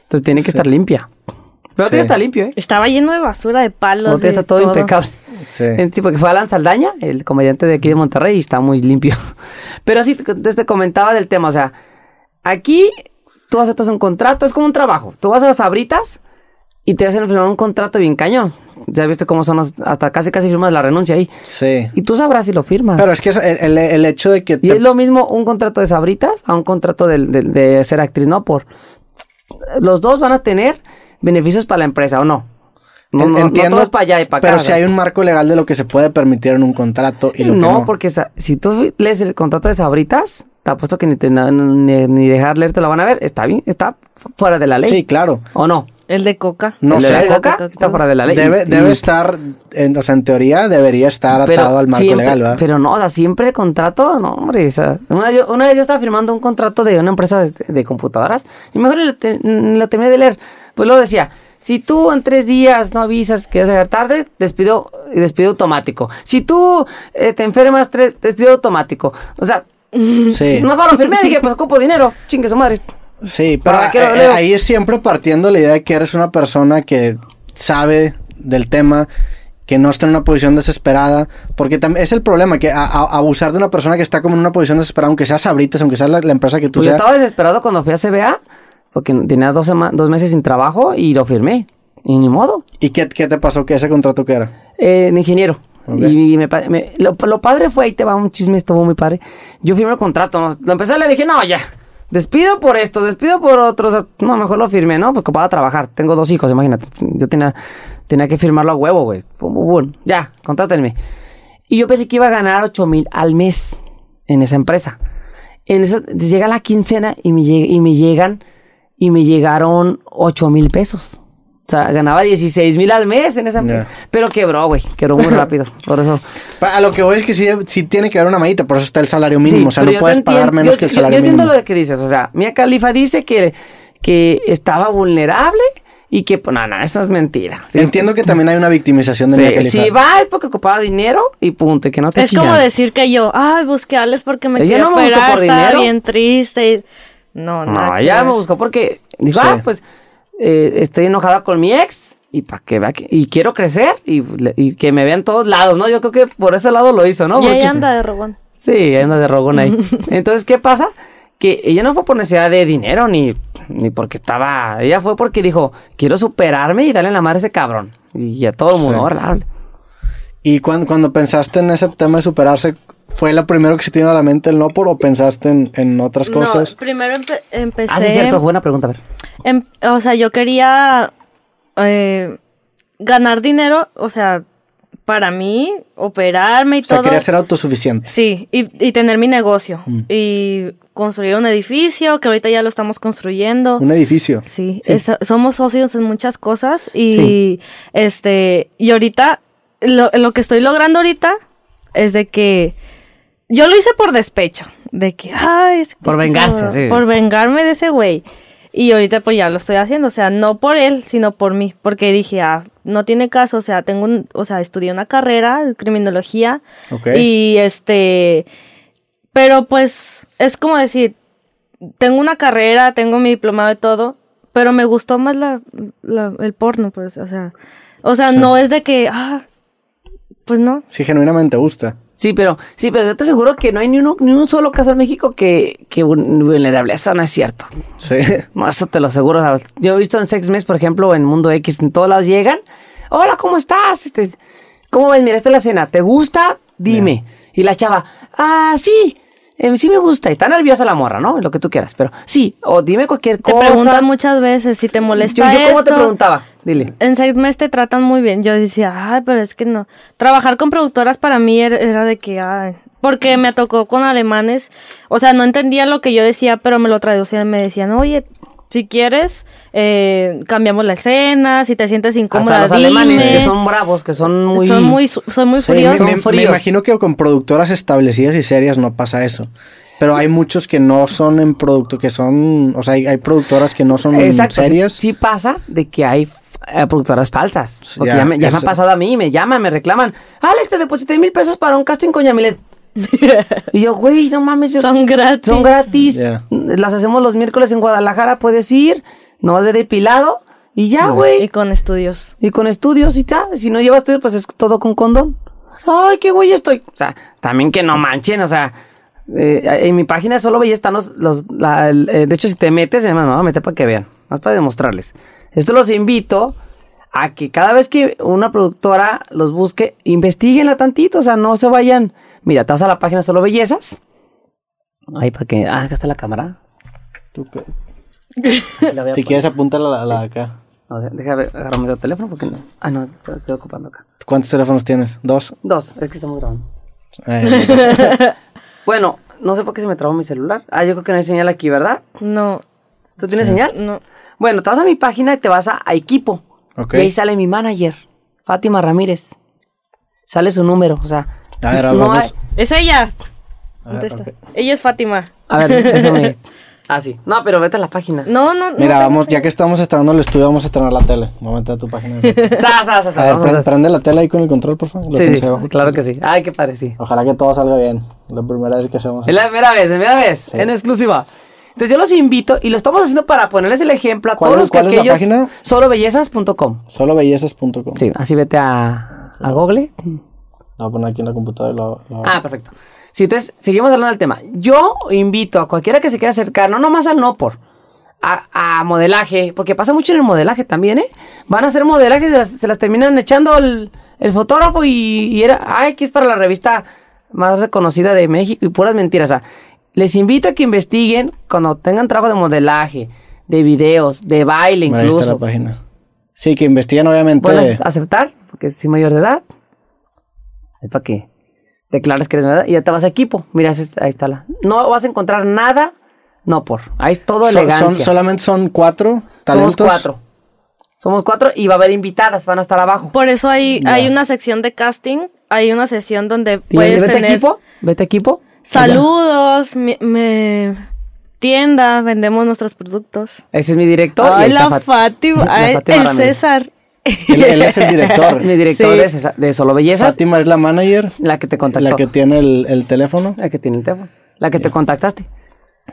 Speaker 3: Entonces tiene que estar limpia. Pero
Speaker 1: Sí.
Speaker 3: todavía está limpio, ¿eh?
Speaker 2: Estaba lleno de basura, de palos.
Speaker 3: Todavía
Speaker 2: de
Speaker 3: está todo impecable.
Speaker 1: Sí.
Speaker 3: En- Eh, Sí, porque fue Alan Saldaña, el comediante de aquí de Monterrey, y está muy limpio. Pero sí, te te comentaba del tema, o sea, aquí tú aceptas un contrato, es como un trabajo. Tú vas a las abritas y te hacen firmar un contrato bien cañón. Ya viste cómo son los- hasta casi casi firmas la renuncia ahí.
Speaker 1: Sí.
Speaker 3: Y tú sabrás si lo firmas.
Speaker 1: Pero es que eso- el, el- el hecho de que.
Speaker 3: Y
Speaker 1: te-
Speaker 3: es lo mismo un contrato de sabritas a un contrato del- del- de, ser actriz, ¿no? Por los dos van a tener beneficios para la empresa, ¿o no? No, no, no todo es para allá y para acá.
Speaker 1: Pero
Speaker 3: o
Speaker 1: si
Speaker 3: sea.
Speaker 1: hay un marco legal de lo que se puede permitir en un contrato y lo que
Speaker 3: no,
Speaker 1: no.
Speaker 3: porque sa- si tú lees el contrato de Sabritas, te apuesto que ni, te- ni, ni dejar leer te lo van a ver. Está bien, está fu- fuera de la ley.
Speaker 1: Sí, claro.
Speaker 3: ¿O no?
Speaker 2: El de coca.
Speaker 1: No
Speaker 3: ¿El de
Speaker 1: sé.
Speaker 3: la coca?
Speaker 2: Coca-Cola.
Speaker 3: está fuera de la ley.
Speaker 1: Debe,
Speaker 3: Y-
Speaker 1: debe
Speaker 3: y-
Speaker 1: estar. en- o sea, en teoría debería estar
Speaker 3: pero
Speaker 1: atado al marco
Speaker 3: siempre-
Speaker 1: legal, ¿verdad?
Speaker 3: Pero no, o sea, siempre el contrato, no, hombre. o sea, una, vez yo, una vez yo estaba firmando un contrato de una empresa de, de computadoras y mejor ni lo, te- ni lo terminé de leer. Pues luego decía, si tú en tres días no avisas que vas a llegar tarde, despido, despido automático. Si tú eh, te enfermas, tres, despido automático. O sea,
Speaker 1: sí.
Speaker 3: Mejor lo firmé, dije, pues ocupo dinero, chingue su madre.
Speaker 1: Sí, pero
Speaker 3: ¿Para qué lo
Speaker 1: eh, eh,
Speaker 3: leo?
Speaker 1: ahí es siempre partiendo la idea de que eres una persona que sabe del tema, que no está en una posición desesperada, porque también es el problema, que a- a- abusar de una persona que está como en una posición desesperada, aunque seas abritas, aunque sea la, la empresa que tú
Speaker 3: Pues yo
Speaker 1: seas.
Speaker 3: estaba desesperado cuando fui a CBA, porque tenía dos, sema- dos meses sin trabajo y lo firmé. Y ni modo.
Speaker 1: ¿Y qué, qué te pasó? ¿Qué ese contrato que era?
Speaker 3: Eh, de ingeniero.
Speaker 1: Ok.
Speaker 3: Y me pa- me- lo, lo padre fue, ahí te va un chisme, estuvo muy padre. Yo firmé el contrato, ¿no? lo empecé, le dije, no, ya, despido por esto, despido por otro, o sea, no, mejor lo firmé, ¿no? Porque para trabajar, tengo dos hijos, imagínate, yo tenía, tenía que firmarlo a huevo, güey, Pum, pum, pum. ya, contrátenme. Y yo pensé que iba a ganar 8 mil al mes en esa empresa. En eso llega la quincena y me, lle- y me llegan y me llegaron 8 mil pesos. O sea, ganaba 16 mil al mes en esa
Speaker 1: Ya.
Speaker 3: Pero quebró, güey. Quebró muy rápido. Por eso.
Speaker 1: Pa- A lo que voy es que sí, sí tiene que haber una mallita, por eso está el salario mínimo,
Speaker 3: Sí,
Speaker 1: o sea,
Speaker 3: pero
Speaker 1: no
Speaker 3: yo te
Speaker 1: puedes pagar
Speaker 3: entien-
Speaker 1: menos
Speaker 3: yo-
Speaker 1: que el
Speaker 3: yo-
Speaker 1: salario
Speaker 3: Yo entiendo
Speaker 1: mínimo.
Speaker 3: lo que dices. O sea, Mia Khalifa dice que, que estaba vulnerable y que, pues, no, no, eso es mentira. Sí,
Speaker 1: Entiendo que también hay una victimización de
Speaker 3: sí,
Speaker 1: Mia Khalifa.
Speaker 3: si va es porque ocupaba dinero y punto. Y que no te
Speaker 2: Es como
Speaker 3: chillan.
Speaker 2: decir que yo, ay, busqué a Alex porque me
Speaker 3: Ella
Speaker 2: quería
Speaker 3: no me buscó
Speaker 2: operar,
Speaker 3: por
Speaker 2: estaba
Speaker 3: dinero. Ah,
Speaker 2: bien triste. y- No, nada
Speaker 3: No,
Speaker 2: que
Speaker 3: ella
Speaker 2: ver.
Speaker 3: me buscó porque dijo,
Speaker 1: Sí.
Speaker 3: ah, pues eh, estoy enojada con mi ex y para que vea que- y quiero crecer y, le- y que me vean todos lados, ¿no? Yo creo que por ese lado lo hizo, ¿no?
Speaker 2: Y
Speaker 3: Porque-
Speaker 2: ella anda de robón.
Speaker 3: Sí, anda de rogón ahí. Entonces, ¿qué pasa? Que ella no fue por necesidad de dinero ni, ni porque estaba. Ella fue porque dijo, quiero superarme y darle la madre a ese cabrón. Y a todo el mundo,
Speaker 1: Sí.
Speaker 3: órale, órale.
Speaker 1: ¿Y cuan- cuando pensaste en ese tema de superarse, fue lo primero que se tiene a la mente el no por o pensaste en, en otras cosas?
Speaker 2: No, primero empe- empecé.
Speaker 3: Ah, sí, es cierto, buena pregunta, a ver.
Speaker 2: Em- o sea, yo quería eh, ganar dinero, o sea, para mí, operarme y
Speaker 1: O sea,
Speaker 2: todo.
Speaker 1: quería ser autosuficiente.
Speaker 2: Sí, y, y tener mi negocio. Y construir un edificio, que ahorita ya lo estamos construyendo.
Speaker 1: Un edificio.
Speaker 2: Sí,
Speaker 3: Sí.
Speaker 2: es- somos socios en muchas cosas y
Speaker 3: Sí.
Speaker 2: este y ahorita lo, lo que estoy logrando ahorita es de que yo lo hice por despecho, de que ay, es que-
Speaker 3: Por
Speaker 2: es que
Speaker 3: vengarse,
Speaker 2: se-
Speaker 3: sí.
Speaker 2: por vengarme de ese güey. Y ahorita pues ya lo estoy haciendo, o sea, no por él, sino por mí, porque dije, ah, no tiene caso, o sea, tengo un, o sea, estudié una carrera de criminología
Speaker 1: Ok.
Speaker 2: y este pero pues es como decir, tengo una carrera, tengo mi diplomado y todo, pero me gustó más la, la- el porno, pues, o sea, o sea,
Speaker 1: Sí.
Speaker 2: no es de que, ah, Pues no.
Speaker 1: Sí, genuinamente gusta.
Speaker 3: Sí, pero, sí, pero yo te aseguro que no hay ni, uno, ni un solo caso en México que, que un- vulnerable. Eso no es cierto.
Speaker 1: Sí.
Speaker 3: No, eso te lo aseguro. ¿sabes? Yo he visto en Sex Mes, por ejemplo, en Mundo X, en todos lados llegan. Hola, ¿cómo estás? Este, ¿Cómo ves? Mira, esta es la cena. ¿Te gusta? Dime. Y la chava, ah, sí. em, sí me gusta. Y Está nerviosa la morra, ¿no? Lo que tú quieras. Pero sí, o dime cualquier
Speaker 2: Te
Speaker 3: cosa.
Speaker 2: preguntan muchas veces si te molesta
Speaker 3: Yo- yo cómo te
Speaker 2: esto.
Speaker 3: preguntaba. Dile.
Speaker 2: En seis meses te tratan muy bien. Yo decía, ay, pero es que no. Trabajar con productoras para mí er- era de que, ay. Porque me tocó con alemanes. O sea, no entendía lo que yo decía, pero me lo traducían. Me decían, oye, si quieres, eh, cambiamos la escena. Si te sientes incómoda,
Speaker 3: Hasta los alemanes
Speaker 2: dime".
Speaker 3: que son bravos, que son muy.
Speaker 2: Son muy, su- son muy
Speaker 1: Sí,
Speaker 2: fríos.
Speaker 1: me-
Speaker 3: Son
Speaker 1: me,
Speaker 3: fríos.
Speaker 1: me imagino que con productoras establecidas y serias no pasa eso. Pero hay muchos que no son en producto, que son. O sea, hay, hay productoras que no son
Speaker 3: Mm, Exacto. sí-
Speaker 1: serias.
Speaker 3: Sí, pasa de que hay eh, productoras falsas. Porque
Speaker 1: ya,
Speaker 3: ya, me, ya me
Speaker 1: eso.
Speaker 3: han pasado a mí, me llaman, me reclaman. Alex, te deposité mil pesos para un casting con Yamilet. y yo, güey, no mames. yo-
Speaker 2: Son gratis.
Speaker 3: Son gratis.
Speaker 1: Ya.
Speaker 3: Las hacemos los miércoles en Guadalajara, puedes ir. Nomás ve depilado. Y ya,
Speaker 2: Y
Speaker 3: güey.
Speaker 2: con estudios.
Speaker 3: Y con estudios y tal. Si no llevas estudios, pues es todo con condón. Ay, qué güey estoy. O sea, también que no manchen, o sea. eh, en mi página solo veía están los. los- la- el- eh, de hecho, si te metes, además me voy a meter para que vean. Más para demostrarles. Esto los invito a que cada vez que una productora los busque, investiguenla tantito. O sea, no se vayan. Mira, te vas a la página solo bellezas. Ahí para que. Ah, acá está la cámara.
Speaker 1: Tú que-
Speaker 3: Aquí la voy a
Speaker 1: Si quieres, apuntar a la, a la de acá.
Speaker 3: No, de- deja ver, agarrarme el teléfono porque no. Ah, no, está- estoy ocupando acá.
Speaker 1: ¿Cuántos teléfonos tienes? ¿Dos?
Speaker 3: Dos, es que estamos grabando.
Speaker 1: Eh,
Speaker 3: Bueno, no sé por qué se me trabó mi celular. Ah, yo creo que no hay señal aquí, ¿verdad?
Speaker 2: No,
Speaker 3: ¿Tú tienes señal?
Speaker 2: no.
Speaker 3: Bueno, te vas a mi página y te vas a, a equipo.
Speaker 1: Ok.
Speaker 3: Y ahí sale mi manager, Fátima Ramírez. Sale su número, o sea.
Speaker 1: A ver,
Speaker 3: no
Speaker 1: vamos.
Speaker 3: hay-
Speaker 2: Es ella.
Speaker 1: A ver,
Speaker 2: Contesta.
Speaker 1: Ah, ok.
Speaker 2: Ella es Fátima.
Speaker 3: A ver, déjame. Ah, sí. No, pero vete a la página.
Speaker 2: No, no, no.
Speaker 1: Mira,
Speaker 2: no,
Speaker 1: vamos, ya que estamos estrenando el estudio, vamos a estrenar la tele. Vamos a meter a tu página. de-
Speaker 3: Sa, sa, sa, sa,
Speaker 1: A ver,
Speaker 3: vamos a-
Speaker 1: pre- prende la tele ahí con el control, por favor. Lo
Speaker 3: Sí,
Speaker 1: tienes
Speaker 3: sí,
Speaker 1: ahí abajo.
Speaker 3: claro que sí. Ay, qué padre, sí.
Speaker 1: Ojalá que todo salga bien. La primera vez que hacemos.
Speaker 3: Es la primera vez, la primera vez, en exclusiva. Entonces yo los invito y lo estamos haciendo para ponerles el ejemplo a
Speaker 1: ¿Cuál es-
Speaker 3: todos los que
Speaker 1: cuál es la
Speaker 3: aquellos
Speaker 1: página?
Speaker 3: solobellezas.com.
Speaker 1: Solobellezas.com.
Speaker 3: Sí, así vete a, a Google.
Speaker 1: Lo voy a poner aquí en la computadora y lo- lo-
Speaker 3: Ah, perfecto. Sí, entonces seguimos hablando del tema. Yo invito a cualquiera que se quiera acercar, no nomás al no por, a, a modelaje, porque pasa mucho en el modelaje también, ¿eh? Van a hacer modelaje, se las, se las terminan echando el, el fotógrafo y, y era, ay, que es para la revista más reconocida de México y puras mentiras. O sea, les invito a que investiguen cuando tengan trabajo de modelaje, de videos, de baile
Speaker 1: Mira, ahí está la
Speaker 3: pues, incluso.
Speaker 1: página. Sí, que investiguen obviamente.
Speaker 3: Puedes aceptar, porque soy mayor de edad. Es para que declares que eres mayor de edad y ya te vas a equipo. Mira, es- ahí está la. No vas a encontrar nada, no por. Ahí es todo
Speaker 1: Son- son-
Speaker 3: elegancia.
Speaker 1: solamente son cuatro talentos.
Speaker 3: Somos cuatro. Somos cuatro y va a haber invitadas, van a estar abajo.
Speaker 2: Por eso hay, hay una sección de casting, hay una sesión donde
Speaker 3: Tienes-
Speaker 2: puedes
Speaker 3: vete
Speaker 2: tener
Speaker 3: equipo, vete equipo.
Speaker 2: saludos, mi- me- tienda, vendemos nuestros productos.
Speaker 3: Ese es mi director. y
Speaker 2: Ay,
Speaker 3: ahí está
Speaker 2: la
Speaker 3: Fat-
Speaker 2: Fátima,
Speaker 3: la
Speaker 2: ay,
Speaker 3: Fátima
Speaker 2: el
Speaker 3: Ramírez.
Speaker 2: César.
Speaker 1: Él, él es el director.
Speaker 3: Mi director
Speaker 2: Sí.
Speaker 3: de, Cesa- de Solo Bellezas,
Speaker 1: Fátima es la manager,
Speaker 3: la que te contactó.
Speaker 1: la que tiene el, el teléfono.
Speaker 3: la que tiene el tema. La que te contactaste.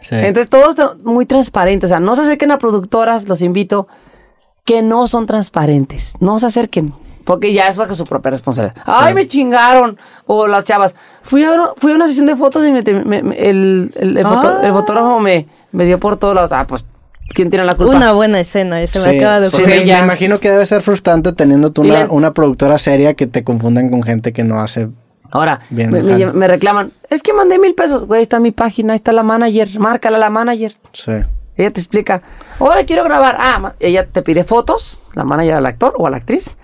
Speaker 1: Sí.
Speaker 3: Entonces, todos tra- muy transparentes. O sea, no se acerquen a productoras, los invito, que no son transparentes. No se acerquen, porque ya es bajo su propia responsabilidad. ¡Ay, me chingaron! O las chavas. Fui a, una- fui a una sesión de fotos y me- me- me- el, el- el foto- el fotógrafo me, me dio por todos lados. Ah, pues, ¿quién tiene la culpa?
Speaker 2: Una buena escena, eh, se me
Speaker 1: Sí.
Speaker 2: acaba de
Speaker 1: Sí,
Speaker 2: ocurrir.
Speaker 1: me,
Speaker 3: ella.
Speaker 1: me imagino que debe ser frustrante teniendo tú
Speaker 3: Y
Speaker 1: una,
Speaker 3: la-
Speaker 1: una productora seria que te confundan con gente que no hace.
Speaker 3: Ahora,
Speaker 1: Bien,
Speaker 3: me, me
Speaker 1: Alejandro.
Speaker 3: lle- me reclaman, es que mandé mil pesos. Güey, ahí está mi página, ahí está la manager, márcala la manager.
Speaker 1: Sí.
Speaker 3: Ella te explica, ahora quiero grabar. Ah, ma- ella te pide fotos, la manager al actor o a la actriz.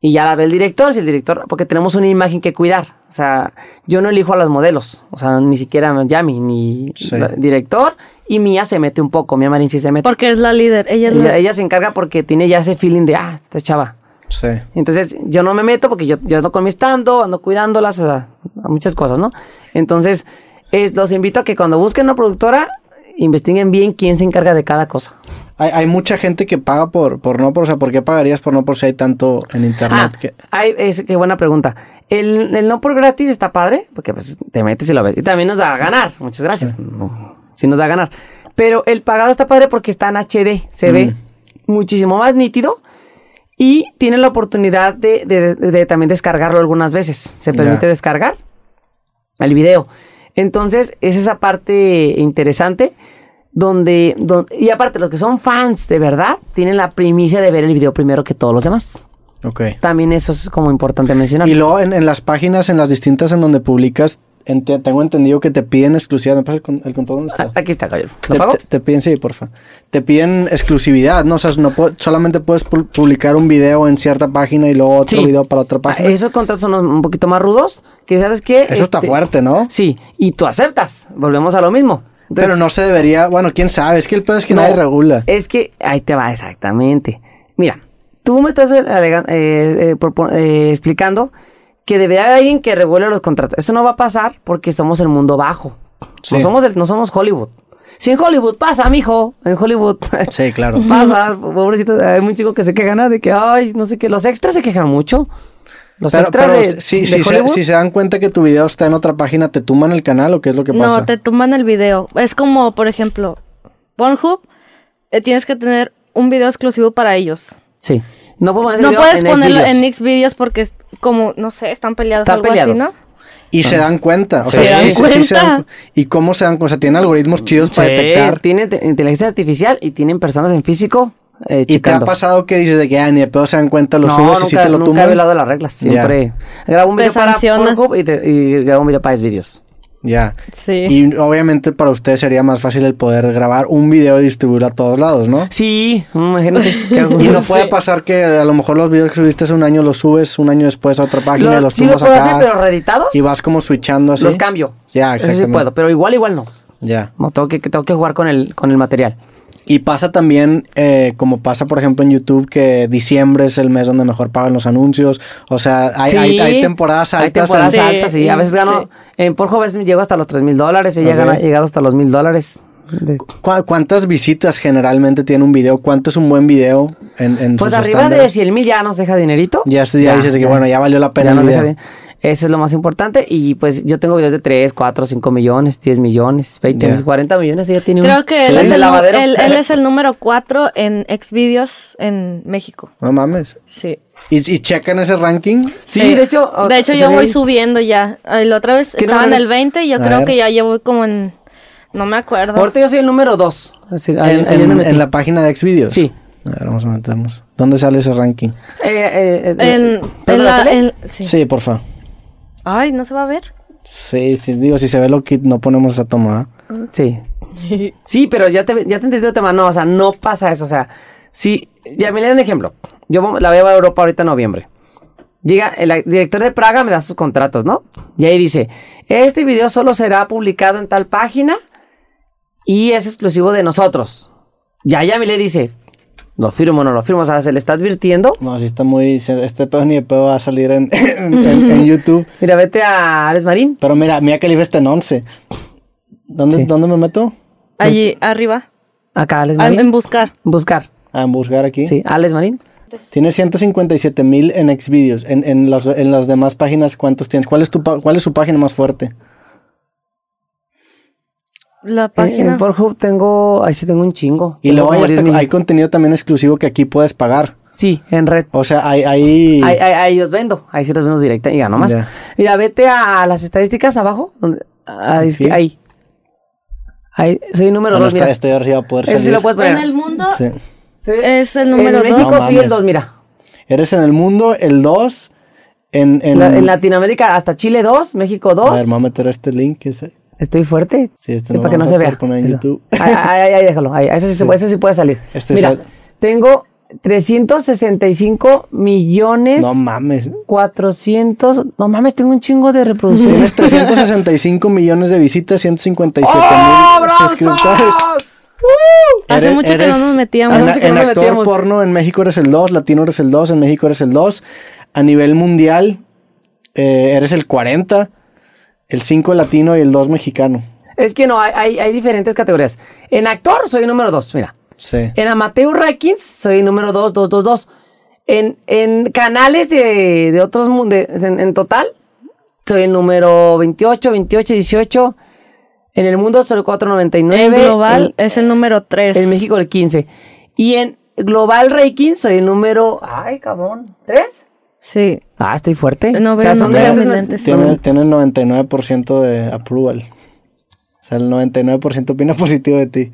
Speaker 3: Y ya la ve el director, si el director, porque tenemos una imagen que cuidar. O sea, yo no elijo a los modelos. O sea, ni siquiera Yami, ni
Speaker 1: Sí.
Speaker 3: la- director. Y Mía se mete un poco, Mía Marín sí se mete.
Speaker 2: Porque es la líder, ella es la-
Speaker 3: ella, ella se encarga porque tiene ya ese feeling de, ah, esta chava.
Speaker 1: Sí.
Speaker 3: Entonces, yo no me meto porque yo, yo ando con mi estando, ando cuidándolas, o sea, muchas cosas, ¿no? Entonces, eh, los invito a que cuando busquen una productora, investiguen bien quién se encarga de cada cosa.
Speaker 1: Hay, hay mucha gente que paga por, por no por. O sea, ¿por qué pagarías por no por si hay tanto en internet?
Speaker 3: Ah,
Speaker 1: que,
Speaker 3: ay, es- qué buena pregunta. El, el no por gratis está padre, porque pues, te metes y lo ves. Y también nos da a ganar. Muchas gracias. Sí, nos da a ganar.
Speaker 1: Mm.
Speaker 3: Pero el pagado está padre porque está en HD, se ve muchísimo más nítido. Y tiene la oportunidad de, de- de- de también descargarlo algunas veces. Se
Speaker 1: Ya.
Speaker 3: permite descargar el video. Entonces, es esa parte interesante donde, don- Y aparte, los que son fans de verdad tienen la primicia de ver el video primero que todos los demás.
Speaker 1: Ok.
Speaker 3: También eso es como importante mencionar.
Speaker 1: Y luego en, en las páginas, en las distintas en donde publicas, ente- tengo entendido que te piden exclusividad. ¿Me pasa el, con- el contador dónde
Speaker 3: Ah,
Speaker 1: está?
Speaker 3: Aquí está, caballero. ¿Lo
Speaker 1: Te,
Speaker 3: pago?
Speaker 1: te- te piden, sí, porfa. Te piden exclusividad, ¿no? O sea, no pu- solamente puedes pu- publicar un video en cierta página y luego otro
Speaker 3: Sí.
Speaker 1: video para otra
Speaker 3: Ah,
Speaker 1: página.
Speaker 3: Esos contratos son un poquito más rudos, que sabes que...
Speaker 1: Eso está fuerte, ¿no?
Speaker 3: Sí, y tú aceptas. Volvemos a lo mismo. Entonces,
Speaker 1: Pero no se debería, bueno, quién sabe, es que el pedo es que nadie
Speaker 3: No, Eh,
Speaker 1: regula.
Speaker 3: Es que ahí te va exactamente. Mira, tú me estás alega- eh, eh, propo- eh, explicando que debe haber alguien que regule los contratos. Eso no va a pasar porque somos el mundo bajo.
Speaker 1: Sí.
Speaker 3: No, somos el- no somos Hollywood. Si en Hollywood pasa, mijo, en Hollywood
Speaker 1: Sí, claro.
Speaker 3: pasa, pobrecito, hay muchos chicos que se quejan ah, de que, ay, no sé qué, los extras se quejan mucho. Los
Speaker 1: Pero-
Speaker 3: extras
Speaker 1: pero
Speaker 3: de,
Speaker 1: si,
Speaker 3: de
Speaker 1: si se,
Speaker 3: Hollywood.
Speaker 1: si se dan cuenta que tu video está en otra página, ¿te tuman el canal o qué es lo que pasa?
Speaker 2: No, te tumban el video. Es como, por ejemplo, Pornhub, eh, tienes que tener un video exclusivo para ellos.
Speaker 3: Sí. No, podemos hacer
Speaker 2: No
Speaker 3: video
Speaker 2: puedes
Speaker 3: en
Speaker 2: ponerlo
Speaker 3: Xvideos.
Speaker 2: en X videos porque es como, no sé, están peleados
Speaker 3: Están
Speaker 2: o algo
Speaker 3: peleados.
Speaker 2: así, ¿no?
Speaker 1: Y
Speaker 3: Ah.
Speaker 1: se dan cuenta. O
Speaker 3: Se
Speaker 1: sea,
Speaker 3: dan
Speaker 1: sí, sí, sí se dan
Speaker 2: cuenta.
Speaker 1: cu- ¿Y cómo se dan cuenta? O sea, tienen algoritmos chidos para
Speaker 3: Sí,
Speaker 1: detectar.
Speaker 3: tienen te- inteligencia artificial y tienen personas en físico eh,
Speaker 1: ¿Y te ha
Speaker 3: checando.
Speaker 1: pasado que dices de que ah, ni de pedo se dan cuenta, lo
Speaker 3: no,
Speaker 1: subes y
Speaker 3: nunca,
Speaker 1: si te lo
Speaker 3: nunca he
Speaker 1: tumban?
Speaker 3: violado las reglas. Siempre grabo un
Speaker 2: Te
Speaker 3: video para
Speaker 2: sanciona.
Speaker 3: Pornhub y, te- y grabo un video para Xvideos.
Speaker 1: Ya.
Speaker 2: Sí.
Speaker 1: Y obviamente para ustedes sería más fácil el poder grabar un video y distribuirlo a todos lados, ¿no?
Speaker 3: Sí, Mm, imagínate. que hago-
Speaker 1: Y no
Speaker 3: Sí.
Speaker 1: puede pasar que a lo mejor los videos que subiste hace un año los subes un año después a otra página
Speaker 3: Lo-
Speaker 1: y los
Speaker 3: sí lo
Speaker 1: tumbas
Speaker 3: puedo
Speaker 1: acá.
Speaker 3: hacer, pero reeditados.
Speaker 1: Y vas como switchando así.
Speaker 3: Los cambio.
Speaker 1: Ya,
Speaker 3: Eso sí
Speaker 1: exactamente.
Speaker 3: puedo, pero igual, igual no.
Speaker 1: Ya.
Speaker 3: No, tengo, que, tengo que jugar con el, con el material.
Speaker 1: Y pasa también, eh, como pasa por ejemplo en YouTube, que diciembre es el mes donde mejor pagan los anuncios. O sea, hay,
Speaker 3: Sí,
Speaker 1: hay- hay temporadas altas.
Speaker 3: Hay temporadas
Speaker 2: Sí,
Speaker 3: altas, sí. A veces gano.
Speaker 2: sí.
Speaker 3: En Pornhub a veces llego hasta los 3 mil dólares. Ella
Speaker 1: Ok.
Speaker 3: gana- ha llegado hasta los mil dólares. De-
Speaker 1: ¿Cu- ¿Cuántas visitas generalmente tiene un video? ¿Cuánto es un buen video en, en
Speaker 3: Pues
Speaker 1: sus
Speaker 3: arriba de
Speaker 1: estándares?
Speaker 3: 100 mil ya nos deja dinerito.
Speaker 1: Ya, eso ya dices de que, bueno, ya valió la pena el
Speaker 3: nos deja
Speaker 1: video.
Speaker 3: di- Eso es lo más importante. Y pues yo tengo videos de 3, 4, 5 millones, 10 millones, 20
Speaker 1: Ya.
Speaker 3: mil, 40 millones. Ella tiene un
Speaker 2: Creo que él,
Speaker 3: Sí.
Speaker 2: es el, nu-
Speaker 3: lavadero.
Speaker 2: él- él es el número 4 en Xvideos en México.
Speaker 1: No mames.
Speaker 2: Sí.
Speaker 1: ¿Y, y checan ese ranking?
Speaker 3: Sí, de hecho. o-
Speaker 2: De hecho,
Speaker 3: se
Speaker 2: yo
Speaker 3: ve
Speaker 2: voy
Speaker 3: ahí.
Speaker 2: subiendo ya. Ay, La otra vez
Speaker 3: ¿Qué
Speaker 2: estaba en
Speaker 3: número
Speaker 2: el
Speaker 3: es?
Speaker 2: 20 y yo
Speaker 1: A
Speaker 2: creo
Speaker 1: ver.
Speaker 2: que ya llevo como en. No me acuerdo.
Speaker 3: Ahorita yo soy el número 2.
Speaker 1: En, en- en la página de Xvideos.
Speaker 3: Sí.
Speaker 1: A ver, vamos a meternos. ¿Dónde sale ese ranking?
Speaker 3: Eh,
Speaker 2: En, en la. en- sí.
Speaker 1: Sí, porfa.
Speaker 2: Ay, no se va a ver.
Speaker 1: Sí, sí, digo, si se ve lo que no ponemos esa toma. ¿ah?
Speaker 3: Sí. Sí, pero ya te, ya te entendí el tema. No, o sea, no pasa eso. O sea, si. Ya me le dan ejemplo. Yo vo- la veo a Europa ahorita en noviembre. Llega el a- director de Praga, me da sus contratos, ¿no? Y ahí dice: Este video solo será publicado en tal página y es exclusivo de nosotros. Ya, ya me le dice: Lo firmo o no lo firmo. O sea, se le está advirtiendo.
Speaker 1: No, sí está muy... se- Este pedo ni de pedo va a salir en, en- en- en YouTube.
Speaker 3: Mira, vete a Alex Marín.
Speaker 1: Pero mira, mira que está en 11. ¿Dónde,
Speaker 3: Sí.
Speaker 1: ¿Dónde me meto?
Speaker 2: Allí, arriba.
Speaker 3: Acá, Alex
Speaker 2: Ah, En
Speaker 3: Marín.
Speaker 2: buscar.
Speaker 3: Buscar.
Speaker 1: A buscar aquí.
Speaker 3: Sí, Alex Marín.
Speaker 1: Tiene 157 mil en Xvideos. En, en, las, en las demás páginas, ¿cuántos tienes? ¿Cuál es, tu, pa- ¿Cuál es su página más fuerte?
Speaker 2: La
Speaker 3: En- En,
Speaker 2: página.
Speaker 3: Pornhub tengo, ahí sí tengo un chingo.
Speaker 1: Y
Speaker 3: Tengo
Speaker 1: luego hay,
Speaker 3: como
Speaker 1: hasta-
Speaker 3: 10 mil.
Speaker 1: hay contenido también exclusivo que aquí puedes pagar.
Speaker 3: Sí, en red.
Speaker 1: O sea, hay...
Speaker 3: Ahí,
Speaker 1: hay...
Speaker 3: ahí, ahí los vendo, ahí sí los vendo directa y gano más.
Speaker 1: Ya.
Speaker 3: Mira, vete a las estadísticas abajo, donde, ah, es
Speaker 1: Sí.
Speaker 3: que ahí. Ahí, soy el número
Speaker 1: bueno,
Speaker 3: 2,
Speaker 1: está,
Speaker 3: mira.
Speaker 1: estoy arriba a poder
Speaker 3: Eso sí
Speaker 1: salir.
Speaker 3: lo puedes poner.
Speaker 2: En el mundo
Speaker 1: Sí.
Speaker 3: Sí.
Speaker 2: es el número
Speaker 3: En
Speaker 2: 2.
Speaker 3: México
Speaker 1: No
Speaker 3: sí, el
Speaker 1: mames.
Speaker 3: 2, mira.
Speaker 1: Eres en el mundo el 2. En, en,
Speaker 3: La- en Latinoamérica hasta Chile 2, México
Speaker 1: A ver,
Speaker 3: 2.
Speaker 1: me voy a meter a este link que es ahí.
Speaker 3: Estoy fuerte.
Speaker 1: Sí, este no
Speaker 3: para que
Speaker 1: vamos
Speaker 3: no
Speaker 1: a
Speaker 3: se
Speaker 1: poder
Speaker 3: vea.
Speaker 1: poner en
Speaker 3: Eso.
Speaker 1: YouTube.
Speaker 3: Ahí, ahí, ahí, déjalo. Ahí, eso, sí se
Speaker 1: Sí.
Speaker 3: puede, eso sí puede salir.
Speaker 1: Este
Speaker 3: mira,
Speaker 1: sal-
Speaker 3: tengo 365 millones.
Speaker 1: No mames.
Speaker 3: 400. No mames, tengo un chingo de reproducciones.
Speaker 1: Tienes 365 millones de visitas, 157
Speaker 3: ¡Oh,
Speaker 1: mil
Speaker 2: ¡Oh,
Speaker 1: suscriptores.
Speaker 2: Hace
Speaker 1: Eres-
Speaker 2: mucho que no
Speaker 1: eres-
Speaker 2: nos metíamos.
Speaker 1: En,
Speaker 3: Hace que
Speaker 1: en
Speaker 3: no nos
Speaker 1: actor
Speaker 3: metíamos.
Speaker 1: porno en México eres el 2, latino eres el 2, en México eres el 2. A nivel mundial eh, eres el 40, el 5 latino y el 2 mexicano.
Speaker 3: Es que no, hay, hay, hay diferentes categorías. En actor soy número 2, mira.
Speaker 1: Sí.
Speaker 3: En amateur rankings soy número 2, 2, 2, 2. En, en canales de, de otros mundos, en, en total, soy el número 28, 28, 18. En el mundo soy el 499.
Speaker 2: En global
Speaker 3: En,
Speaker 2: es el número 3.
Speaker 3: en México el 15. Y en Global Reiki, soy el número. Ay, cabrón. ¿Tres?
Speaker 2: Sí.
Speaker 3: Ah, estoy fuerte.
Speaker 2: No
Speaker 3: o sea,
Speaker 2: veo
Speaker 3: son
Speaker 2: nada.
Speaker 3: grandes-
Speaker 2: Lentes.
Speaker 1: Tiene, tiene el 99% de approval. O sea, el 99% opina positivo de ti.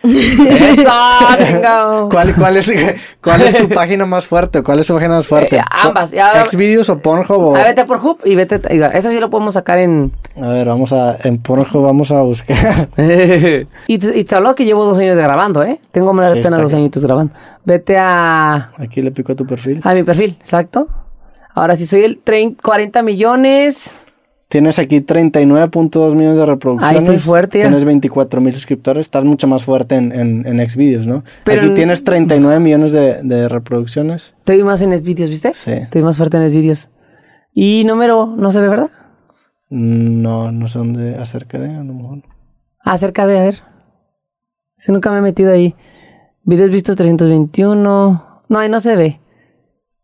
Speaker 3: ¡Eso! Ah, chingado!
Speaker 1: ¿Cuál, cuál, es, ¿Cuál es tu página más fuerte? o ¿Cuál es tu página más fuerte?
Speaker 3: Eh, ambas, ya-
Speaker 1: ¿Xvideos o Pornhub? o-
Speaker 3: A Ah, vete por Hub y vete. y Eso sí lo podemos sacar en.
Speaker 1: A ver, vamos a... En Pornhub vamos a buscar.
Speaker 3: y, te, y te hablo que llevo dos años grabando, ¿eh? Tengo apenas
Speaker 1: Sí, está
Speaker 3: dos
Speaker 1: bien.
Speaker 3: añitos grabando. Vete a.
Speaker 1: Aquí le pico a tu perfil.
Speaker 3: A mi perfil, exacto. Ahora sí soy el trein- 40 millones.
Speaker 1: Tienes aquí 39.2 millones de reproducciones.
Speaker 3: Ahí estoy fuerte ya.
Speaker 1: Tienes 24 mil suscriptores. Estás mucho más fuerte en, en, en Xvideos, ¿no?
Speaker 3: Pero
Speaker 1: aquí
Speaker 3: en-
Speaker 1: tienes 39 millones de, de reproducciones.
Speaker 3: Te vi más en vídeos, ¿viste?
Speaker 1: Sí.
Speaker 3: Te vi más fuerte en vídeos. Y número, no se ve, ¿verdad?
Speaker 1: No, no sé dónde acerca de, a lo mejor.
Speaker 3: Acerca de, a ver. Si nunca me he metido ahí. Videos vistos 321. No, ahí no se ve.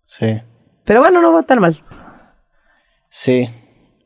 Speaker 1: Sí,
Speaker 3: Pero bueno, no va tan mal.
Speaker 1: sí.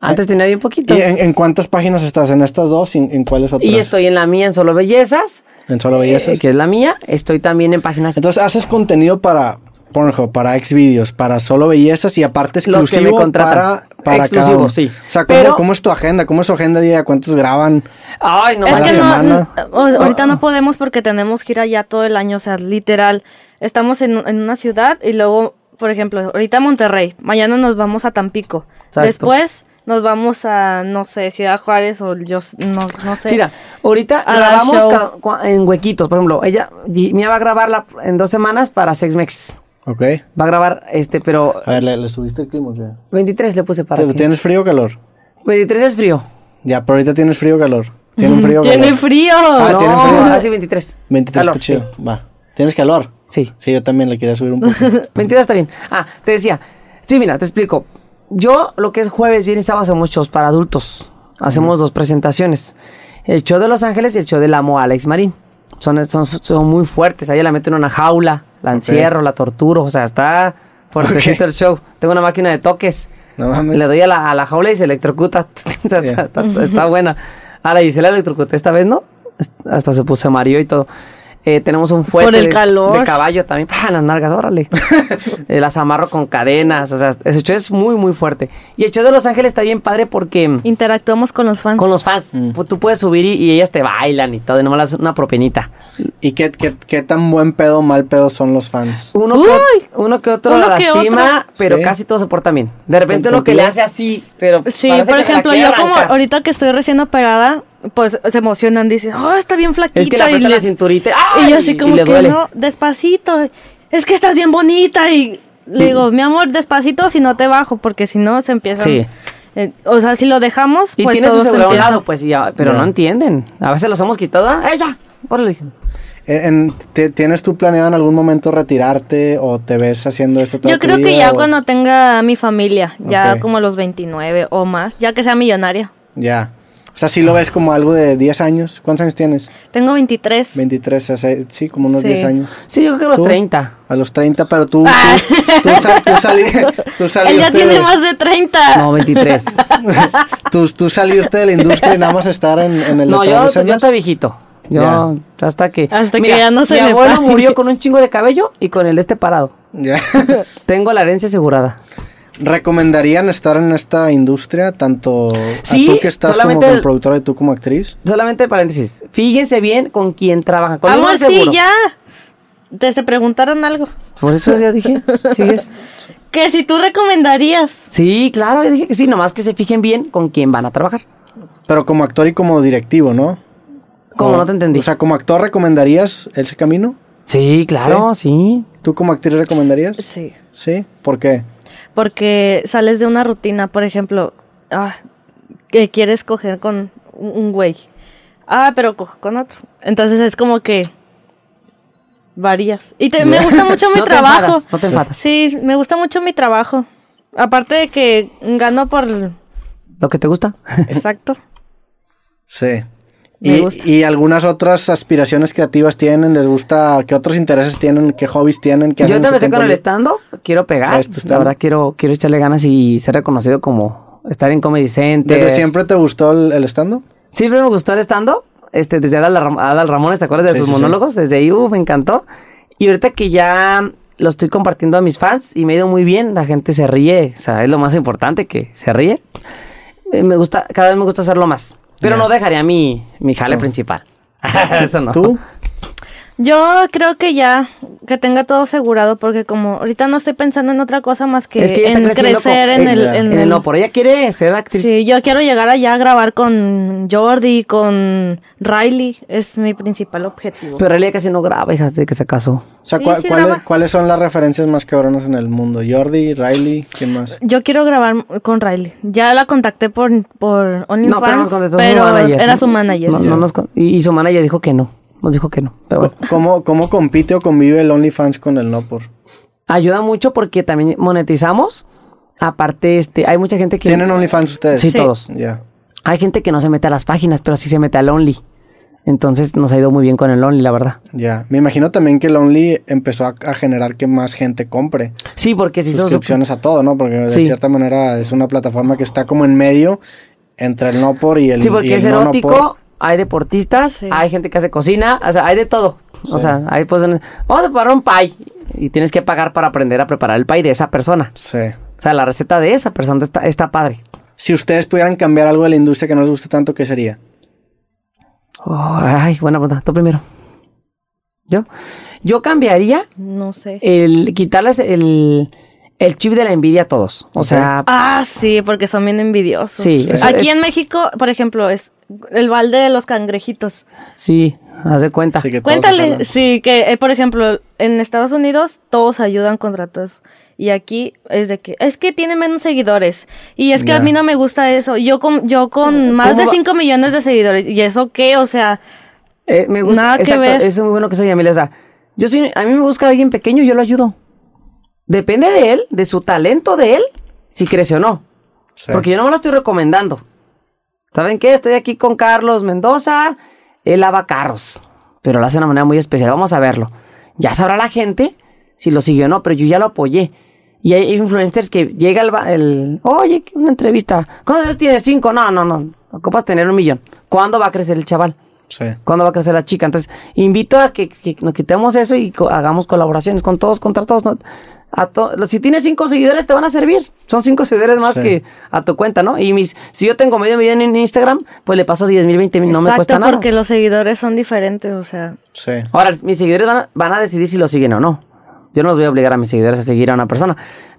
Speaker 3: Antes tenía bien poquitos.
Speaker 1: Eh, ¿Y en, en cuántas páginas estás? ¿En estas dos? ¿Y en, en cuáles otras?
Speaker 3: Y estoy en la mía en Solo Bellezas,
Speaker 1: En solo bellezas.
Speaker 3: eh, que es la mía. Estoy también en páginas.
Speaker 1: Entonces, haces contenido para Pornhub, para Xvideos, para solo bellezas y aparte
Speaker 3: Los que me
Speaker 1: exclusivo
Speaker 3: contratan.
Speaker 1: para, para
Speaker 3: Exclusivo,
Speaker 1: cada uno.
Speaker 3: sí.
Speaker 1: O sea, ¿cómo,
Speaker 3: Pero-
Speaker 1: cómo es tu agenda? ¿Cómo es tu agenda día? ¿Cuántos graban?
Speaker 3: Ay, no,
Speaker 1: a
Speaker 2: es
Speaker 1: la
Speaker 2: que no,
Speaker 1: semana.
Speaker 2: no, o- ahorita no podemos porque tenemos gira ya todo el año, o sea, literal. Estamos en, en una ciudad y luego, por ejemplo, ahorita Monterrey, mañana nos vamos a Tampico.
Speaker 3: Exacto.
Speaker 2: Después nos vamos a, no sé, Ciudad Juárez o yo s- no, no sé.
Speaker 3: Sí, mira, ahorita
Speaker 2: A dar
Speaker 3: grabamos
Speaker 2: show.
Speaker 3: ca- cua- en huequitos. Por ejemplo, ella y- mía va a grabarla en dos semanas para Sex Mex.
Speaker 1: Ok.
Speaker 3: Va a grabar este, pero
Speaker 1: A ver, ¿le, le subiste el clima? o qué?
Speaker 3: 23 le puse para.
Speaker 1: ¿Te-
Speaker 3: que-
Speaker 1: ¿Tienes frío o calor?
Speaker 3: 23 es frío.
Speaker 1: Ya, pero ahorita tienes frío o calor. Tienen frío o calor.
Speaker 2: Tiene frío.
Speaker 1: Ah,
Speaker 3: no,
Speaker 1: tienen frío.
Speaker 3: ahora sí 23.
Speaker 1: 23
Speaker 3: Calor,
Speaker 1: puchero. Va. ¿Tienes calor?
Speaker 3: Sí. sí.
Speaker 1: Sí, yo también le quería subir un poco.
Speaker 3: 23 está bien. Ah, te decía. Sí, mira, te explico. Yo lo que es jueves, viernes y sábado hacemos shows para adultos. Hacemos dos presentaciones. El show de Los Ángeles y el show del amo Alex Marín. Son, son, son muy fuertes. Ahí la meten en una jaula, la encierro, la torturo. O sea, está fuertecito
Speaker 1: Ok.
Speaker 3: el show. Tengo una máquina de toques.
Speaker 1: No mames.
Speaker 3: Le doy a la, a la jaula y se electrocuta. O sea,
Speaker 1: Ya.
Speaker 3: está, está buena. Ahora, y se la electrocuté esta vez, ¿no? Hasta se puso amarillo y todo. Eh, tenemos un fuerte
Speaker 2: Por el
Speaker 3: de-
Speaker 2: calor.
Speaker 3: de caballo también. ¡Pah! Las nalgas, órale. Eh, las amarro con cadenas. O sea, ese hecho es muy, muy fuerte. Y el show de Los Ángeles está bien padre porque
Speaker 2: Interactuamos con los fans.
Speaker 3: con los fans
Speaker 2: Mm.
Speaker 3: pu- tú puedes subir y, y ellas te bailan y todo. Y nomás le haces una propinita.
Speaker 1: ¿Y qué, qué, qué tan buen pedo o mal pedo son los fans?
Speaker 3: Uno, que,
Speaker 2: Uy.
Speaker 3: ot- uno que otro
Speaker 2: Uno
Speaker 3: la
Speaker 2: que
Speaker 3: lastima,
Speaker 2: otro.
Speaker 3: pero
Speaker 1: Sí.
Speaker 3: casi todo se porta bien. De repente uno que le hace así, pero.
Speaker 2: Sí,
Speaker 3: parece
Speaker 2: por
Speaker 3: que se la
Speaker 2: ejemplo,
Speaker 3: quiere
Speaker 2: yo como
Speaker 3: arrancar.
Speaker 2: ahorita que estoy recién operada, pues se emocionan, dicen, oh, está bien flaquita.
Speaker 3: Es que le
Speaker 2: y,
Speaker 3: apretan
Speaker 2: le-
Speaker 3: la cinturita.
Speaker 2: y
Speaker 3: ¡ay!
Speaker 2: yo así como
Speaker 3: le
Speaker 2: que
Speaker 3: duele.
Speaker 2: no, despacito, es que estás bien bonita y le digo, mi amor, despacito si no te bajo, porque si no se empieza. eh,
Speaker 3: Sí.
Speaker 2: o sea, si lo dejamos,
Speaker 3: Y
Speaker 2: pues
Speaker 3: tiene su
Speaker 2: todo se
Speaker 3: celular
Speaker 2: empieza.
Speaker 3: al lado, pues, y ya, pero
Speaker 1: Ya.
Speaker 3: no entienden. A veces los hemos quitado. ¡Ay, ya! Órale.
Speaker 1: En- en- te- ¿Tienes tú planeado en algún momento retirarte o te ves haciendo esto toda
Speaker 2: Yo
Speaker 1: tu
Speaker 2: creo que
Speaker 1: vida,
Speaker 2: ya
Speaker 1: o-
Speaker 2: cuando tenga a mi familia, ya
Speaker 1: Ok.
Speaker 2: como a los 29 o más, ya que sea millonaria.
Speaker 1: Ya. O sea, si lo ves como algo de 10 años. ¿Cuántos años tienes?
Speaker 2: Tengo 23.
Speaker 1: 23, o sea, sí, como unos
Speaker 2: Sí.
Speaker 1: 10 años.
Speaker 3: Sí, yo creo que los
Speaker 1: ¿Tú?
Speaker 3: 30.
Speaker 1: A los 30, pero tú,
Speaker 2: Ah.
Speaker 1: tú, tú, sal- tú sali- tú salirte
Speaker 2: Él ya tiene
Speaker 1: de-
Speaker 2: más de 30.
Speaker 3: No, 23.
Speaker 1: tú, tú salirte de la industria y nada más estar en, en el
Speaker 3: no,
Speaker 1: detrás de
Speaker 3: yo, yo
Speaker 1: escenas.
Speaker 3: hasta viejito. Yo,
Speaker 1: Ya.
Speaker 3: hasta que.
Speaker 2: Hasta que ya no se
Speaker 3: Mi
Speaker 2: le
Speaker 3: abuelo
Speaker 2: pare.
Speaker 3: murió con un chingo de cabello y con el este parado.
Speaker 1: Ya.
Speaker 3: Tengo la herencia asegurada.
Speaker 1: ¿Recomendarían estar en esta industria tanto
Speaker 3: Sí,
Speaker 1: a tú que estás como,
Speaker 3: solamente
Speaker 1: como
Speaker 3: el-
Speaker 1: productora y tú como actriz?
Speaker 3: Solamente paréntesis. Fíjense bien con quién trabajan. Con
Speaker 2: Amor,
Speaker 3: es seguro.
Speaker 2: sí, ya. Te, te preguntaron algo.
Speaker 3: Por eso yo dije. ¿Sigues?
Speaker 2: Que si tú recomendarías.
Speaker 3: Sí, claro, yo dije que sí. Nomás que se fijen bien con quién van a trabajar.
Speaker 1: Pero como actor y como directivo, ¿no?
Speaker 3: Como
Speaker 1: O-
Speaker 3: no te entendí.
Speaker 1: O sea, como actor recomendarías ese camino?
Speaker 3: sí, claro, sí.
Speaker 1: ¿Tú como actriz recomendarías?
Speaker 2: Sí.
Speaker 1: Sí, ¿por qué?
Speaker 2: Porque sales de una rutina, por ejemplo, ah, que quieres coger con un un güey. Ah, pero cojo con otro. Entonces es como que varías. Y te- me gusta mucho mi
Speaker 3: No te
Speaker 2: trabajo.
Speaker 3: enfadas, no te enfadas.
Speaker 2: Sí, me gusta mucho mi trabajo. Aparte de que gano por...
Speaker 3: Lo que te gusta.
Speaker 2: Exacto.
Speaker 1: Sí.
Speaker 2: Me
Speaker 1: Y,
Speaker 2: gusta.
Speaker 1: y algunas otras aspiraciones creativas tienen, les gusta, qué otros intereses tienen, qué hobbies tienen, qué
Speaker 3: Yo
Speaker 1: hacen en
Speaker 3: ahorita
Speaker 1: su
Speaker 3: me estoy
Speaker 1: tiempo
Speaker 3: con el
Speaker 1: libre?
Speaker 3: stand-up, quiero pegar.
Speaker 1: ¿Traes tu
Speaker 3: La
Speaker 1: stand-up?
Speaker 3: verdad, quiero, quiero echarle ganas y ser reconocido como estar en Comedy Center.
Speaker 1: ¿Desde siempre te gustó el, el stand-up?
Speaker 3: Siempre me gustó el stand-up. Este, desde Adal, Ram- Adal Ramones, ¿te acuerdas de
Speaker 1: Sí,
Speaker 3: sus
Speaker 1: sí, sí.
Speaker 3: monólogos? Desde ahí, uh, me encantó. Y ahorita que ya lo estoy compartiendo a mis fans y me ha ido muy bien, la gente se ríe. O sea, es lo más importante que se ríe. Eh, Me gusta, cada vez me gusta hacerlo más. Pero
Speaker 1: Ya.
Speaker 3: no dejaría mi, mi jale
Speaker 1: Sí.
Speaker 3: principal. Eso no.
Speaker 1: ¿Tú?
Speaker 2: Yo creo que ya, que tenga todo asegurado, porque como ahorita no estoy pensando en otra cosa más que,
Speaker 3: Es que ya está
Speaker 2: en
Speaker 3: creciendo
Speaker 2: crecer
Speaker 3: como-
Speaker 2: en el...
Speaker 1: en-
Speaker 3: En el no, por ella quiere ser actriz.
Speaker 2: Sí, yo quiero llegar allá a grabar con Jordi, con Riley, es mi principal objetivo.
Speaker 3: Pero ella casi no graba, hija, desde que se casó.
Speaker 1: O sea,
Speaker 2: Sí,
Speaker 1: ¿cuál-
Speaker 2: sí
Speaker 1: cuál-
Speaker 2: graba.
Speaker 1: ¿cuáles son las referencias más cabronas en el mundo? Jordi, Riley, ¿quién más?
Speaker 2: Yo quiero grabar con Riley. Ya la contacté por, por
Speaker 3: No, pero nos
Speaker 2: OnlyFans, pero,
Speaker 3: contestó su manager.
Speaker 2: era su manager.
Speaker 3: No, no nos con- y, y su manager dijo que no. Nos dijo que no. Pero bueno.
Speaker 1: ¿Cómo, ¿Cómo compite o convive el OnlyFans con el no por?
Speaker 3: Ayuda mucho porque también monetizamos. Aparte, este, hay mucha gente que.
Speaker 1: ¿Tienen OnlyFans ustedes?
Speaker 3: Sí,
Speaker 2: Sí.
Speaker 3: todos.
Speaker 1: Ya.
Speaker 3: Hay gente que no se mete a las páginas, pero sí se mete al Only. Entonces nos ha ido muy bien con el Only, la verdad.
Speaker 1: Ya, me imagino también que el Only empezó a, a generar que más gente compre
Speaker 3: Sí, porque si sos.
Speaker 1: suscripciones a todo, ¿no? Porque de
Speaker 3: Sí.
Speaker 1: cierta manera es una plataforma que está como en medio entre el no por y el
Speaker 3: Sí,
Speaker 1: y
Speaker 3: porque
Speaker 1: el
Speaker 3: es
Speaker 1: no, no
Speaker 3: erótico,
Speaker 1: por.
Speaker 3: hay deportistas,
Speaker 2: Sí.
Speaker 3: hay gente que hace cocina, o sea, hay de todo. O
Speaker 1: Sí.
Speaker 3: sea, hay pues. Vamos a preparar un pie. Y tienes que pagar para aprender a preparar el pie de esa persona.
Speaker 1: Sí.
Speaker 3: O sea, la receta de esa persona está, está padre.
Speaker 1: Si ustedes pudieran cambiar algo de la industria que no les guste tanto, ¿qué sería?
Speaker 3: Oh, ay, buena pregunta. Tú primero. ¿Yo? Yo cambiaría
Speaker 2: No
Speaker 3: Eh.
Speaker 2: sé.
Speaker 3: el quitarles el, el chip de la envidia a todos. O
Speaker 1: Ok.
Speaker 3: sea,
Speaker 2: Ah, sí, porque son bien envidiosos.
Speaker 3: Sí, es-
Speaker 2: Aquí
Speaker 3: es-
Speaker 2: en México, por ejemplo, es el balde de los cangrejitos.
Speaker 3: sí, haz de cuenta.
Speaker 1: Así que todos
Speaker 2: Cuéntale,
Speaker 1: ojalá.
Speaker 2: sí, que eh, por ejemplo, en Estados Unidos todos ayudan contra todos. Y aquí es de que, es que tiene menos seguidores. Y es que a
Speaker 1: Ya.
Speaker 2: mí no me gusta eso. Yo con, yo con más
Speaker 3: ¿Cómo
Speaker 2: de
Speaker 3: va?
Speaker 2: 5 millones de seguidores. ¿Y eso qué? O sea,
Speaker 3: Eh, me gusta.
Speaker 2: Nada que
Speaker 3: exacto,
Speaker 2: ver.
Speaker 3: Eso es muy bueno que soy Yamila. O sea, yo soy, a mí me busca alguien pequeño, yo lo ayudo. Depende de él, de su talento de él, si crece o no.
Speaker 1: Sí.
Speaker 3: Porque yo no me lo estoy recomendando. ¿Saben qué? Estoy aquí con Carlos Mendoza. Él lava carros, pero lo hace de una manera muy especial. Vamos a verlo. Ya sabrá la gente si lo sigue o no, pero yo ya lo apoyé. Y hay influencers que llega el, va- el oye, que una entrevista. ¿Cuántos años tienes? Cinco. No, no, no. Ocupas tener un millón. ¿Cuándo va a crecer el chaval?
Speaker 1: Sí.
Speaker 3: ¿Cuándo va a crecer la chica? Entonces, invito a que, que nos quitemos eso y co- hagamos colaboraciones con todos, contra todos. ¿no? A to- si tienes cinco seguidores, te van a servir. Son cinco seguidores más
Speaker 1: Sí.
Speaker 3: que a tu cuenta, ¿no? Y mis, si yo tengo medio millón en Instagram, pues le paso 10 mil, 20 mil, no me cuesta
Speaker 2: exacto,
Speaker 3: nada.
Speaker 2: porque los seguidores son diferentes. O sea,
Speaker 1: Sí.
Speaker 3: Ahora, mis seguidores van a, van a decidir si lo siguen o no. Yo no los voy a obligar a mis seguidores a seguir a una persona.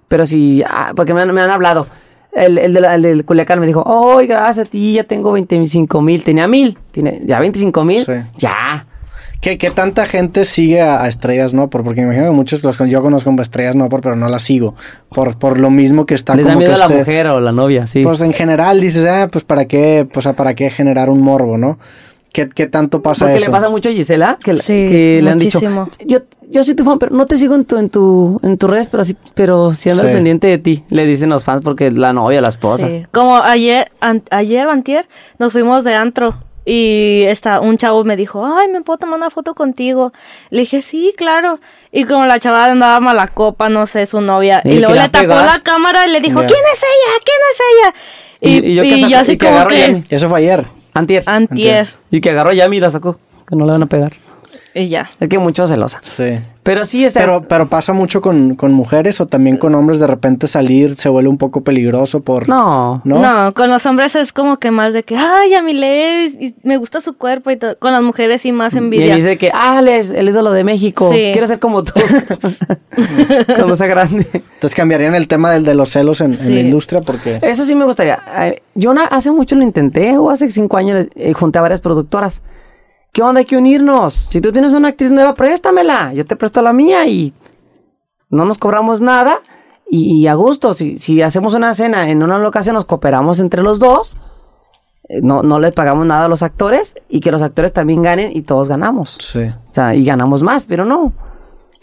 Speaker 3: Pero si, ah, porque me han, me han hablado. El, el, de la- el del Culiacán me dijo, hoy gracias a ti ya tengo 25 mil, tenía mil, tiene ya 25 mil,
Speaker 1: Sí.
Speaker 3: ya.
Speaker 1: ¿Qué, qué tanta gente sigue a, a Estrellas No Por? Porque me imagino que muchos los con- yo conozco a Estrellas No Por, pero no las sigo. Por, por lo mismo que está
Speaker 3: Les da
Speaker 1: como
Speaker 3: miedo
Speaker 1: que
Speaker 3: a la
Speaker 1: este-
Speaker 3: mujer o la novia, sí.
Speaker 1: Pues en general dices, ah, pues para qué, pues ah, para qué generar un morbo, ¿no? ¿Qué, qué tanto pasa
Speaker 3: Porque
Speaker 1: eso?
Speaker 3: le pasa mucho a Gisela, que, la-
Speaker 2: Sí,
Speaker 3: que le han dicho,
Speaker 2: muchísimo.
Speaker 3: yo, yo soy tu fan, pero no te sigo en tu, en tu, en tus redes, pero sí, pero sí ando al
Speaker 1: Sí.
Speaker 3: pendiente de ti, le dicen los fans porque la novia, la esposa.
Speaker 2: sí. Como ayer, an- ayer o antier, nos fuimos de antro. Y está, un chavo me dijo, ay, ¿me puedo tomar una foto contigo? Le dije, sí, claro. Y como la chava andaba mala copa, no sé, su novia.
Speaker 3: Y
Speaker 2: Y, luego
Speaker 3: que
Speaker 2: le
Speaker 3: la
Speaker 2: tapó
Speaker 3: pegó.
Speaker 2: la cámara y le dijo,
Speaker 1: Ya.
Speaker 2: ¿quién es ella? ¿Quién es ella? Y,
Speaker 3: Y- y yo
Speaker 2: y
Speaker 3: que
Speaker 2: yo,
Speaker 3: saco-
Speaker 2: así
Speaker 3: y que
Speaker 2: como
Speaker 3: agarro
Speaker 2: que,
Speaker 3: Yami.
Speaker 1: Eso fue ayer.
Speaker 3: Antier.
Speaker 2: antier.
Speaker 3: y que agarró a Yami y la sacó, que no le van a pegar.
Speaker 2: Y ya.
Speaker 3: Es que mucho celosa.
Speaker 1: Sí.
Speaker 3: Pero sí, está
Speaker 1: Pero, pero pasa mucho con, con mujeres o también con hombres de repente salir se vuelve un poco peligroso por...
Speaker 3: No.
Speaker 1: ¿No?
Speaker 2: ¿No? con los hombres es como que más de que, ay, a mi y me gusta su cuerpo y todo. Con las mujeres sí más
Speaker 3: Y él
Speaker 2: envidia.
Speaker 3: dice que, ah, él es el ídolo de México,
Speaker 2: Sí.
Speaker 3: quiero ser como tú. Cuando sea grande.
Speaker 1: Entonces cambiarían el tema del de los celos en, en
Speaker 2: Sí.
Speaker 1: la industria porque...
Speaker 3: Eso sí me gustaría. Eh, Yo na- hace mucho lo intenté, o hace cinco años eh, junté a varias productoras. ¿Qué onda? Hay que unirnos. Si tú tienes una actriz nueva, préstamela. Yo te presto la mía y no nos cobramos nada. Y, y a gusto, si, si hacemos una cena en una locación, nos cooperamos entre los dos. Eh, No, no les pagamos nada a los actores y que los actores también ganen y todos ganamos.
Speaker 1: Sí.
Speaker 3: O sea, y ganamos más, pero no.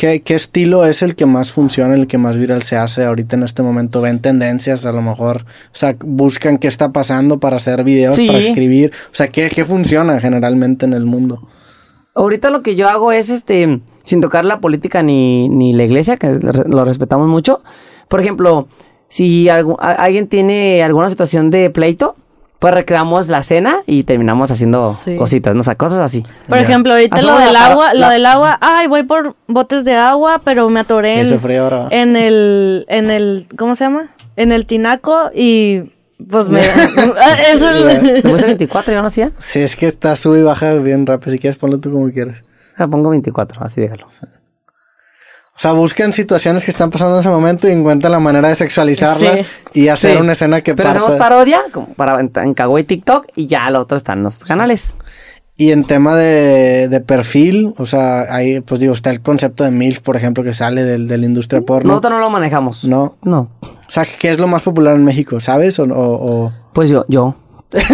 Speaker 1: ¿Qué, qué estilo es el que más funciona, el que más viral se hace ahorita en este momento? ¿Ven tendencias a lo mejor? O sea, buscan qué está pasando para hacer videos,
Speaker 3: Sí.
Speaker 1: para escribir. O sea, ¿qué, qué funciona generalmente en el mundo?
Speaker 3: Ahorita lo que yo hago es, este, sin tocar la política ni, ni la iglesia, que es- lo respetamos mucho. Por ejemplo, si algu- a- alguien tiene alguna situación de pleito, pues recreamos la cena y terminamos haciendo
Speaker 2: Sí.
Speaker 3: cositas, no sé, cosas así.
Speaker 2: Por
Speaker 1: Ya.
Speaker 2: ejemplo, ahorita lo
Speaker 3: Hacemos
Speaker 2: del
Speaker 3: la-
Speaker 2: agua,
Speaker 3: la-
Speaker 2: lo del agua, ay, voy por botes de agua, pero me atoré
Speaker 1: Ese
Speaker 2: en,
Speaker 1: frío ahora.
Speaker 2: en el, en el, ¿cómo se llama? En el tinaco y pues me... eso es-
Speaker 3: Me gusta 24, yo no hacía.
Speaker 1: Si es que está sub y baja bien rápido, si quieres ponlo tú como quieras.
Speaker 3: Le pongo 24, así déjalo.
Speaker 1: O sea, buscan situaciones que están pasando en ese momento y encuentran la manera de sexualizarla
Speaker 2: Sí.
Speaker 1: y hacer
Speaker 3: Sí.
Speaker 1: una escena que
Speaker 3: Pero hacemos
Speaker 1: parta.
Speaker 3: parodia como para en, en Kawaii TikTok y ya lo otro está en nuestros canales.
Speaker 1: Y en tema de, de perfil, o sea, ahí pues digo, está el concepto de MILF, por ejemplo, que sale del, de la industria porno.
Speaker 3: Nosotros no lo manejamos.
Speaker 1: No.
Speaker 3: No.
Speaker 1: O sea, ¿qué es lo más popular en México? ¿Sabes? O, o, o-
Speaker 3: Pues yo, yo.
Speaker 1: pues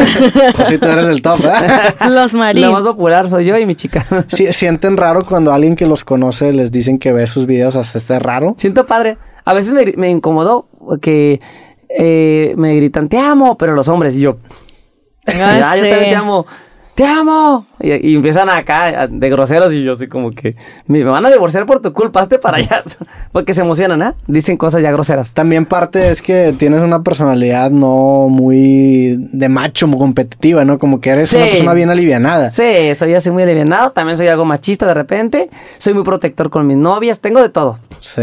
Speaker 1: sí, tú eres del top, ¿verdad?
Speaker 2: los
Speaker 3: Lo más
Speaker 2: marines.
Speaker 3: popular soy yo y mi chica.
Speaker 1: Sí, sienten raro cuando alguien que los conoce les dicen que ve sus videos hasta este raro.
Speaker 3: Siento padre. A veces me, me incomodó que eh, me gritan, te amo, pero los hombres. Y yo,
Speaker 2: Ah,
Speaker 3: "Ah, yo
Speaker 2: sí.
Speaker 3: también te amo. ¡Te amo! Y, y empiezan acá a- de groseros y yo así como que me me van a divorciar por tu culpa, hazte para allá. Porque se emocionan, ¿ah? Dicen cosas ya groseras.
Speaker 1: También parte es que tienes una personalidad no muy de macho, muy competitiva, ¿no? Como que eres una
Speaker 3: Sí.
Speaker 1: persona bien alivianada.
Speaker 3: Sí, soy así muy alivianado, también soy algo machista de repente, soy muy protector con mis novias, tengo de todo.
Speaker 1: Sí.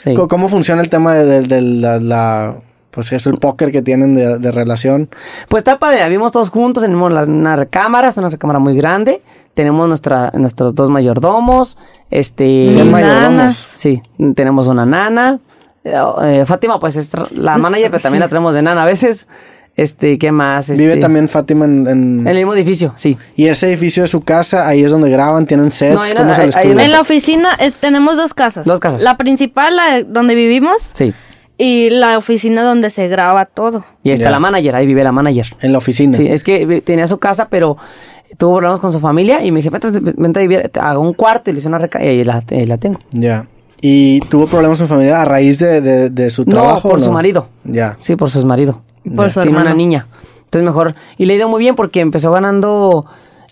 Speaker 3: Sí.
Speaker 1: Co- ¿Cómo funciona el tema de, de- de la, la- pues eso, el póker que tienen de, de relación?
Speaker 3: Pues está padre, la vimos todos juntos, tenemos la- una recámara, es una recámara muy grande, tenemos nuestra, nuestros dos mayordomos, este...
Speaker 1: Bien mayordomos.
Speaker 3: nanas. Sí, tenemos una nana, eh, eh, Fátima pues es tra- la
Speaker 1: Mm,
Speaker 3: manager, pero también la tenemos de nana a veces, este, ¿qué más? Este,
Speaker 1: Vive también Fátima en... en-
Speaker 3: En el mismo edificio, sí.
Speaker 1: Y ese edificio de su casa, ahí es donde graban, tienen sets,
Speaker 3: No, ahí no-
Speaker 1: ¿cómo es el
Speaker 3: ahí- ahí
Speaker 1: estudio?
Speaker 3: no-
Speaker 2: En la oficina eh, tenemos dos casas.
Speaker 3: Dos casas.
Speaker 2: La principal, la de- donde vivimos,
Speaker 3: Sí.
Speaker 2: y la oficina donde se graba todo.
Speaker 3: Y ahí está
Speaker 1: Ya.
Speaker 3: la manager, ahí vive la manager.
Speaker 1: En la oficina.
Speaker 3: Sí, es que vi- tenía su casa, pero tuvo problemas con su familia y me dije, vente, vente a vivir a un cuarto y le hice una reca y ahí la, ahí la tengo.
Speaker 1: Ya. ¿Y tuvo problemas con su familia a raíz de, de- de su
Speaker 3: No,
Speaker 1: trabajo? o
Speaker 3: por su marido.
Speaker 1: Ya.
Speaker 3: Sí, por su marido.
Speaker 2: Y Por su
Speaker 3: Tiene
Speaker 2: hermana.
Speaker 3: una niña. Entonces mejor. Y le ha ido muy bien porque empezó ganando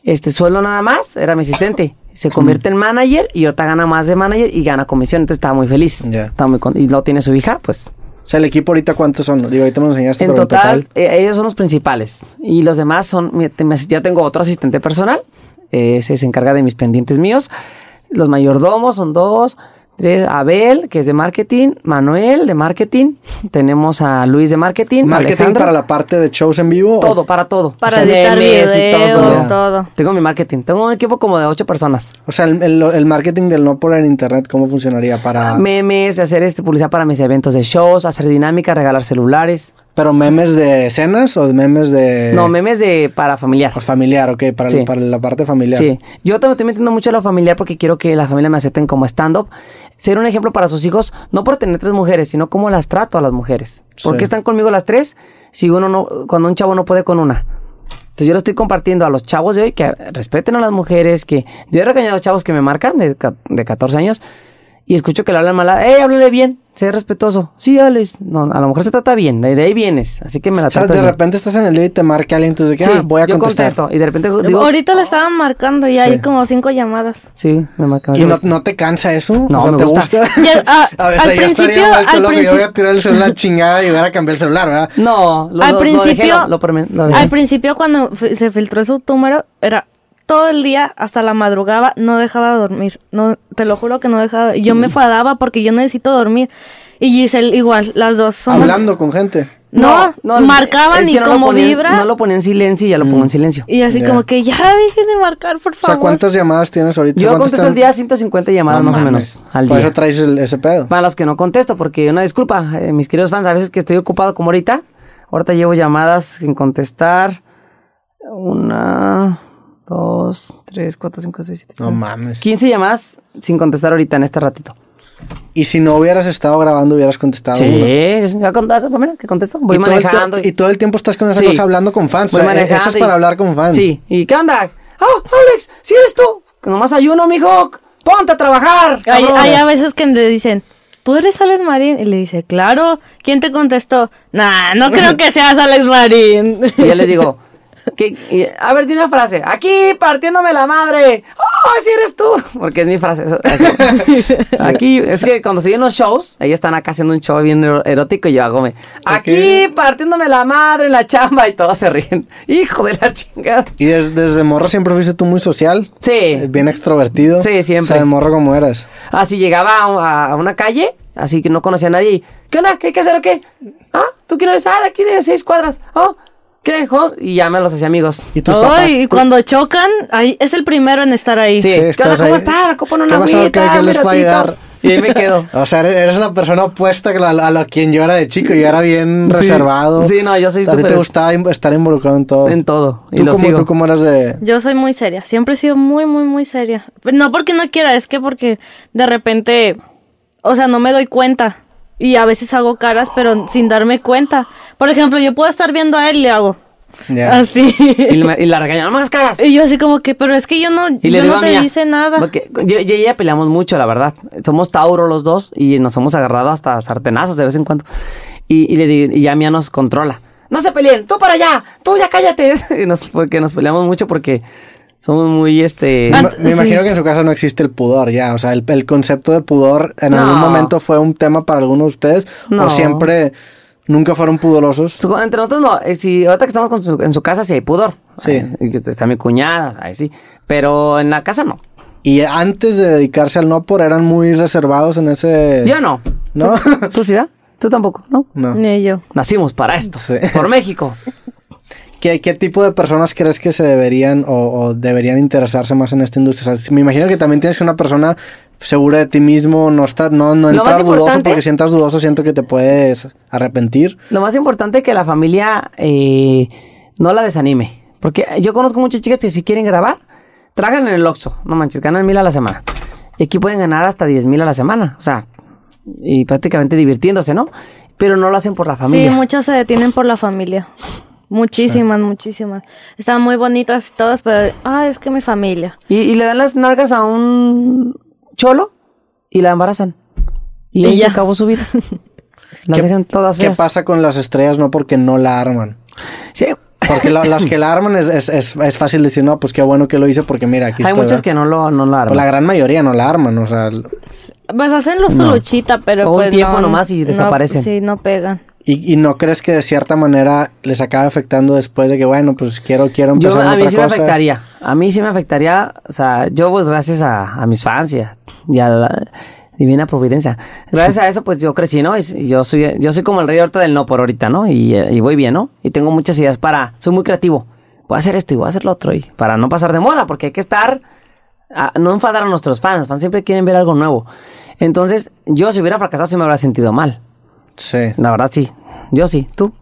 Speaker 3: este sueldo nada más, era mi asistente. Se convierte en manager y ahorita gana más de manager y gana comisión. Entonces estaba muy feliz.
Speaker 1: Ya.
Speaker 3: Estaba muy con- y lo tiene su hija, pues.
Speaker 1: O sea, el equipo ahorita, ¿cuántos son? Digo, ahorita me lo enseñaste,
Speaker 3: En
Speaker 1: pero
Speaker 3: total, eh, ellos son los principales. Y los demás son. mi- te- me- Ya tengo otro asistente personal. eh, Ese se encarga de mis pendientes míos. Los mayordomos son dos. Tres, Abel, que es de marketing. Manuel, de marketing. Tenemos a Luis, de marketing.
Speaker 1: ¿Marketing
Speaker 3: Alejandro.
Speaker 1: para la parte de shows en vivo? o-
Speaker 3: Todo, para todo.
Speaker 2: Para
Speaker 3: O sea,
Speaker 2: editar
Speaker 3: memes y todo, pues,
Speaker 2: videos,
Speaker 1: ya.
Speaker 2: todo.
Speaker 3: Tengo mi marketing. Tengo un equipo como de ocho personas.
Speaker 1: O sea, el, el- el marketing del no por en internet, ¿cómo funcionaría? Para...
Speaker 3: Memes, hacer este, publicidad para mis eventos de shows, hacer dinámica, regalar celulares.
Speaker 1: ¿Pero memes de escenas o memes de...?
Speaker 3: no, memes de para familiar.
Speaker 1: O Familiar, ok, para,
Speaker 3: Sí.
Speaker 1: para la parte familiar.
Speaker 3: Sí, yo también estoy metiendo mucho a lo familiar porque quiero que la familia me acepten como stand-up. Ser un ejemplo para sus hijos, no por tener tres mujeres, sino cómo las trato a las mujeres. ¿Por
Speaker 1: Sí.
Speaker 3: qué están conmigo las tres si uno no, cuando un chavo no puede con una? Entonces yo lo estoy compartiendo a los chavos de hoy que respeten a las mujeres, que yo he regañado a los chavos que me marcan de, ca- de 14 años y escucho que le hablan mal, ¡eh, háblale bien! Sé respetuoso. Sí, Alex. No, a lo mejor se trata bien, de de ahí vienes. Así que me la
Speaker 1: O sea,
Speaker 3: tratas
Speaker 1: de
Speaker 3: bien.
Speaker 1: repente estás en el día y te marca alguien, entonces, ¿qué?
Speaker 3: Sí,
Speaker 1: Ah, voy a
Speaker 3: yo
Speaker 1: contestar.
Speaker 3: contesto y de repente digo,
Speaker 2: Ahorita le estaban marcando y hay
Speaker 1: Sí.
Speaker 2: como cinco llamadas.
Speaker 3: sí, me marcan.
Speaker 1: ¿Y no, no te cansa eso?
Speaker 3: No,
Speaker 1: o sea,
Speaker 3: me
Speaker 1: ¿te
Speaker 3: gusta.
Speaker 1: gusta?
Speaker 2: Ya, ah,
Speaker 1: a veces
Speaker 2: al
Speaker 1: yo estaría
Speaker 2: principio-
Speaker 1: vuelto
Speaker 2: al
Speaker 1: loco, yo voy a
Speaker 2: princi-
Speaker 1: tirar el celular chingada y voy a cambiar el celular, ¿verdad?
Speaker 3: No, lo,
Speaker 2: al
Speaker 3: lo- lo
Speaker 2: principio,
Speaker 3: dejé, lo- lo perme- lo dejé.
Speaker 2: al principio cuando fi- se filtró su número era todo el día hasta la madrugada no dejaba de dormir. No, te lo juro que no dejaba. Yo me enfadaba porque yo necesito dormir. Y Giselle igual, las dos somos
Speaker 1: Hablando con gente.
Speaker 2: No, marcaban
Speaker 3: es
Speaker 2: y
Speaker 3: que no lo
Speaker 2: como
Speaker 3: ponía-
Speaker 2: vibra.
Speaker 3: No lo ponía en silencio y ya lo pongo
Speaker 1: Mm.
Speaker 3: en silencio.
Speaker 2: y así
Speaker 1: Ya.
Speaker 2: como que ya dejen de marcar, por
Speaker 1: O sea,
Speaker 2: favor.
Speaker 1: ¿cuántas llamadas tienes ahorita?
Speaker 3: Yo
Speaker 1: ¿Cuántas
Speaker 3: contesto
Speaker 1: están?
Speaker 3: al día 150 llamadas
Speaker 1: No
Speaker 3: más o
Speaker 1: mames.
Speaker 3: menos al
Speaker 1: Por
Speaker 3: día.
Speaker 1: eso traes el- ese pedo.
Speaker 3: Para los que no contesto, porque una disculpa, eh, mis queridos fans, a veces que estoy ocupado como ahorita, ahorita llevo llamadas sin contestar. Una, dos, tres, cuatro, cinco, seis, siete.
Speaker 1: No
Speaker 3: ocho,
Speaker 1: mames.
Speaker 3: 15 llamadas sin contestar ahorita en este ratito.
Speaker 1: Y si no hubieras estado grabando, hubieras contestado Ah, uno.
Speaker 3: Sí, ya con- ya con- mira, que contesto. Voy
Speaker 1: y todo el to-
Speaker 3: manejando.
Speaker 1: y todo el tiempo estás con esa
Speaker 3: Sí.
Speaker 1: cosa hablando con fans. O
Speaker 3: Voy
Speaker 1: sea, e- eso
Speaker 3: manejando
Speaker 1: es
Speaker 3: y-
Speaker 1: para hablar con fans.
Speaker 3: eh, Sí, ¿y qué onda? ¡Ah, Alex! ¡Sí eres tú! Que nomás ayuno, mijo. ¡Ponte a trabajar!
Speaker 2: Hay,
Speaker 3: cabrón!
Speaker 2: hay a veces que le dicen, ¿tú eres Alex Marín? Y le dice, claro. ¿Quién te contestó? Nah, no creo que seas Alex Marín.
Speaker 3: Y yo les digo, Que- y- a ver, di una frase. Aquí partiéndome la madre. ¡Oh, si eres tú! Porque es mi frase. eso- aquí, es que cuando siguen los shows, ellos están acá haciendo un show bien ero- erótico y yo hago, me, aquí partiéndome la madre en la chamba y todos se ríen. Hijo de la chingada.
Speaker 1: Y des- desde morro siempre fuiste tú muy social.
Speaker 3: Sí.
Speaker 1: Eh, Bien extrovertido.
Speaker 3: Sí, siempre.
Speaker 1: O sea, de morro como eras.
Speaker 3: Así llegaba a, a una calle, así que no conocía a nadie. y, ¿Qué onda? ¿Qué hay que hacer o qué? ¿Ah? ¿Tú quién eres? Ah, de aquí de seis cuadras. ¿Oh? ¿Qué? ¿Jos? Y ya me los hacía amigos.
Speaker 1: Y tus
Speaker 2: Ay,
Speaker 1: papás.
Speaker 2: y cuando chocan, ahí es el primero en estar ahí.
Speaker 3: Sí.
Speaker 1: Sí,
Speaker 3: ¿Qué onda?
Speaker 1: estás
Speaker 3: ¿Cómo
Speaker 1: ahí.
Speaker 3: están? ¿Cómo no
Speaker 1: ¿Qué
Speaker 3: una
Speaker 1: pasó? ¿Qué-
Speaker 3: agüita?
Speaker 1: qué
Speaker 3: un
Speaker 1: les puedo
Speaker 3: minutito?
Speaker 1: ayudar?
Speaker 3: Y ahí me quedo.
Speaker 1: O sea, eres- eres la persona opuesta a, la- a la quien yo era de chico. Yo era bien
Speaker 3: Sí.
Speaker 1: reservado.
Speaker 3: Sí, no, yo soy
Speaker 1: A ti
Speaker 3: súper-
Speaker 1: te gustaba in- estar involucrado en todo.
Speaker 3: En todo, y
Speaker 1: ¿Tú,
Speaker 3: lo
Speaker 1: cómo,
Speaker 3: sigo.
Speaker 1: ¿Tú cómo eras de...?
Speaker 2: Yo soy muy seria, siempre he sido muy, muy, muy seria. No porque no quiera, es que porque de repente, o sea, no me doy cuenta. Y a veces hago caras, pero sin darme cuenta. Por ejemplo, yo puedo estar viendo a él y le hago
Speaker 3: Ah,
Speaker 1: Ya.
Speaker 2: así.
Speaker 3: Y, la- y la regañaron más caras.
Speaker 2: Y yo así como que, pero es que yo no,
Speaker 3: Y le
Speaker 2: yo
Speaker 3: digo
Speaker 2: no
Speaker 3: a
Speaker 2: te
Speaker 3: Mía,
Speaker 2: hice nada.
Speaker 3: porque yo, yo y ella peleamos mucho, la verdad. Somos Tauro los dos y nos hemos agarrado hasta sartenazos de vez en cuando. Y, y le di- y ya Mía nos controla. No se peleen, tú para allá, tú ya cállate. Y nos- porque nos peleamos mucho porque somos muy este.
Speaker 1: Me-
Speaker 2: Ah,
Speaker 1: Eh, me
Speaker 2: sí.
Speaker 1: imagino que en su casa no existe el pudor ya, o sea, el, el concepto de pudor en
Speaker 3: No.
Speaker 1: algún momento fue un tema para algunos de ustedes
Speaker 3: No.
Speaker 1: o siempre nunca fueron pudorosos.
Speaker 3: Su- Entre nosotros no, eh, si ahorita que estamos con su- en su casa sí hay pudor.
Speaker 1: Sí.
Speaker 3: Ay, está mi cuñada, ahí sí. Pero en la casa no.
Speaker 1: Y antes de dedicarse al no por eran muy reservados en ese...
Speaker 3: Yo no.
Speaker 1: ¿No?
Speaker 3: ¿Tú sí, verdad? Tú tampoco, ¿no?
Speaker 1: No.
Speaker 2: Ni yo.
Speaker 3: Nacimos para esto.
Speaker 1: Sí.
Speaker 3: Por México.
Speaker 1: ¿Qué, qué tipo de personas crees que se deberían o, o deberían interesarse más en esta industria? O sea, me imagino que también tienes que ser una persona segura de ti mismo, no estar, no, no
Speaker 3: Lo más
Speaker 1: entrar dudoso,
Speaker 3: importante-
Speaker 1: porque si entras dudoso siento que te puedes arrepentir.
Speaker 3: Lo más importante es que la familia eh, no la desanime. Porque yo conozco muchas chicas que si quieren grabar, tragan en el Oxxo. No manches, ganan mil a la semana. Y aquí pueden ganar hasta diez mil a la semana. O sea, y prácticamente divirtiéndose, ¿no? Pero no lo hacen por la familia.
Speaker 2: Sí, muchas se detienen por la familia. Muchísimas, muchísimas. Estaban muy bonitas todas, pero, ah, es que mi familia.
Speaker 3: Y, y le dan las nalgas a un cholo y la embarazan. Y,
Speaker 2: Y
Speaker 3: ahí
Speaker 2: ya.
Speaker 3: se acabó su vida. Las
Speaker 1: ¿Qué-
Speaker 3: dejan todas
Speaker 1: ¿Qué
Speaker 3: feas.
Speaker 1: pasa con las estrellas? No porque no la arman.
Speaker 3: Sí.
Speaker 1: Porque la- las que la arman es, es, es- es fácil decir, no, pues qué bueno que lo hice porque mira, aquí
Speaker 3: Hay
Speaker 1: estoy,
Speaker 3: muchas
Speaker 1: ¿verdad?
Speaker 3: que no lo, no lo
Speaker 1: Pues la
Speaker 3: arman.
Speaker 1: gran mayoría no la arman, o sea... l-
Speaker 2: Pues hacen lo su
Speaker 3: No.
Speaker 2: luchita, pero
Speaker 3: O un
Speaker 2: pues
Speaker 3: tiempo
Speaker 2: no,
Speaker 3: nomás y
Speaker 2: no,
Speaker 3: desaparecen.
Speaker 2: sí, no pegan.
Speaker 1: Y, y no crees que de cierta manera les acaba afectando después de que, bueno, pues quiero, quiero
Speaker 3: Yo,
Speaker 1: empezar en
Speaker 3: a mí
Speaker 1: otra
Speaker 3: sí me
Speaker 1: cosa?
Speaker 3: afectaría. A mí sí me afectaría. O sea, yo pues gracias a, a mis fans y a, y a la divina providencia. Gracias a eso pues yo crecí, ¿no? Y, s- y yo soy yo soy como el rey ahorita del no por ahorita, ¿no? Y, eh, y voy bien, ¿no? Y tengo muchas ideas para... Soy muy creativo. Voy a hacer esto y voy a hacer lo otro. Y para no pasar de moda, porque hay que estar... a- no enfadar a nuestros fans. Fans siempre quieren ver algo nuevo. Entonces, yo si hubiera fracasado, sí me habría sentido mal.
Speaker 1: Sí.
Speaker 3: La verdad, sí. Yo sí. ¿Tú?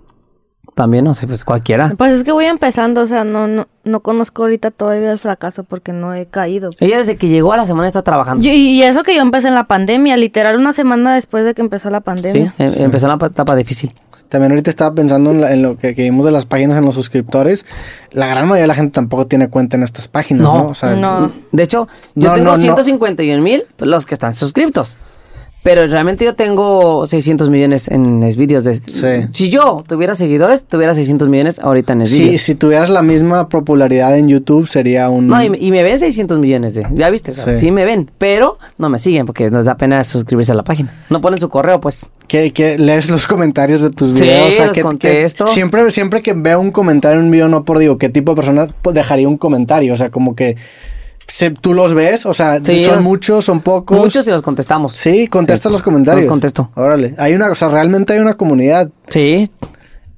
Speaker 3: También, no sé, pues cualquiera.
Speaker 2: Pues es que voy empezando, o sea, no, no, no conozco ahorita todavía el fracaso porque no he caído.
Speaker 3: Ella desde que llegó a la semana está trabajando.
Speaker 2: Yo- y eso que yo empecé en la pandemia, literal una semana después de que empezó la
Speaker 3: Sí,
Speaker 2: pandemia.
Speaker 3: em- empezó la pa- etapa difícil.
Speaker 1: También ahorita estaba pensando en, la- en lo que, que vimos de las páginas en los suscriptores. La gran mayoría de la gente tampoco tiene cuenta en estas páginas, ¿no?
Speaker 3: No,
Speaker 1: O sea,
Speaker 2: no.
Speaker 3: De hecho, yo
Speaker 1: No,
Speaker 3: tengo
Speaker 1: no, no.
Speaker 3: 151 mil los que están suscritos. Pero realmente yo tengo 600 millones en Xvideos. De...
Speaker 1: Sí.
Speaker 3: Si yo tuviera seguidores, tuviera 600 millones ahorita en Xvideos.
Speaker 1: si, si tuvieras la misma popularidad en YouTube sería un...
Speaker 3: No, y, me- y me ven 600 millones de... Ya viste, sí.
Speaker 1: Sí.
Speaker 3: me ven. Pero no me siguen porque nos da pena suscribirse a la página. No ponen su correo, pues.
Speaker 1: Que, que lees los comentarios de tus
Speaker 3: Sí,
Speaker 1: videos. o sea,
Speaker 3: los
Speaker 1: que- que
Speaker 3: contesto.
Speaker 1: siempre, siempre que veo un comentario en un video, no por digo, ¿qué tipo de persona pues, dejaría un comentario? O sea, como que se- tú los ves, o sea,
Speaker 3: Sí,
Speaker 1: son
Speaker 3: los-
Speaker 1: muchos, son pocos.
Speaker 3: Muchos y los contestamos.
Speaker 1: Sí, contestas los comentarios.
Speaker 3: Los contesto.
Speaker 1: Órale. Hay una, o sea, realmente hay una comunidad
Speaker 3: Sí,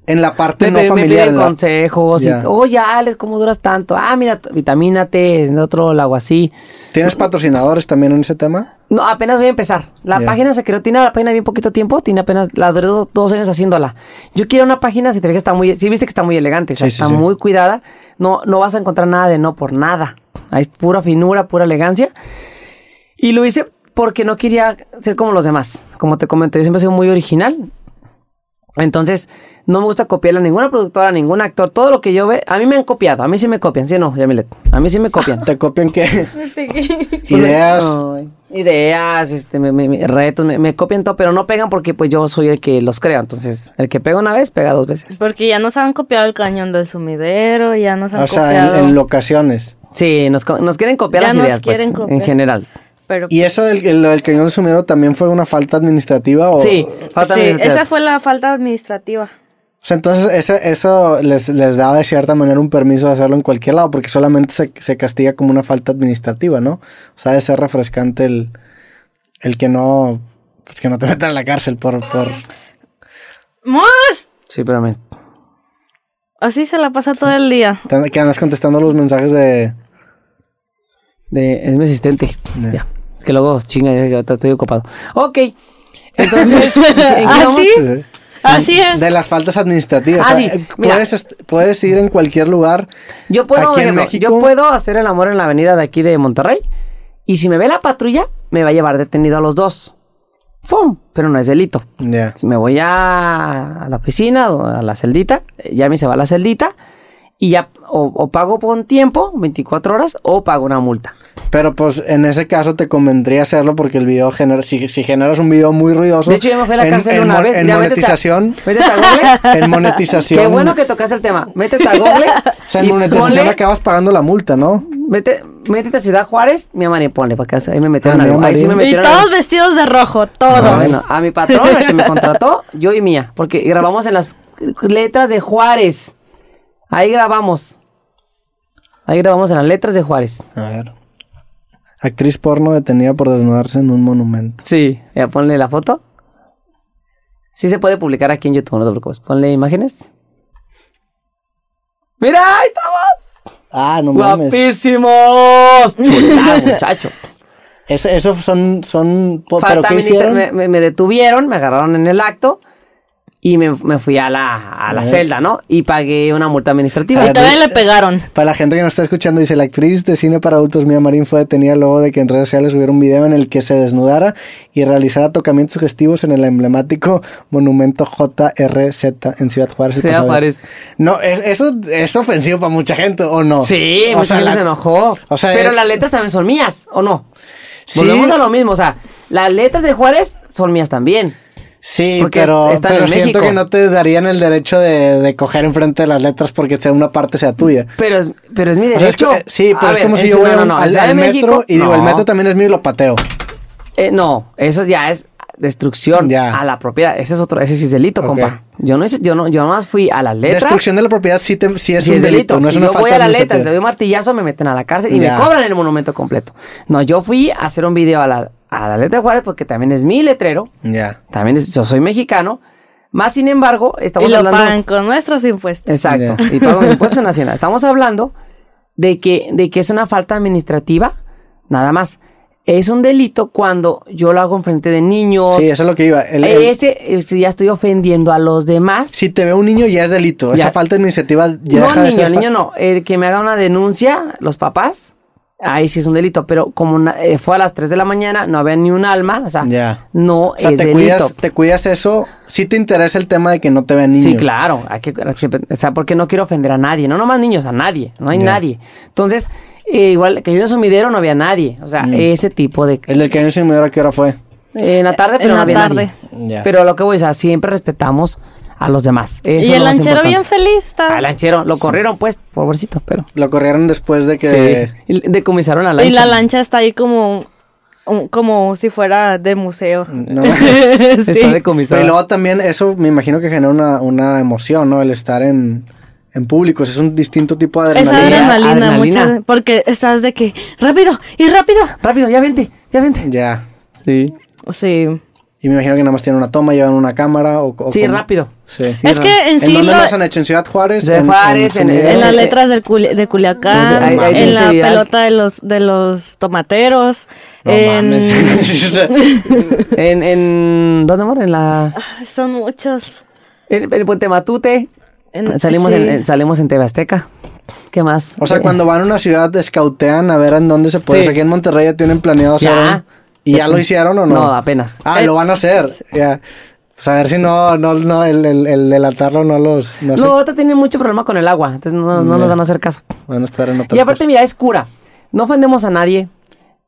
Speaker 1: en la parte
Speaker 3: Me,
Speaker 1: no
Speaker 3: pe- me
Speaker 1: familiar.
Speaker 3: piden
Speaker 1: en la-
Speaker 3: consejos. Y,
Speaker 1: Ya.
Speaker 3: Oye, Alex, ¿cómo duras tanto? Ah, mira, t- vitamina T, en otro lago así.
Speaker 1: ¿Tienes patrocinadores también en ese tema?
Speaker 3: No, apenas voy a empezar. La
Speaker 1: Ya.
Speaker 3: página se creó, tiene la página bien poquito tiempo, tiene apenas, la duré do- dos años haciéndola. Yo quiero una página, si te fijas, está muy, si viste que está muy elegante, o sea,
Speaker 1: Sí, sí,
Speaker 3: está
Speaker 1: sí.
Speaker 3: muy cuidada. No, no vas a encontrar nada de no por nada. Ahí es pura finura, pura elegancia. Y lo hice porque no quería ser como los demás. Como te comento, yo siempre he sido muy original. Entonces, no me gusta copiarle a ninguna productora, a ningún actor. Todo lo que yo ve, a mí me han copiado. A mí sí me copian, ¿sí o no, Yamilet? A mí sí me copian.
Speaker 1: Te copian que ideas,
Speaker 3: Ay. ideas, este, me- me- me- retos, me, me copian todo, pero no pegan porque pues yo soy el que los crea. Entonces, el que pega una vez, pega dos veces.
Speaker 2: Porque ya nos han copiado el cañón del sumidero, ya nos han
Speaker 1: O sea,
Speaker 2: copiado.
Speaker 1: en, en locaciones.
Speaker 3: Sí, nos, co- nos quieren copiar
Speaker 2: Ya
Speaker 3: las
Speaker 2: nos
Speaker 3: ideas, pues,
Speaker 2: quieren copiar.
Speaker 3: en general.
Speaker 2: Pero
Speaker 1: ¿Y eso del, lo del cañón sumero también fue una falta administrativa? O,
Speaker 3: Sí, falta
Speaker 2: sí,
Speaker 3: administrar.
Speaker 2: esa fue la falta administrativa.
Speaker 1: O sea, entonces ese- eso les, les daba de cierta manera un permiso de hacerlo en cualquier lado, porque solamente se, se castiga como una falta administrativa, ¿no? O sea, de ser refrescante el, el que no... Pues que no te metan a la cárcel por... por...
Speaker 2: ¡Mor!
Speaker 3: Sí, espérame.
Speaker 2: Así se la pasa todo el día.
Speaker 1: te- que andas contestando los mensajes de...
Speaker 3: De- es mi asistente.
Speaker 1: Ya.
Speaker 3: Ya. Que luego chinga, ya, ya, ahorita estoy ocupado. Ok. Entonces, ¿en qué
Speaker 2: ¿Ah,
Speaker 3: vamos?
Speaker 2: ¿Sí? Así es.
Speaker 1: De las faltas administrativas.
Speaker 3: Ah,
Speaker 1: O sea, eh,
Speaker 3: sí, mira.
Speaker 1: puedes, est- puedes ir en cualquier lugar.
Speaker 3: Yo puedo,
Speaker 1: Aquí en
Speaker 3: ejemplo,
Speaker 1: México-
Speaker 3: yo puedo hacer el amor en la avenida de aquí de Monterrey. Y si me ve la patrulla, me va a llevar detenido a los dos. ¡Fum! Pero no es delito.
Speaker 1: Ya.
Speaker 3: Si me voy a, a la oficina o a la celdita, eh, ya me se va a la celdita. Y ya o, o pago por tiempo, 24 horas, o pago una multa.
Speaker 1: Pero pues en ese caso te convendría hacerlo porque el video genera, si, si generas un video muy ruidoso.
Speaker 3: De hecho, yo me fui a la
Speaker 1: en-
Speaker 3: cárcel
Speaker 1: en
Speaker 3: una
Speaker 1: mon-
Speaker 3: vez.
Speaker 1: En
Speaker 3: Ya, métete a-
Speaker 1: monetización.
Speaker 3: Métete a Google.
Speaker 1: En monetización.
Speaker 3: Qué bueno que tocaste el tema. Métete a Google.
Speaker 1: O sea, en
Speaker 3: y
Speaker 1: monetización
Speaker 3: ponle-
Speaker 1: acabas pagando la multa, ¿no?
Speaker 3: Mete- métete a Ciudad Juárez, mi amane, ponle, porque ahí me
Speaker 1: Ah,
Speaker 3: metieron algo.
Speaker 1: mi
Speaker 3: Ahí sí me
Speaker 1: amaré.
Speaker 2: y
Speaker 3: metieron algo.
Speaker 2: todos vestidos de rojo, todos.
Speaker 3: Ah, bueno, a mi patrón, el que me contrató, yo y mía, porque grabamos en las letras de Juárez. Ahí grabamos. Ahí grabamos en las letras de Juárez.
Speaker 1: A ver. Actriz porno detenida por desnudarse en un monumento.
Speaker 3: Sí. Ya ponle la foto. Sí se puede publicar aquí en YouTube, no te preocupes. Ponle imágenes. ¡Mira! ¡Ahí estamos!
Speaker 1: Ah, no mames.
Speaker 3: ¡Guapísimos! Chulada, muchacho!
Speaker 1: Es- Eso, son, son. po- Oh, ¿Pero
Speaker 3: Falta
Speaker 1: qué
Speaker 3: mi-
Speaker 1: hicieron?
Speaker 3: Me, me- me detuvieron, me agarraron en el acto y me, me fui a la, a la
Speaker 1: Ajá.
Speaker 3: celda, ¿no? Y pagué una multa administrativa.
Speaker 2: Y todavía le pegaron.
Speaker 1: Para la gente que nos está escuchando, dice la actriz de cine para adultos Mia Marín fue detenida luego de que en redes sociales hubiera un video en el que se desnudara y realizara tocamientos sugestivos en el emblemático monumento JRZ en Ciudad Juárez. el
Speaker 3: Ciudad
Speaker 1: pasado día.
Speaker 3: Juárez.
Speaker 1: No, es- eso es ofensivo para mucha gente, ¿o no?
Speaker 3: Sí,
Speaker 1: Oh. O
Speaker 3: mucha
Speaker 1: sea,
Speaker 3: gente
Speaker 1: la-
Speaker 3: se enojó.
Speaker 1: o sea,
Speaker 3: pero
Speaker 1: eh,
Speaker 3: las letras también son mías, ¿o no?
Speaker 1: Sí.
Speaker 3: Volvemos a lo mismo, o sea, las letras de Juárez son mías también.
Speaker 1: Sí,
Speaker 3: Porque
Speaker 1: pero,
Speaker 3: están
Speaker 1: pero
Speaker 3: en
Speaker 1: siento
Speaker 3: México.
Speaker 1: que no te darían el derecho de, de coger enfrente de las letras porque sea una parte sea tuya.
Speaker 3: Pero es, pero es mi
Speaker 1: O sea, es
Speaker 3: derecho.
Speaker 1: que- eh, sí, pero
Speaker 3: A
Speaker 1: es
Speaker 3: ver,
Speaker 1: como si
Speaker 3: en
Speaker 1: yo
Speaker 3: Ciudad-
Speaker 1: voy
Speaker 3: no,
Speaker 1: a un-
Speaker 3: no, en
Speaker 1: al,
Speaker 3: Ciudad
Speaker 1: al
Speaker 3: de
Speaker 1: metro
Speaker 3: México,
Speaker 1: y digo, el
Speaker 3: no.
Speaker 1: metro también es mío y lo pateo.
Speaker 3: Eh, no, eso ya es destrucción
Speaker 1: Ya.
Speaker 3: a la propiedad. Ese es otro, ese sí es delito,
Speaker 1: Ok.
Speaker 3: compa. Yo no hice, yo no, yo nomás fui a las letras.
Speaker 1: Destrucción de la propiedad sí, te- sí es
Speaker 3: si
Speaker 1: un
Speaker 3: es
Speaker 1: delito,
Speaker 3: delito,
Speaker 1: no es
Speaker 3: si
Speaker 1: una
Speaker 3: yo
Speaker 1: falta
Speaker 3: voy a la letra,
Speaker 1: administrativa.
Speaker 3: le doy un martillazo, me meten a la cárcel y
Speaker 1: Ya.
Speaker 3: me cobran el monumento completo. No, yo fui a hacer un video a la, a la letra de Juárez porque también es mi letrero,
Speaker 1: Ya.
Speaker 3: también es- yo soy mexicano, más sin embargo, estamos
Speaker 2: y lo
Speaker 3: hablando...
Speaker 2: pagan con nuestros impuestos.
Speaker 3: Exacto,
Speaker 1: Ya.
Speaker 3: y pago mis impuestos nacionales. Estamos hablando de que, de que es una falta administrativa, nada más. Es un delito cuando yo lo hago enfrente de niños.
Speaker 1: Sí, eso es lo que iba. El- el-
Speaker 3: Ese, ese ya estoy ofendiendo a los demás.
Speaker 1: si te ve un niño ya es delito. Esa
Speaker 3: Ya.
Speaker 1: falta administrativa ya
Speaker 3: no,
Speaker 1: deja de
Speaker 3: niño,
Speaker 1: ser
Speaker 3: el
Speaker 1: fa-
Speaker 3: niño no. El que me haga una denuncia, los papás, ahí sí es un delito. Pero como na- eh, fue a las 3 de la mañana, no había ni un alma. O sea,
Speaker 1: Ya.
Speaker 3: no
Speaker 1: O sea,
Speaker 3: es
Speaker 1: te
Speaker 3: delito.
Speaker 1: cuidas, te cuidas eso. Si te interesa el tema de que no te vean niños.
Speaker 3: Sí, claro. hay que- o sea, porque no quiero ofender a nadie. No nomás niños, a nadie. No hay
Speaker 1: Ya.
Speaker 3: nadie. Entonces, eh, igual que yo en el sumidero no había nadie. O sea,
Speaker 1: Mm.
Speaker 3: ese tipo de...
Speaker 1: El del cañón sin miedo, ¿a qué hora fue?
Speaker 3: eh, en la tarde,
Speaker 2: En
Speaker 3: pero no
Speaker 2: la
Speaker 3: había
Speaker 2: tarde.
Speaker 3: nadie.
Speaker 1: Ya.
Speaker 3: Pero lo que voy a decir, siempre respetamos a los demás. Eso
Speaker 2: y
Speaker 3: es
Speaker 2: el
Speaker 3: lo más
Speaker 2: lanchero
Speaker 3: importante. Ah,
Speaker 2: bien feliz. está.
Speaker 3: Al lanchero. Lo corrieron, pues, pobrecito, pero...
Speaker 1: Lo corrieron después de
Speaker 3: Sí.
Speaker 1: que.
Speaker 3: Y Decomisaron la lancha.
Speaker 2: Y la lancha está ahí como, un- como si fuera de museo.
Speaker 1: No.
Speaker 3: Está
Speaker 2: sí.
Speaker 1: Pero
Speaker 3: decomisada.
Speaker 1: y luego también eso me imagino que genera una, una emoción, ¿no? El estar en, en público. Es un distinto tipo de
Speaker 2: Esa
Speaker 1: adrenalina.
Speaker 3: adrenalina.
Speaker 2: adrenalina,
Speaker 3: Adrenalina.
Speaker 2: mucha- porque estás de que rápido y rápido.
Speaker 3: Rápido, ya vente, ya vente.
Speaker 1: Ya.
Speaker 3: Sí.
Speaker 2: Sí.
Speaker 1: Y me imagino que nada más tienen una toma, llevan una cámara o. o
Speaker 3: Sí,
Speaker 1: cómo.
Speaker 3: rápido.
Speaker 1: Sí.
Speaker 2: es que en
Speaker 1: ¿En
Speaker 2: sí
Speaker 1: dónde
Speaker 2: lo-
Speaker 1: los han hecho? ¿En Ciudad Juárez?
Speaker 3: Ciudad Juárez, en-
Speaker 1: Sumidero?
Speaker 2: en las
Speaker 3: Eh,
Speaker 2: letras del Culi- de Culiacán,
Speaker 1: Ahí- ahí
Speaker 2: en la
Speaker 3: dice, ya.
Speaker 2: pelota de los de los tomateros,
Speaker 1: No
Speaker 2: en
Speaker 1: mames.
Speaker 3: En, en ¿dónde amor? En la
Speaker 2: Ay, son muchos.
Speaker 3: en, en Puente Matute.
Speaker 2: En-
Speaker 3: salimos
Speaker 2: sí.
Speaker 3: en, en- salimos en TV Azteca. ¿Qué más?
Speaker 1: o sea,
Speaker 3: Eh,
Speaker 1: cuando van a una ciudad, escautean a ver en dónde se puede.
Speaker 3: Sí.
Speaker 1: Aquí en Monterrey ya tienen planeado hacer.
Speaker 3: Ya.
Speaker 1: un- ¿Y ya lo hicieron o no?
Speaker 3: No, apenas.
Speaker 1: Ah, lo van a hacer. Ya. Pues a ver si no, no, no, el, el, el delatarlo no los. No, se-
Speaker 3: No, ahorita tienen mucho problema con el agua, entonces no, no nos van a hacer caso.
Speaker 1: Van a estar en otra.
Speaker 3: Y aparte, mira, es cura. No ofendemos a nadie.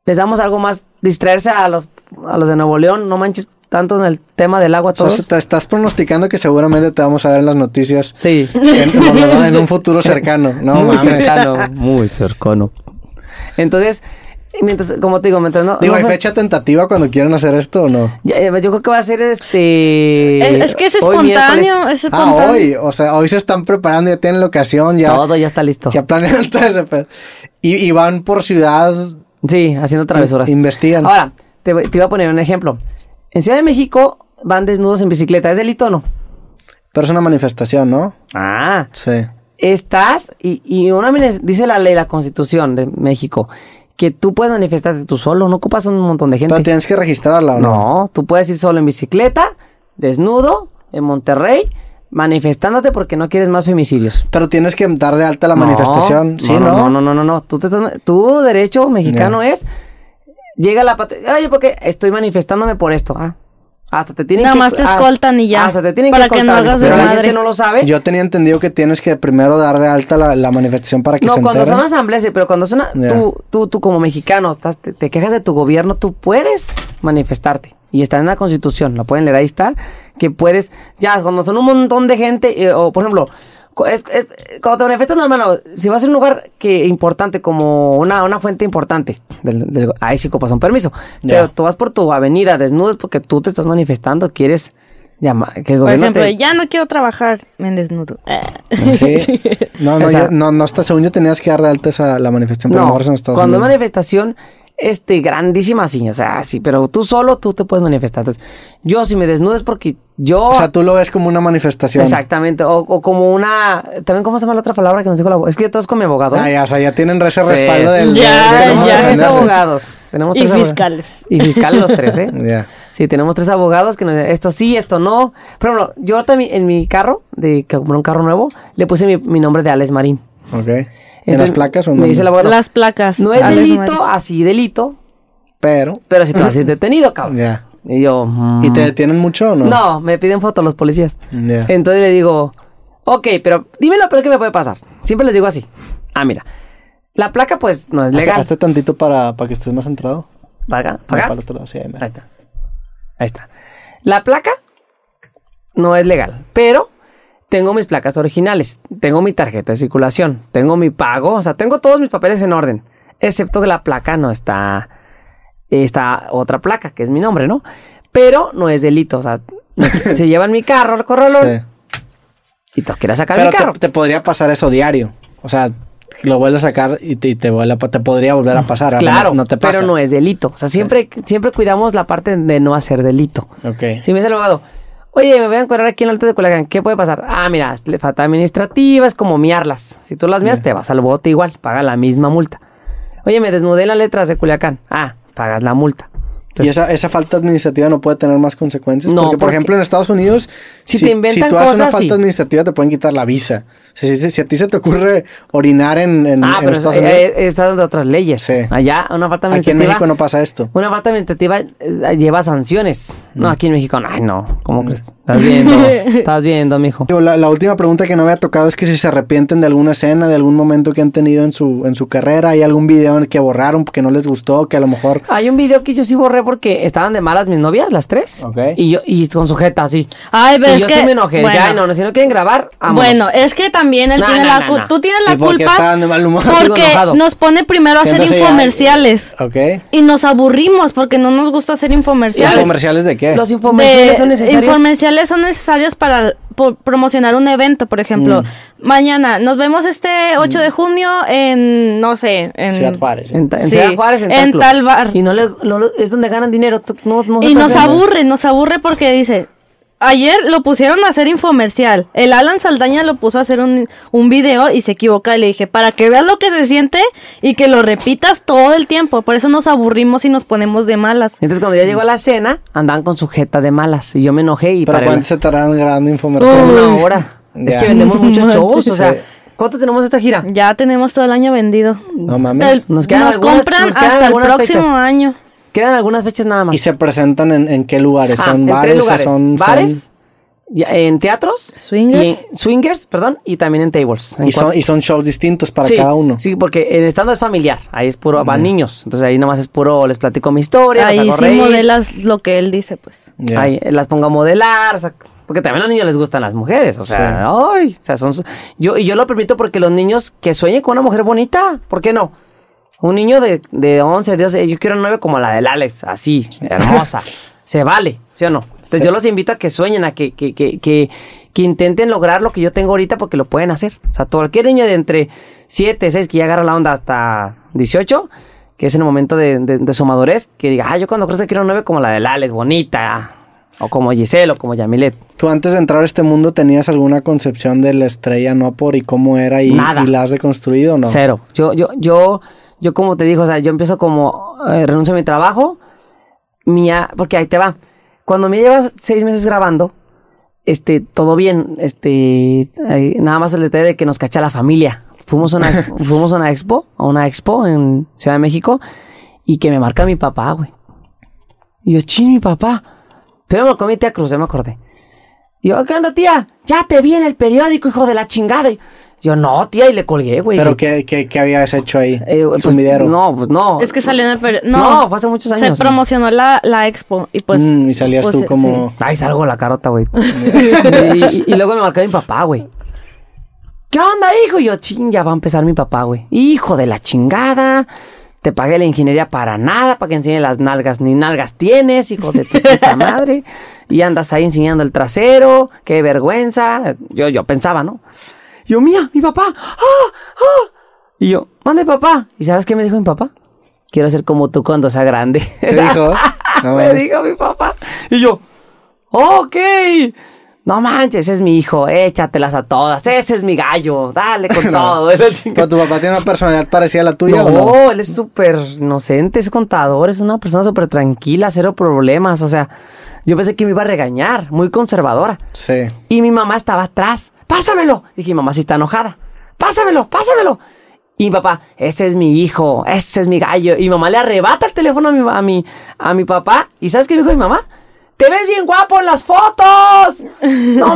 Speaker 3: les damos algo más, distraerse a los, a los de Nuevo León, no manches tanto en el tema del agua
Speaker 1: O
Speaker 3: todos.
Speaker 1: sea, te estás pronosticando que seguramente te vamos a ver en las noticias
Speaker 3: Sí.
Speaker 1: en, por lo menos en un futuro cercano. No
Speaker 3: muy
Speaker 1: mames.
Speaker 3: cercano, muy cercano. Entonces, mientras, como te digo, mientras no...
Speaker 1: Digo,
Speaker 3: no
Speaker 1: ¿hay
Speaker 3: fue-
Speaker 1: fecha tentativa cuando quieran hacer esto o no?
Speaker 3: Ya, eh, yo creo que va a ser este...
Speaker 2: Es, es que es
Speaker 3: hoy
Speaker 2: espontáneo,
Speaker 3: miércoles.
Speaker 2: es espontáneo.
Speaker 1: Ah, hoy. O sea, hoy se están preparando, ya tienen locación, ya,
Speaker 3: Todo ya está listo.
Speaker 1: ya planean todo ese pedo. Y, y van por ciudad.
Speaker 3: Sí, haciendo travesuras.
Speaker 1: In- investigan.
Speaker 3: Ahora, te, voy- te iba a poner un ejemplo. En Ciudad de México van desnudos en bicicleta. ¿Es delito o no?
Speaker 1: Pero es una manifestación, ¿no?
Speaker 3: Ah.
Speaker 1: Sí.
Speaker 3: Estás, y, y una mani- dice la ley, la constitución de México, que tú puedes manifestarte tú solo, no ocupas un montón de
Speaker 1: Pero
Speaker 3: gente.
Speaker 1: tienes que registrarla, ¿o no?
Speaker 3: No, tú puedes ir solo en bicicleta, desnudo, en Monterrey, manifestándote porque no quieres más femicidios.
Speaker 1: Pero tienes que dar de alta la
Speaker 3: No,
Speaker 1: manifestación. sí, ¿no?
Speaker 3: No, no, no, no. no. Tú te estás- tu derecho mexicano es. Llega la patrulla. Oye, porque estoy manifestándome por esto. Ah, hasta te tienen
Speaker 2: Nada
Speaker 3: que.
Speaker 2: más te
Speaker 3: ah,
Speaker 2: escoltan y ya,
Speaker 3: Hasta te tienen
Speaker 2: para
Speaker 3: que
Speaker 2: que no
Speaker 3: escoltar.
Speaker 2: hagas
Speaker 3: Pero la
Speaker 2: desmadre.
Speaker 3: gente no lo sabe.
Speaker 1: Yo tenía entendido que tienes que primero dar de alta la, la manifestación para que
Speaker 3: no,
Speaker 1: se
Speaker 3: cuando
Speaker 1: enteren.
Speaker 3: son asambleas, sí, pero cuando son. a-
Speaker 1: Ya.
Speaker 3: Tú, tú, tú como mexicano, estás- te, te quejas de tu gobierno, tú puedes manifestarte. Y está en la constitución, lo pueden leer, ahí está. Que puedes. Ya, cuando son un montón de gente, eh, o por ejemplo. cu- es- es- cuando te manifestas, no, hermano, si vas a un lugar que importante, como una, una fuente importante, del, del- ahí sí copas un permiso.
Speaker 1: Ya.
Speaker 3: Pero tú vas por tu avenida desnudo es porque tú te estás manifestando, quieres llamar, que el
Speaker 2: Por
Speaker 3: gobierno
Speaker 2: ejemplo,
Speaker 3: te-
Speaker 2: ya no quiero trabajar en desnudo.
Speaker 3: Ah.
Speaker 2: Eh.
Speaker 1: Sí. No, no,
Speaker 3: O sea-
Speaker 1: yo- no, no, hasta según yo tenías que dar de alta esa, la manifestación. Pero
Speaker 3: No,
Speaker 1: no, ahora son Estados
Speaker 3: cuando hay
Speaker 1: Unidos.
Speaker 3: manifestación este, grandísima, sí, o sea, sí, pero tú solo tú te puedes manifestar. Entonces, yo si me desnudo es porque yo...
Speaker 1: O sea, tú lo ves como una manifestación.
Speaker 3: Exactamente, o, o como una... También, ¿cómo se llama la otra palabra que nos dijo la abogada? Es que todos con mi abogado.
Speaker 1: Ah, ya, o sea, ya tienen ese
Speaker 3: Sí.
Speaker 1: respaldo del.
Speaker 2: Ya,
Speaker 1: de- de cómo
Speaker 2: ya.
Speaker 3: Tenemos tres
Speaker 1: defenderse.
Speaker 3: abogados. Tenemos
Speaker 2: Y
Speaker 3: tres abogados.
Speaker 2: fiscales.
Speaker 3: Y fiscales los tres, ¿eh?
Speaker 1: Ya.
Speaker 3: Sí, tenemos tres abogados que nos esto sí, esto no. Por ejemplo, yo también en mi carro, de que compré un carro nuevo, le puse mi, mi nombre de Alex Marín.
Speaker 1: Ok. ¿En las
Speaker 3: Entonces,
Speaker 1: placas o en
Speaker 3: Me
Speaker 1: dónde?
Speaker 3: dice el abogado.
Speaker 2: Las placas.
Speaker 3: no es
Speaker 2: Alex
Speaker 3: delito,
Speaker 2: Marín.
Speaker 3: así delito,
Speaker 1: Pero.
Speaker 3: Pero si te vas a ir detenido, cabrón.
Speaker 1: Ya.
Speaker 3: Y yo. mm,
Speaker 1: ¿Y te detienen mucho o no?
Speaker 3: No, me piden foto los policías.
Speaker 1: Ya.
Speaker 3: Entonces le digo, ok, pero dime lo peor que me puede pasar. Siempre les digo así. Ah, mira. La placa, pues, no es
Speaker 1: Hazte-
Speaker 3: legal.
Speaker 1: hazte tantito para, para que estés más centrado.
Speaker 3: ¿Paga?
Speaker 1: No,
Speaker 3: ¿Paga?
Speaker 1: Para el otro lado, sí, ahí mero.
Speaker 3: Ahí está. Ahí está. La placa no es legal, pero tengo mis placas originales, tengo mi tarjeta de circulación, tengo mi pago, o sea, tengo todos mis papeles en orden, excepto que la placa no está, está otra placa, que es mi nombre, ¿no? Pero no es delito, o sea, se llevan mi carro al corralón
Speaker 1: Sí.
Speaker 3: y tú quieres sacar
Speaker 1: Pero
Speaker 3: mi carro.
Speaker 1: te, te podría pasar eso diario. O sea, lo vuelves a sacar y te, y te, vuelve a pa- te podría volver a pasar. ¿verdad?
Speaker 3: Claro,
Speaker 1: No, no te pasa.
Speaker 3: pero no es delito. O sea, siempre, siempre cuidamos la parte de no hacer delito.
Speaker 1: Ok.
Speaker 3: Si me dice el abogado, oye, me voy a encuadrar aquí en la alta de Culiacán, ¿qué puede pasar? Ah, mira, le falta administrativa, es como miarlas. Si tú las mías, te vas al bote igual, paga la misma multa. Oye, me desnudé en las letras de Culiacán. Ah, pagas la multa.
Speaker 1: ¿Y
Speaker 3: Entonces,
Speaker 1: esa, esa falta administrativa no puede tener más consecuencias?
Speaker 3: No,
Speaker 1: porque, por
Speaker 3: porque-
Speaker 1: ejemplo, en Estados Unidos,
Speaker 3: Si te inventan
Speaker 1: tú haces una
Speaker 3: cosas,
Speaker 1: falta
Speaker 3: sí.
Speaker 1: administrativa, te pueden quitar la visa. O sea, si, si a ti se te ocurre orinar en, en-
Speaker 3: ah,
Speaker 1: en
Speaker 3: pero
Speaker 1: Estados
Speaker 3: eh,
Speaker 1: Unidos,
Speaker 3: eh, están de otras leyes.
Speaker 1: Sí.
Speaker 3: Allá, una falta
Speaker 1: aquí en
Speaker 3: administrativa.
Speaker 1: México no pasa esto. Mm.
Speaker 3: Una falta administrativa eh, lleva sanciones. No, aquí en México, ay, no. ¿Cómo que Estás viendo, estás viendo, mijo.
Speaker 1: Digo, La, la última pregunta que no había tocado es que si se arrepienten de alguna escena, de algún momento que han tenido en su, en su carrera, hay algún video en el que borraron porque no les gustó, que a lo mejor...
Speaker 3: Hay un video que yo sí borré porque estaban de malas mis novias, las tres.
Speaker 1: Ok.
Speaker 3: Y yo, y con sujeta así.
Speaker 2: Ay, pero
Speaker 3: Y
Speaker 2: es
Speaker 3: yo
Speaker 2: que.
Speaker 3: sí me enojé.
Speaker 2: bueno.
Speaker 3: Ya, no, no, si no quieren grabar, vámonos.
Speaker 2: Bueno, es que también él
Speaker 3: No,
Speaker 2: tiene
Speaker 3: no,
Speaker 2: la
Speaker 3: no,
Speaker 2: culpa.
Speaker 3: no.
Speaker 2: Tú tienes
Speaker 1: ¿Y
Speaker 2: la
Speaker 1: por qué
Speaker 2: culpa
Speaker 1: estaban de mal humor?
Speaker 3: Sigo
Speaker 2: porque
Speaker 3: enojado.
Speaker 2: nos pone primero a hacer
Speaker 1: Siéndose ya-
Speaker 2: infomerciales.
Speaker 1: Ok.
Speaker 2: Y nos aburrimos porque no nos gusta hacer infomerciales.
Speaker 1: ¿Comerciales de qué?
Speaker 3: Eh, Los
Speaker 2: de-
Speaker 3: infomerciales son necesarios.
Speaker 2: infomerciales son necesarios para po- promocionar un evento, por ejemplo.
Speaker 3: Mm.
Speaker 2: Mañana, nos vemos este 8 de junio en, no sé, en...
Speaker 1: Ciudad Juárez. sí.
Speaker 3: En, ta- en
Speaker 2: Sí,
Speaker 3: Ciudad Juárez, en tal,
Speaker 2: en
Speaker 3: club.
Speaker 2: tal bar.
Speaker 3: Y no le, no lo- es donde ganan dinero. tú- No, no se
Speaker 2: Y nos
Speaker 3: pasen.
Speaker 2: aburre, nos aburre porque dice... Ayer lo pusieron a hacer infomercial. El Alan Saldaña lo puso a hacer un, un video y se equivoca. Y le dije, para que veas lo que se siente y que lo repitas todo el tiempo. Por eso nos aburrimos y nos ponemos de malas.
Speaker 3: Entonces, cuando ya llegó a la cena, andaban con sujeta de malas. Y yo me enojé y
Speaker 1: Pero
Speaker 3: paré.
Speaker 1: ¿cuánto se tardaron grabando infomerciales?
Speaker 3: Una hora. Es
Speaker 1: Ya.
Speaker 3: que vendemos muchos shows. O
Speaker 1: Sí.
Speaker 3: sea, ¿cuánto tenemos de esta gira?
Speaker 2: Ya tenemos todo el año vendido.
Speaker 1: No mames.
Speaker 2: El-
Speaker 3: Nos
Speaker 2: nos
Speaker 3: quedan algunas-
Speaker 2: compran
Speaker 3: nos quedan
Speaker 2: hasta el
Speaker 3: algunas
Speaker 2: próximo
Speaker 3: fechas.
Speaker 2: año.
Speaker 3: Quedan algunas fechas nada más.
Speaker 1: ¿Y se presentan en, en qué lugares?
Speaker 3: Ah,
Speaker 1: ¿Son
Speaker 3: en
Speaker 1: bares?
Speaker 3: tres
Speaker 1: o
Speaker 3: lugares.
Speaker 1: son, son-
Speaker 3: bares, ya- en teatros.
Speaker 2: Swingers.
Speaker 3: y en- swingers, perdón, y también en tables. En
Speaker 1: Y son,
Speaker 3: cuatro-
Speaker 1: y son shows distintos para
Speaker 3: Sí,
Speaker 1: cada uno.
Speaker 3: Sí, porque en estando es familiar. Ahí es puro, van niños. Entonces ahí nomás es puro, les platico mi historia. los
Speaker 2: Ahí
Speaker 3: hago
Speaker 2: sí
Speaker 3: reír.
Speaker 2: modelas lo que él dice, pues.
Speaker 1: Ya.
Speaker 3: Ahí, eh, las pongo a modelar, o sea, porque también a los niños les gustan las mujeres, o sea, ay, o sea, son su- yo y yo lo permito porque los niños que sueñen con una mujer bonita, ¿por qué no? Un niño de, de 11, 12, yo quiero una novia como la del Alex, así, hermosa. Se vale, ¿sí o no? Entonces yo los invito a que sueñen, a que, que, que, que, que intenten lograr lo que yo tengo ahorita porque lo pueden hacer. O sea, cualquier niño de entre 7, 6, que ya agarra la onda hasta 18, que es en el momento de, de- de su madurez, que diga, ah, yo cuando crezca quiero una novia como la del Alex, bonita, o como Giselle, o como Yamilet.
Speaker 1: ¿Tú antes de entrar a este mundo tenías alguna concepción de la estrella no por y cómo era y,
Speaker 3: Nada.
Speaker 1: y la has deconstruido o no?
Speaker 3: Cero. Yo, yo, yo, yo como te digo, o sea, yo empiezo como eh, renuncio a mi trabajo, mía, porque ahí te va. Cuando me llevas seis meses grabando, este, todo bien, este, ahí, nada más el detalle de que nos cacha la familia. Fuimos a una, expo- fuimos a una expo, a una expo en Ciudad de México y que me marca mi papá, güey. Y yo, ching, mi papá. Pero me lo comí tía Cruz, ya me acordé. Y yo, ¿qué onda, tía? Ya te vi en el periódico, hijo de la chingada. Y yo, no, tía, y le colgué, güey.
Speaker 1: ¿Pero
Speaker 3: Le-
Speaker 1: qué, qué, qué habías hecho ahí?
Speaker 3: eh, pues,
Speaker 1: Sumidero.
Speaker 3: No, pues no.
Speaker 2: Es que salió en el peri-
Speaker 3: No, fue hace muchos años.
Speaker 2: Se promocionó la, la expo y pues.
Speaker 1: Mm, y salías
Speaker 2: pues,
Speaker 1: tú
Speaker 3: eh,
Speaker 2: sí.
Speaker 1: como...
Speaker 3: Ay, salgo la carota, güey. y, y- y luego me marcó mi papá, güey. ¿Qué onda, hijo? Y yo, ching, ya va a empezar mi papá, güey. Hijo de la chingada. Te pagué la ingeniería para nada, para que enseñe las nalgas. Ni nalgas tienes, hijo de tu puta madre. Y andas ahí enseñando el trasero. Qué vergüenza. Yo, yo pensaba, ¿no? Y yo, mía, mi papá. ¡Ah! ¡Ah! Y yo, mande papá. ¿Y sabes qué me dijo mi papá? Quiero ser como tú cuando sea grande.
Speaker 1: ¿Te dijo? No,
Speaker 3: me
Speaker 1: man.
Speaker 3: dijo mi papá. Y yo, ok. No manches, ese es mi hijo, échatelas a todas, ese es mi gallo, dale con todo. la chingada.
Speaker 1: ¿Pero tu papá tiene una personalidad parecida a la tuya
Speaker 3: No,
Speaker 1: o no?
Speaker 3: él es súper inocente, es contador, es una persona súper tranquila, cero problemas. O sea, yo pensé que me iba a regañar, muy conservadora.
Speaker 1: Sí.
Speaker 3: Y mi mamá estaba atrás. ¡Pásamelo! Dije, mi mamá sí está enojada. ¡Pásamelo! ¡Pásamelo! Y mi papá, ese es mi hijo, ese es mi gallo. Y mi mamá le arrebata el teléfono a mi, a mi, a mi papá. ¿Y sabes qué me dijo mi mamá? ¡Te ves bien guapo en las fotos! ¡No,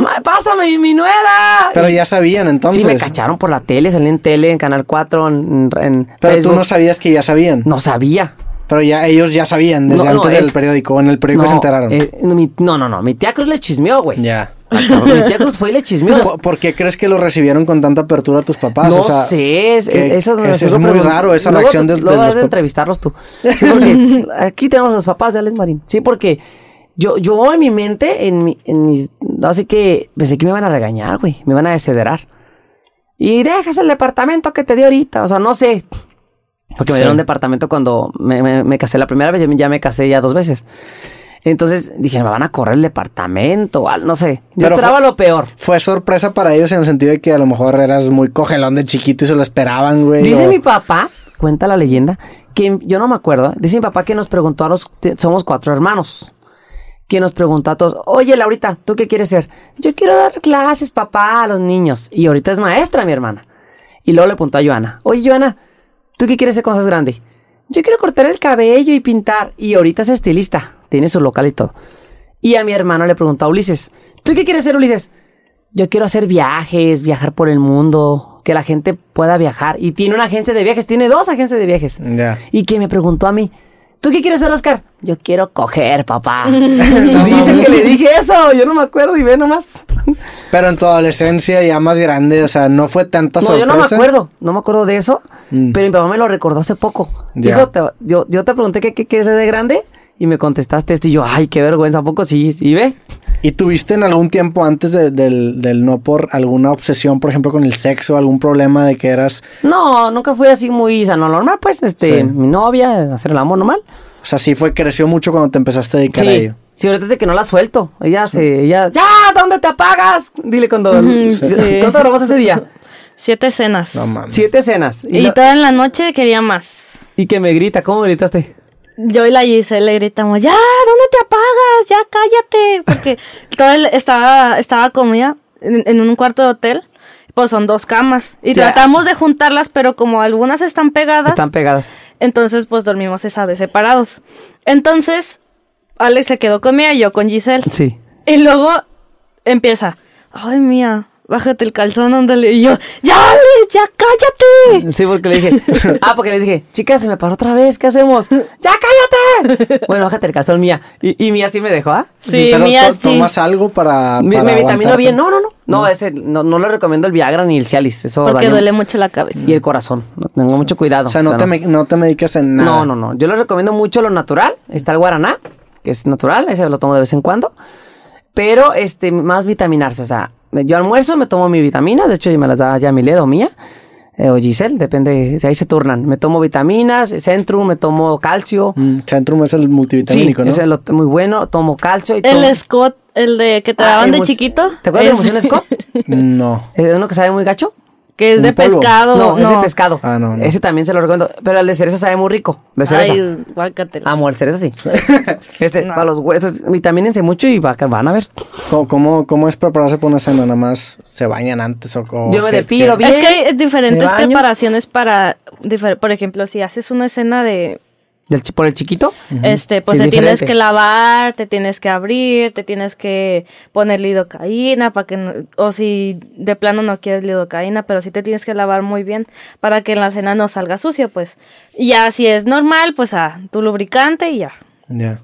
Speaker 3: ma- pásame mi- mi nuera!
Speaker 1: Pero
Speaker 3: Y-
Speaker 1: ya sabían entonces.
Speaker 3: Sí, me cacharon por la tele, salí en tele, en Canal 4, en, en
Speaker 1: Pero
Speaker 3: Facebook.
Speaker 1: tú no sabías que ya sabían.
Speaker 3: No sabía.
Speaker 1: Pero ya ellos ya sabían desde
Speaker 3: No, no,
Speaker 1: antes del
Speaker 3: es-
Speaker 1: periódico. O en el periódico
Speaker 3: no,
Speaker 1: se enteraron.
Speaker 3: eh, mi- no, no, no. Mi tía Cruz le chismeó, güey. Ah,
Speaker 1: ya.
Speaker 3: Mi tía Cruz fue y le chismeó.
Speaker 1: ¿Por, por qué crees que lo recibieron con tanta apertura tus papás?
Speaker 3: No
Speaker 1: O sea,
Speaker 3: sé, es,
Speaker 1: que-
Speaker 3: eso me
Speaker 1: ese es
Speaker 3: sigo
Speaker 1: muy
Speaker 3: pregun-
Speaker 1: raro, esa
Speaker 3: Luego-
Speaker 1: reacción del- de,
Speaker 3: luego
Speaker 1: los
Speaker 3: has de
Speaker 1: pap-
Speaker 3: entrevistarlos tú. Sí, porque aquí tenemos los papás de Alex Marín. Sí, porque yo, yo en mi mente, en, mi, en mis. Así que pensé que me iban a regañar, güey. Me iban a desederar. Y dejas el departamento que te di ahorita. O sea, no sé. Porque me
Speaker 1: Sí.
Speaker 3: dieron un departamento cuando me, me- me casé la primera vez. Yo ya me casé ya dos veces. Entonces dije, me van a correr el departamento. o al- No sé. Yo
Speaker 1: Pero
Speaker 3: esperaba
Speaker 1: fue-
Speaker 3: lo peor.
Speaker 1: Fue sorpresa para ellos en el sentido de que a lo mejor eras muy cogelón de chiquito y se lo esperaban, güey.
Speaker 3: Dice
Speaker 1: o-
Speaker 3: mi papá, cuenta la leyenda, que yo no me acuerdo, ¿eh? dice mi papá que nos preguntó a los, te- somos cuatro hermanos, que nos preguntó a todos, oye Laurita, ¿tú qué quieres ser? Yo quiero dar clases, papá, a los niños. Y ahorita es maestra mi hermana. Y luego le preguntó a Joana, oye Joana, ¿tú qué quieres ser cuando seas grande? Yo quiero cortar el cabello y pintar. Y ahorita es estilista, tiene su local y todo. Y a mi hermano le preguntó a Ulises, ¿tú qué quieres ser Ulises? Yo quiero hacer viajes, viajar por el mundo, que la gente pueda viajar. Y tiene una agencia de viajes, tiene dos agencias de viajes.
Speaker 1: Ya.
Speaker 3: Y que me preguntó a mí, ¿tú qué quieres ser, Oscar? Yo quiero coger, papá. Dice
Speaker 1: mames.
Speaker 3: que le dije eso, yo no me acuerdo y ve nomás.
Speaker 1: Pero en tu adolescencia ya más grande, o sea, no fue tanta
Speaker 3: No, yo
Speaker 1: sorpresa.
Speaker 3: no me acuerdo, no me acuerdo de eso,
Speaker 1: Mm.
Speaker 3: pero mi papá me lo recordó hace poco.
Speaker 1: Ya.
Speaker 3: Dijo, te- yo, yo te pregunté qué qué quieres ser de grande y me contestaste esto y yo, ay, qué vergüenza, ¿a poco sí? ¿Y ve?
Speaker 1: ¿Y tuviste en algún tiempo antes de- del, del no por alguna obsesión, por ejemplo, con el sexo, algún problema de que eras,
Speaker 3: No, nunca fui así muy sano, normal, pues, este,
Speaker 1: Sí.
Speaker 3: mi novia, hacer el amor normal.
Speaker 1: o sea, sí fue, creció mucho cuando te empezaste a dedicar a
Speaker 3: Sí,
Speaker 1: ello?
Speaker 3: sí, ahorita es de que no la suelto. Ella se, ella, ya, ¿dónde te apagas? Dile cuando,
Speaker 2: sí.
Speaker 3: ¿cuánto grabamos ese día?
Speaker 2: Siete escenas.
Speaker 1: No mames.
Speaker 3: Siete escenas. Y,
Speaker 2: y
Speaker 3: lo-
Speaker 2: toda en la noche quería más.
Speaker 3: y que me grita, ¿cómo me gritaste?
Speaker 2: Yo y la Giselle le gritamos, ya, ¿dónde te apagas? Ya, cállate. Porque todo el- estaba, estaba comida en, en un cuarto de hotel. Pues son dos camas. Y
Speaker 3: O sea,
Speaker 2: tratamos de juntarlas, pero como algunas están pegadas,
Speaker 3: Están pegadas.
Speaker 2: entonces pues dormimos esa vez separados. Entonces, Alex se quedó conmigo y yo con Giselle.
Speaker 3: Sí.
Speaker 2: Y luego empieza, ay mía, bájate el calzón, ándale. Y yo, ya, Alex, ya cállate.
Speaker 3: Sí, porque le dije. Ah, porque le dije, chica, se me paró otra vez, ¿qué hacemos? ¡Ya cállate! Bueno, bájate el calzón, mía. Y, y mía sí me dejó, ¿ah?
Speaker 2: Sí,
Speaker 1: Pero
Speaker 2: mía
Speaker 1: to-
Speaker 2: sí.
Speaker 1: ¿Tomas algo para,
Speaker 3: Me,
Speaker 1: Ah, para
Speaker 3: me vitamino
Speaker 1: aguantarte?
Speaker 3: bien. No, no, no. No, ese, no, no le recomiendo el Viagra ni el Cialis. Eso
Speaker 2: Porque
Speaker 3: daña-
Speaker 2: duele mucho la cabeza.
Speaker 3: Y el corazón. No, Tengo mucho cuidado.
Speaker 1: O sea, no, te, me- no te medicas en nada.
Speaker 3: No, no, no. Yo le recomiendo mucho lo natural. Está el guaraná, que es natural, ese lo tomo de vez en cuando. Pero este, más vitaminarse. O sea, yo almuerzo, me tomo mi vitamina. De hecho, me las da ya mi o mía. eh, o Giselle, depende. Si ahí se turnan. Me tomo vitaminas, Centrum, me tomo calcio.
Speaker 1: Mm, Centrum es el
Speaker 3: Sí,
Speaker 1: multivitamínico, ¿no?
Speaker 3: ese lo- muy bueno. Tomo calcio y tomo-
Speaker 2: El Scott, el de que te
Speaker 3: Ah,
Speaker 2: daban de
Speaker 3: emulsi-
Speaker 2: chiquito.
Speaker 3: ¿Te acuerdas de
Speaker 2: ese-
Speaker 3: Emulsión Scott?
Speaker 1: No.
Speaker 3: Eh, Uno que sabe muy gacho.
Speaker 2: Que es
Speaker 1: Un
Speaker 2: de
Speaker 1: polvo.
Speaker 2: pescado.
Speaker 3: No, es de pescado.
Speaker 1: Ah, no, no.
Speaker 3: Ese también se lo recomiendo. Pero el de cereza sabe muy rico. De cereza.
Speaker 2: Ay, guácatelas.
Speaker 3: Amo el cereza, sí. Este, para los huesos, vitamínense mucho y va- van a ver.
Speaker 1: ¿Cómo, cómo, cómo es prepararse para una cena? Nada más se bañan antes o cómo.
Speaker 3: Yo me depilo bien.
Speaker 2: Es que hay diferentes
Speaker 3: me baño.
Speaker 2: preparaciones para, difer- por ejemplo, si haces una escena de,
Speaker 3: Del chi- por el chiquito.
Speaker 2: este, pues
Speaker 3: Sí,
Speaker 2: te tienes
Speaker 3: diferente.
Speaker 2: que lavar, te tienes que abrir, te tienes que poner lidocaína para que, no- o si de plano no quieres lidocaína, pero sí te tienes que lavar muy bien para que en la cena no salga sucio, pues. Y ya si es normal, pues ah, tu lubricante y ya.
Speaker 1: Ya.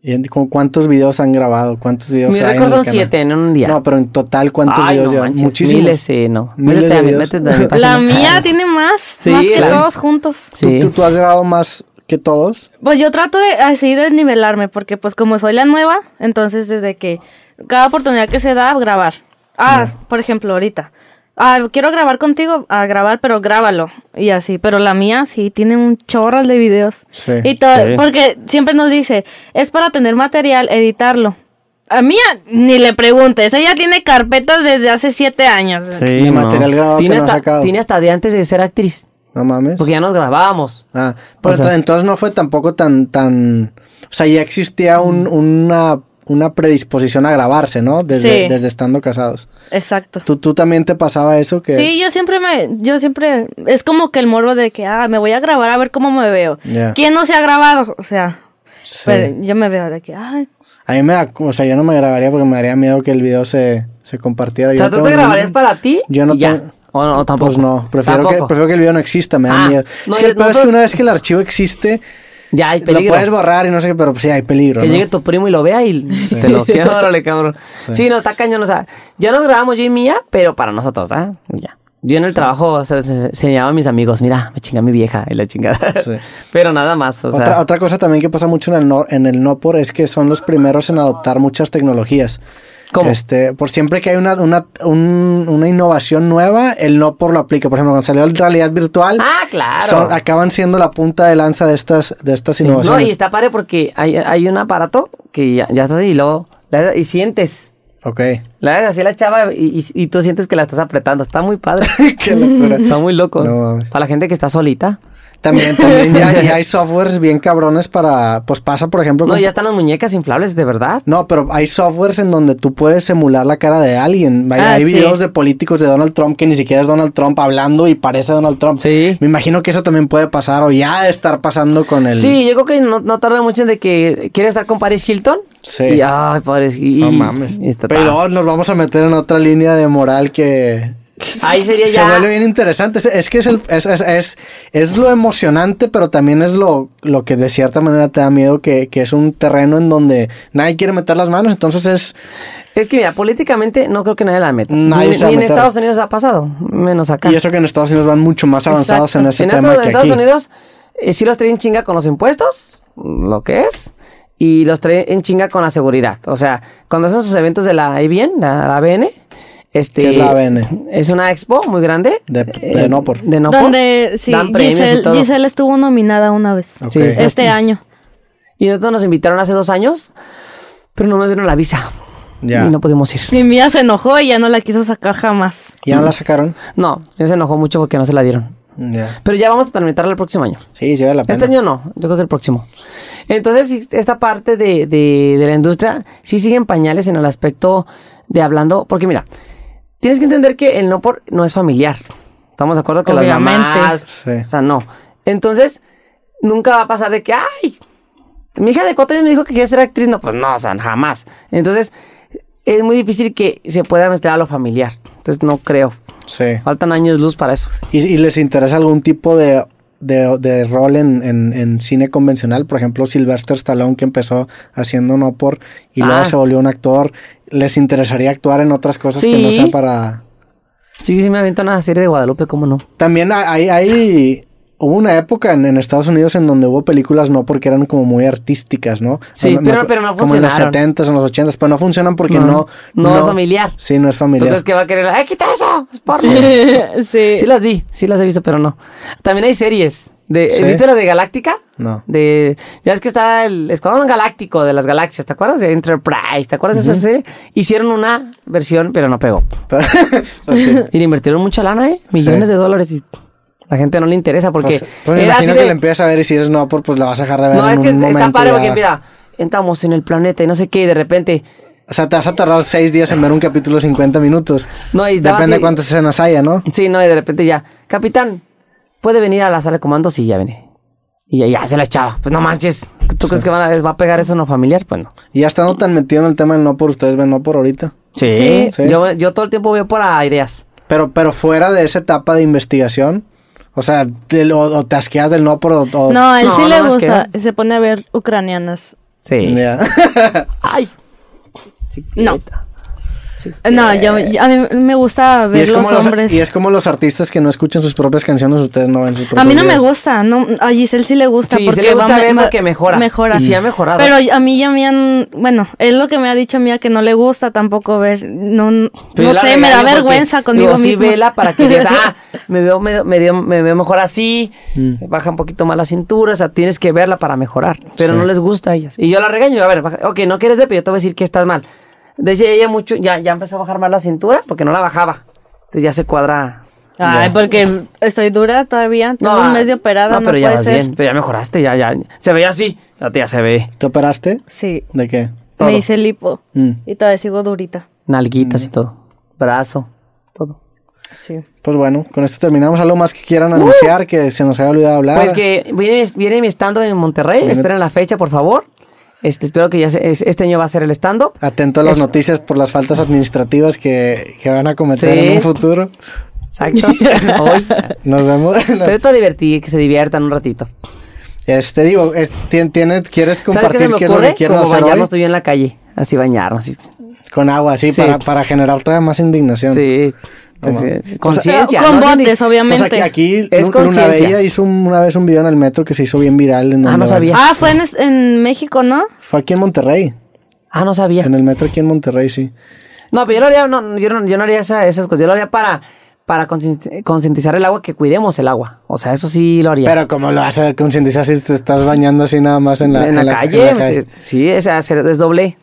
Speaker 1: ¿Y en- como cuántos videos han grabado? ¿Cuántos videos
Speaker 3: Mis
Speaker 1: hay en
Speaker 3: récords
Speaker 1: el
Speaker 3: son
Speaker 1: canal?
Speaker 3: siete en un día.
Speaker 1: No, pero en total, ¿cuántos
Speaker 3: Ay,
Speaker 1: videos
Speaker 3: no
Speaker 1: llevan?
Speaker 3: manches,
Speaker 1: Muchísimos.
Speaker 3: Miles, sí, no.
Speaker 1: Miles
Speaker 3: Métete
Speaker 1: de
Speaker 3: a mi-
Speaker 1: videos.
Speaker 3: métete a mi página.
Speaker 2: La mía tiene más,
Speaker 3: Sí,
Speaker 2: más que
Speaker 3: la-
Speaker 2: todos juntos.
Speaker 1: ¿Tú,
Speaker 3: Sí.
Speaker 1: tú, tú has grabado más que todos?
Speaker 2: Pues yo trato de así de nivelarme, porque pues como soy la nueva, entonces desde que cada oportunidad que se da, grabar. Ah, por ejemplo, ahorita. Ah, quiero grabar contigo, a grabar, pero grábalo. Y así, pero la mía sí tiene un chorro de videos.
Speaker 1: Sí,
Speaker 2: y todo,
Speaker 3: sí.
Speaker 2: porque siempre nos dice, es para tener material, editarlo. A mía ni le preguntes, ella tiene carpetas desde hace siete años.
Speaker 3: Sí,
Speaker 1: Mi material grabado
Speaker 3: tiene
Speaker 1: que no ha
Speaker 3: hasta,
Speaker 1: sacado.
Speaker 3: Tiene hasta de antes de ser actriz.
Speaker 1: No mames.
Speaker 3: Porque ya nos grabábamos.
Speaker 1: Ah, pero
Speaker 3: O sea-
Speaker 1: ento- entonces no fue tampoco tan, tan. O sea, ya existía un-
Speaker 3: Mm.
Speaker 1: una, una predisposición a grabarse, ¿no? Desde,
Speaker 2: Sí.
Speaker 1: desde estando casados.
Speaker 2: Exacto.
Speaker 1: ¿Tú, ¿Tú también te pasaba eso? Que,
Speaker 2: Sí, yo siempre me, yo siempre, es como que el morbo de que, ah, me voy a grabar a ver cómo me veo.
Speaker 1: Ya.
Speaker 2: ¿Quién no se ha grabado? O sea,
Speaker 1: Sí.
Speaker 3: pues,
Speaker 2: pero yo me veo de que, ay,
Speaker 1: A mí me da. O sea, yo no me grabaría porque me daría miedo que el video se, se compartiera.
Speaker 3: O
Speaker 1: Yo
Speaker 3: sea,
Speaker 1: no
Speaker 3: tú
Speaker 1: tengo
Speaker 3: te
Speaker 1: ningún-
Speaker 3: grabarías para ti.
Speaker 1: Yo no
Speaker 3: y ya.
Speaker 1: tengo-
Speaker 3: O no, tampoco.
Speaker 1: Pues no, prefiero que,
Speaker 3: Tampoco.
Speaker 1: prefiero que el video no exista, me da
Speaker 3: Ah,
Speaker 1: miedo.
Speaker 3: no,
Speaker 1: es que el pedo es
Speaker 3: yo-
Speaker 1: que
Speaker 3: nosotros-
Speaker 1: una vez que el archivo existe,
Speaker 3: Ya hay
Speaker 1: lo
Speaker 3: peligro.
Speaker 1: puedes borrar y no sé qué, pero pues, sí hay peligro.
Speaker 3: Que
Speaker 1: ¿no?
Speaker 3: llegue tu primo y lo vea y te lo queda, órale, cabrón. Sí. no, está cañón. O sea, ya nos grabamos yo y mía, pero para nosotros, ¿ah? Ya. Yo en el trabajo o sea, se, se llamaban mis amigos, mira, me chinga mi vieja y la chingada.
Speaker 1: Sí.
Speaker 3: Pero nada más, o sea.
Speaker 1: otra, otra cosa también que pasa mucho en el, no, en el no por es que son los primeros en adoptar muchas tecnologías.
Speaker 3: ¿Cómo?
Speaker 1: Este, por siempre que hay una, una, un- una innovación nueva, el no por lo aplica. Por ejemplo, cuando salió el realidad virtual,
Speaker 3: Ah, claro.
Speaker 1: son- acaban siendo la punta de lanza de estas, de estas
Speaker 3: no,
Speaker 1: innovaciones.
Speaker 3: y está padre porque hay, hay un aparato que ya, ya estás ahí y luego, la- y sientes.
Speaker 1: Ok.
Speaker 3: La haces así a la chava y, y- y tú sientes que la estás apretando. Está muy padre.
Speaker 1: Qué locura.
Speaker 3: Está muy loco.
Speaker 1: No mames.
Speaker 3: Para la gente que está solita.
Speaker 1: También, también ya, ya hay softwares bien cabrones para. Pues pasa, por ejemplo,
Speaker 3: No,
Speaker 1: con-
Speaker 3: ya están las muñecas inflables, de verdad.
Speaker 1: No, pero hay softwares en donde tú puedes emular la cara de alguien. Hay,
Speaker 2: Ah,
Speaker 1: hay
Speaker 2: sí.
Speaker 1: videos de políticos de Donald Trump que ni siquiera es Donald Trump hablando y parece Donald Trump.
Speaker 3: Sí.
Speaker 1: Me imagino que eso también puede pasar o ya de estar pasando con el.
Speaker 3: Sí, yo creo que no, no tarda mucho en de que quiere estar con Paris Hilton.
Speaker 1: Sí.
Speaker 3: Y, ah, ay, Paris Hilton.
Speaker 1: No mames. Pero
Speaker 3: Pero...
Speaker 1: luego nos vamos a meter en otra línea de moral que.
Speaker 3: Ahí sería
Speaker 1: Se
Speaker 3: ya.
Speaker 1: vuelve bien interesante. Es, es que es, el- es, es, es- es lo emocionante, pero también es lo, lo que de cierta manera te da miedo, que, que es un terreno en donde nadie quiere meter las manos, entonces es...
Speaker 3: Es que mira, políticamente no creo que nadie la meta.
Speaker 1: Nadie
Speaker 3: ni
Speaker 1: se va a
Speaker 3: ni en
Speaker 1: meter.
Speaker 3: Estados Unidos ha pasado, menos acá.
Speaker 1: Y eso que en Estados Unidos van mucho más avanzados
Speaker 2: Exacto.
Speaker 1: en ese
Speaker 3: en
Speaker 1: tema
Speaker 3: Estados, en
Speaker 1: que
Speaker 3: Estados
Speaker 1: aquí.
Speaker 3: Unidos eh, sí los traen en chinga con los impuestos, lo que es, y los traen en chinga con la seguridad. O sea, cuando hacen sus eventos de la ABN, la, la ABN, este,
Speaker 1: ¿Qué es la ABN?
Speaker 3: Es una expo muy grande. Eh,
Speaker 1: De- de Nopor.
Speaker 3: De Nopor.
Speaker 2: donde, sí,
Speaker 3: Dan premios y
Speaker 2: Giselle,
Speaker 3: todo.
Speaker 2: Giselle estuvo nominada una vez,
Speaker 1: Ah, Ok.
Speaker 3: Sí, está-
Speaker 2: este año.
Speaker 3: Y nosotros nos invitaron hace dos años, pero no nos dieron la visa.
Speaker 1: Ya.
Speaker 3: Y no pudimos ir.
Speaker 2: Mi mía se enojó y ya no la quiso sacar jamás.
Speaker 1: ¿Ya no la sacaron?
Speaker 3: No, él se enojó mucho porque no se la dieron.
Speaker 1: Ya.
Speaker 3: Pero ya vamos a tramitarla el próximo año.
Speaker 1: Sí, sí vale la pena.
Speaker 3: Este año no, yo creo que el próximo. Entonces, sí, esta parte de, de- de la industria sí siguen pañales en el aspecto de hablando, porque mira, tienes que entender que el no por no es familiar. Estamos de acuerdo que
Speaker 2: Obviamente.
Speaker 3: las mamás,
Speaker 1: Sí.
Speaker 3: o sea, no. Entonces, nunca va a pasar de que, ay, mi hija de cuatro años me dijo que quiere ser actriz. No, pues no, o sea, jamás. Entonces, es muy difícil que se pueda mezclar a lo familiar. Entonces no creo.
Speaker 1: Sí.
Speaker 3: Faltan años luz para eso.
Speaker 1: ¿Y, y les interesa algún tipo de, de- de rol en, en- en cine convencional? Por ejemplo, Sylvester Stallone, que empezó haciendo no por y
Speaker 3: Ah.
Speaker 1: luego se volvió un actor. ¿Les interesaría actuar en otras cosas que no
Speaker 3: Sí.
Speaker 1: sea para...?
Speaker 3: Sí, sí me aviento una serie de Guadalupe, ¿cómo no?
Speaker 1: También hay, hay- hubo una época en, en Estados Unidos en donde hubo películas no porque eran como muy artísticas, ¿no?
Speaker 3: Sí,
Speaker 1: No-
Speaker 3: pero- pero no
Speaker 1: Como en los
Speaker 3: funcionaron.
Speaker 1: 70s, en los 80s, pero no funcionan porque
Speaker 3: No.
Speaker 1: no...
Speaker 3: No es familiar.
Speaker 1: Sí, no es familiar.
Speaker 3: Entonces, ¿qué va a querer? ¡Eh, quita eso! ¡Es porno!
Speaker 2: sí.
Speaker 3: Sí las vi, sí las he visto, pero no. También hay series. De, eh,
Speaker 1: Sí.
Speaker 3: ¿Viste la de Galáctica?
Speaker 1: No.
Speaker 3: De, ya es que está el Escuadrón Galáctico de las Galaxias, ¿te acuerdas de Enterprise? ¿Te acuerdas de esa serie? Hicieron una versión, pero no pegó.
Speaker 1: O sea, sí.
Speaker 3: Y le invirtieron mucha lana, ¿eh? Millones
Speaker 1: Sí.
Speaker 3: de dólares y la gente no le interesa porque
Speaker 1: Pues, pues me
Speaker 3: era así
Speaker 1: imagino que
Speaker 3: de-
Speaker 1: la empiezas a ver y si eres no, por, pues la vas a dejar de ver
Speaker 3: No,
Speaker 1: en
Speaker 3: es
Speaker 1: un
Speaker 3: que
Speaker 1: momento.
Speaker 3: está
Speaker 1: y
Speaker 3: padre
Speaker 1: ya
Speaker 3: porque
Speaker 1: vas-
Speaker 3: mira, entramos en el planeta y no sé qué y de repente...
Speaker 1: O sea, te vas a tardar seis días en ver un capítulo de 50 minutos.
Speaker 3: No, y estaba
Speaker 1: Depende
Speaker 3: así-
Speaker 1: de cuántas escenas haya, ¿no?
Speaker 3: Sí, no, y de repente ya, capitán, ¿puede venir a la sala de comando? Sí, ya viene. Y ya, ya se la echaba. Pues no manches, ¿tú crees que van a, va a pegar eso no familiar? Pues no.
Speaker 1: Y ya estando tan metido en el tema del no por, ustedes ven no por ahorita.
Speaker 3: Sí,
Speaker 1: Sí.
Speaker 3: Yo, yo todo el tiempo voy por a ideas.
Speaker 1: Pero, pero fuera de esa etapa de investigación, o sea, te, lo- o, te asqueas del no por o... o-
Speaker 2: No, a él
Speaker 3: No,
Speaker 2: sí le
Speaker 3: nada más
Speaker 2: gusta. Se pone a ver ucranianas.
Speaker 3: Sí.
Speaker 1: Ya.
Speaker 3: Ay.
Speaker 2: No.
Speaker 3: Chiquita.
Speaker 2: No, yo,
Speaker 3: Eh,
Speaker 2: yo- a mí me gusta
Speaker 1: y,
Speaker 2: ver
Speaker 1: es
Speaker 2: los
Speaker 1: como
Speaker 2: hombres.
Speaker 1: los, y es como los artistas que no escuchan sus propias canciones, ustedes no ven sus propias
Speaker 2: A mí no me gusta, no, a Giselle sí le gusta.
Speaker 3: Sí,
Speaker 2: porque
Speaker 3: Giselle le gusta
Speaker 2: va-
Speaker 3: ver
Speaker 2: va-
Speaker 3: porque mejora.
Speaker 2: Mejora.
Speaker 3: Y sí ha mejorado.
Speaker 2: Pero a mí ya me han, bueno, es lo que me ha dicho a mí a que no le gusta tampoco ver, no,
Speaker 3: Pero
Speaker 2: no
Speaker 3: Pues la
Speaker 2: sé, me da
Speaker 3: regaño porque
Speaker 2: vergüenza conmigo
Speaker 3: digo, sí,
Speaker 2: misma.
Speaker 3: vela para que digas, ah, me veo, me, me dio- me veo mejor así, baja un poquito más la cintura, o sea, tienes que verla para mejorar. Pero
Speaker 1: Sí.
Speaker 3: no les gusta a ellas. Y yo la regaño, a ver, baja- ok, no quieres de yo te voy a decir que estás mal. Desde ella mucho, ya, ya empezó a bajar más la cintura porque no la bajaba. Entonces ya se cuadra.
Speaker 2: Ay, porque estoy dura todavía, tengo un mes de operada, no,
Speaker 3: pero ya
Speaker 2: puede
Speaker 3: vas
Speaker 2: ser.
Speaker 3: bien, pero ya mejoraste, ya, ya. Se veía así, ya, ya se ve.
Speaker 1: ¿Te operaste?
Speaker 2: Sí,
Speaker 1: ¿De qué?
Speaker 3: Todo.
Speaker 2: me hice lipo
Speaker 1: Mm.
Speaker 2: y todavía sigo durita.
Speaker 3: Nalguitas
Speaker 2: Mm.
Speaker 3: y todo. Brazo, todo.
Speaker 2: Sí.
Speaker 1: Pues bueno, con esto terminamos. ¿Algo más que quieran anunciar que se nos haya olvidado hablar?
Speaker 3: Uh. Pues que viene, mi- viene mi stand-up en Monterrey. Esperen la fecha, por favor. Este, espero que ya se- es- este año va a ser el stand-up.
Speaker 1: Atento a las
Speaker 3: Es-
Speaker 1: noticias por las faltas administrativas que, que van a cometer
Speaker 3: Sí.
Speaker 1: en un futuro.
Speaker 3: Exacto. Hoy.
Speaker 1: Nos vemos.
Speaker 3: Pero para divertir, que se diviertan un ratito.
Speaker 1: Este, digo, es- tien- tiene- ¿quieres
Speaker 3: ¿Sabes qué se
Speaker 1: compartir
Speaker 3: me
Speaker 1: qué, es lo que
Speaker 3: ocurre?
Speaker 1: quieren
Speaker 3: Como
Speaker 1: hacer hoy?
Speaker 3: bañarnos tú y yo en la calle. Así bañarnos. Sí.
Speaker 1: Con agua, sí,
Speaker 3: Sí.
Speaker 1: Para, para generar todavía más indignación.
Speaker 3: Sí.
Speaker 1: No
Speaker 3: Así,
Speaker 1: mames.
Speaker 3: Conciencia.
Speaker 2: Con
Speaker 3: ¿no? Pues Sí,
Speaker 2: botes,
Speaker 1: O
Speaker 2: obviamente.
Speaker 1: sea, que aquí
Speaker 3: Es
Speaker 1: es Luna
Speaker 3: conciencia.
Speaker 1: Bella hizo un- una vez un video en el metro que se hizo bien viral. En donde
Speaker 3: Ah, no
Speaker 1: van-
Speaker 3: sabía.
Speaker 2: Ah, fue en, en México, ¿no?
Speaker 1: Fue aquí en Monterrey.
Speaker 3: Ah, no sabía.
Speaker 1: En el metro aquí en Monterrey, sí.
Speaker 3: No, pero yo lo haría, no, yo no, yo no haría esa- esas cosas. Yo lo haría para, para concienti- concientizar el agua, que cuidemos el agua. O sea, eso sí lo haría.
Speaker 1: Pero ¿cómo lo vas a concientizar si te estás bañando así nada más en la,
Speaker 3: en la,
Speaker 1: en la- en
Speaker 3: calle, pues,
Speaker 1: la calle?
Speaker 3: sí, o sea, se desdoblé.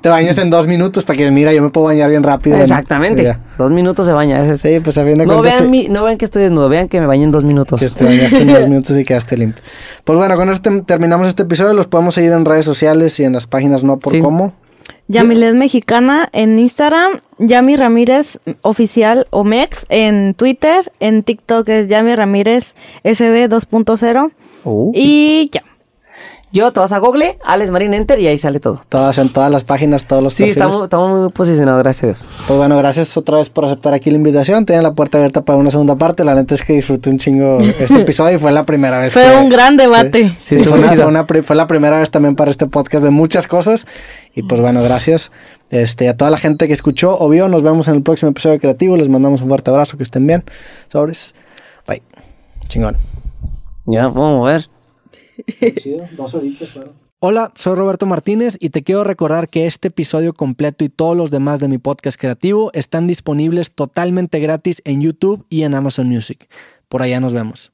Speaker 1: Te bañas en dos minutos para que, mira, yo me puedo bañar bien rápido. ¿no?
Speaker 3: Exactamente.
Speaker 1: Y ya.
Speaker 3: Dos minutos se baña. ese es-
Speaker 1: Sí, pues a fin de
Speaker 3: no,
Speaker 1: cuentas,
Speaker 3: vean
Speaker 1: sí,
Speaker 3: mi- no vean que estoy desnudo, vean que me bañé en dos minutos.
Speaker 1: que te bañaste en dos minutos y quedaste limpio. Pues bueno, con esto tem- terminamos este episodio. Los podemos seguir en redes sociales y en las páginas no por
Speaker 3: Sí.
Speaker 1: cómo.
Speaker 2: Yamilet Mexicana en Instagram, Yami Ramírez Oficial o Mex en Twitter, en TikTok es Yami Ramírez SB 2.0
Speaker 3: Oh.
Speaker 2: y ya.
Speaker 3: Yo te vas a Google, Alex Marín Enter y ahí sale todo.
Speaker 1: Todas en todas las páginas, todos los
Speaker 3: Sí,
Speaker 1: perfiles.
Speaker 3: estamos, estamos muy posicionados, gracias a Dios.
Speaker 1: Pues bueno, gracias otra vez por aceptar aquí la invitación. Tienen la puerta abierta para una segunda parte. La neta es que disfruté un chingo este episodio y fue la primera vez.
Speaker 2: Fue
Speaker 1: que-
Speaker 2: un gran debate.
Speaker 1: Sí,
Speaker 3: Sí,
Speaker 1: fue, una-
Speaker 3: chido.
Speaker 1: fue una pri- fue la primera vez también para este podcast de muchas cosas. Y pues bueno, gracias este, a toda la gente que escuchó o vio. Nos vemos en el próximo episodio de Creativo. Les mandamos un fuerte abrazo. Que estén bien. Sobres. Bye. Chingón.
Speaker 3: Ya, vamos a ver.
Speaker 1: Hola, soy Roberto Martínez y te quiero recordar que este episodio completo y todos los demás de mi podcast creativo están disponibles totalmente gratis en YouTube y en Amazon Music. Por allá nos vemos.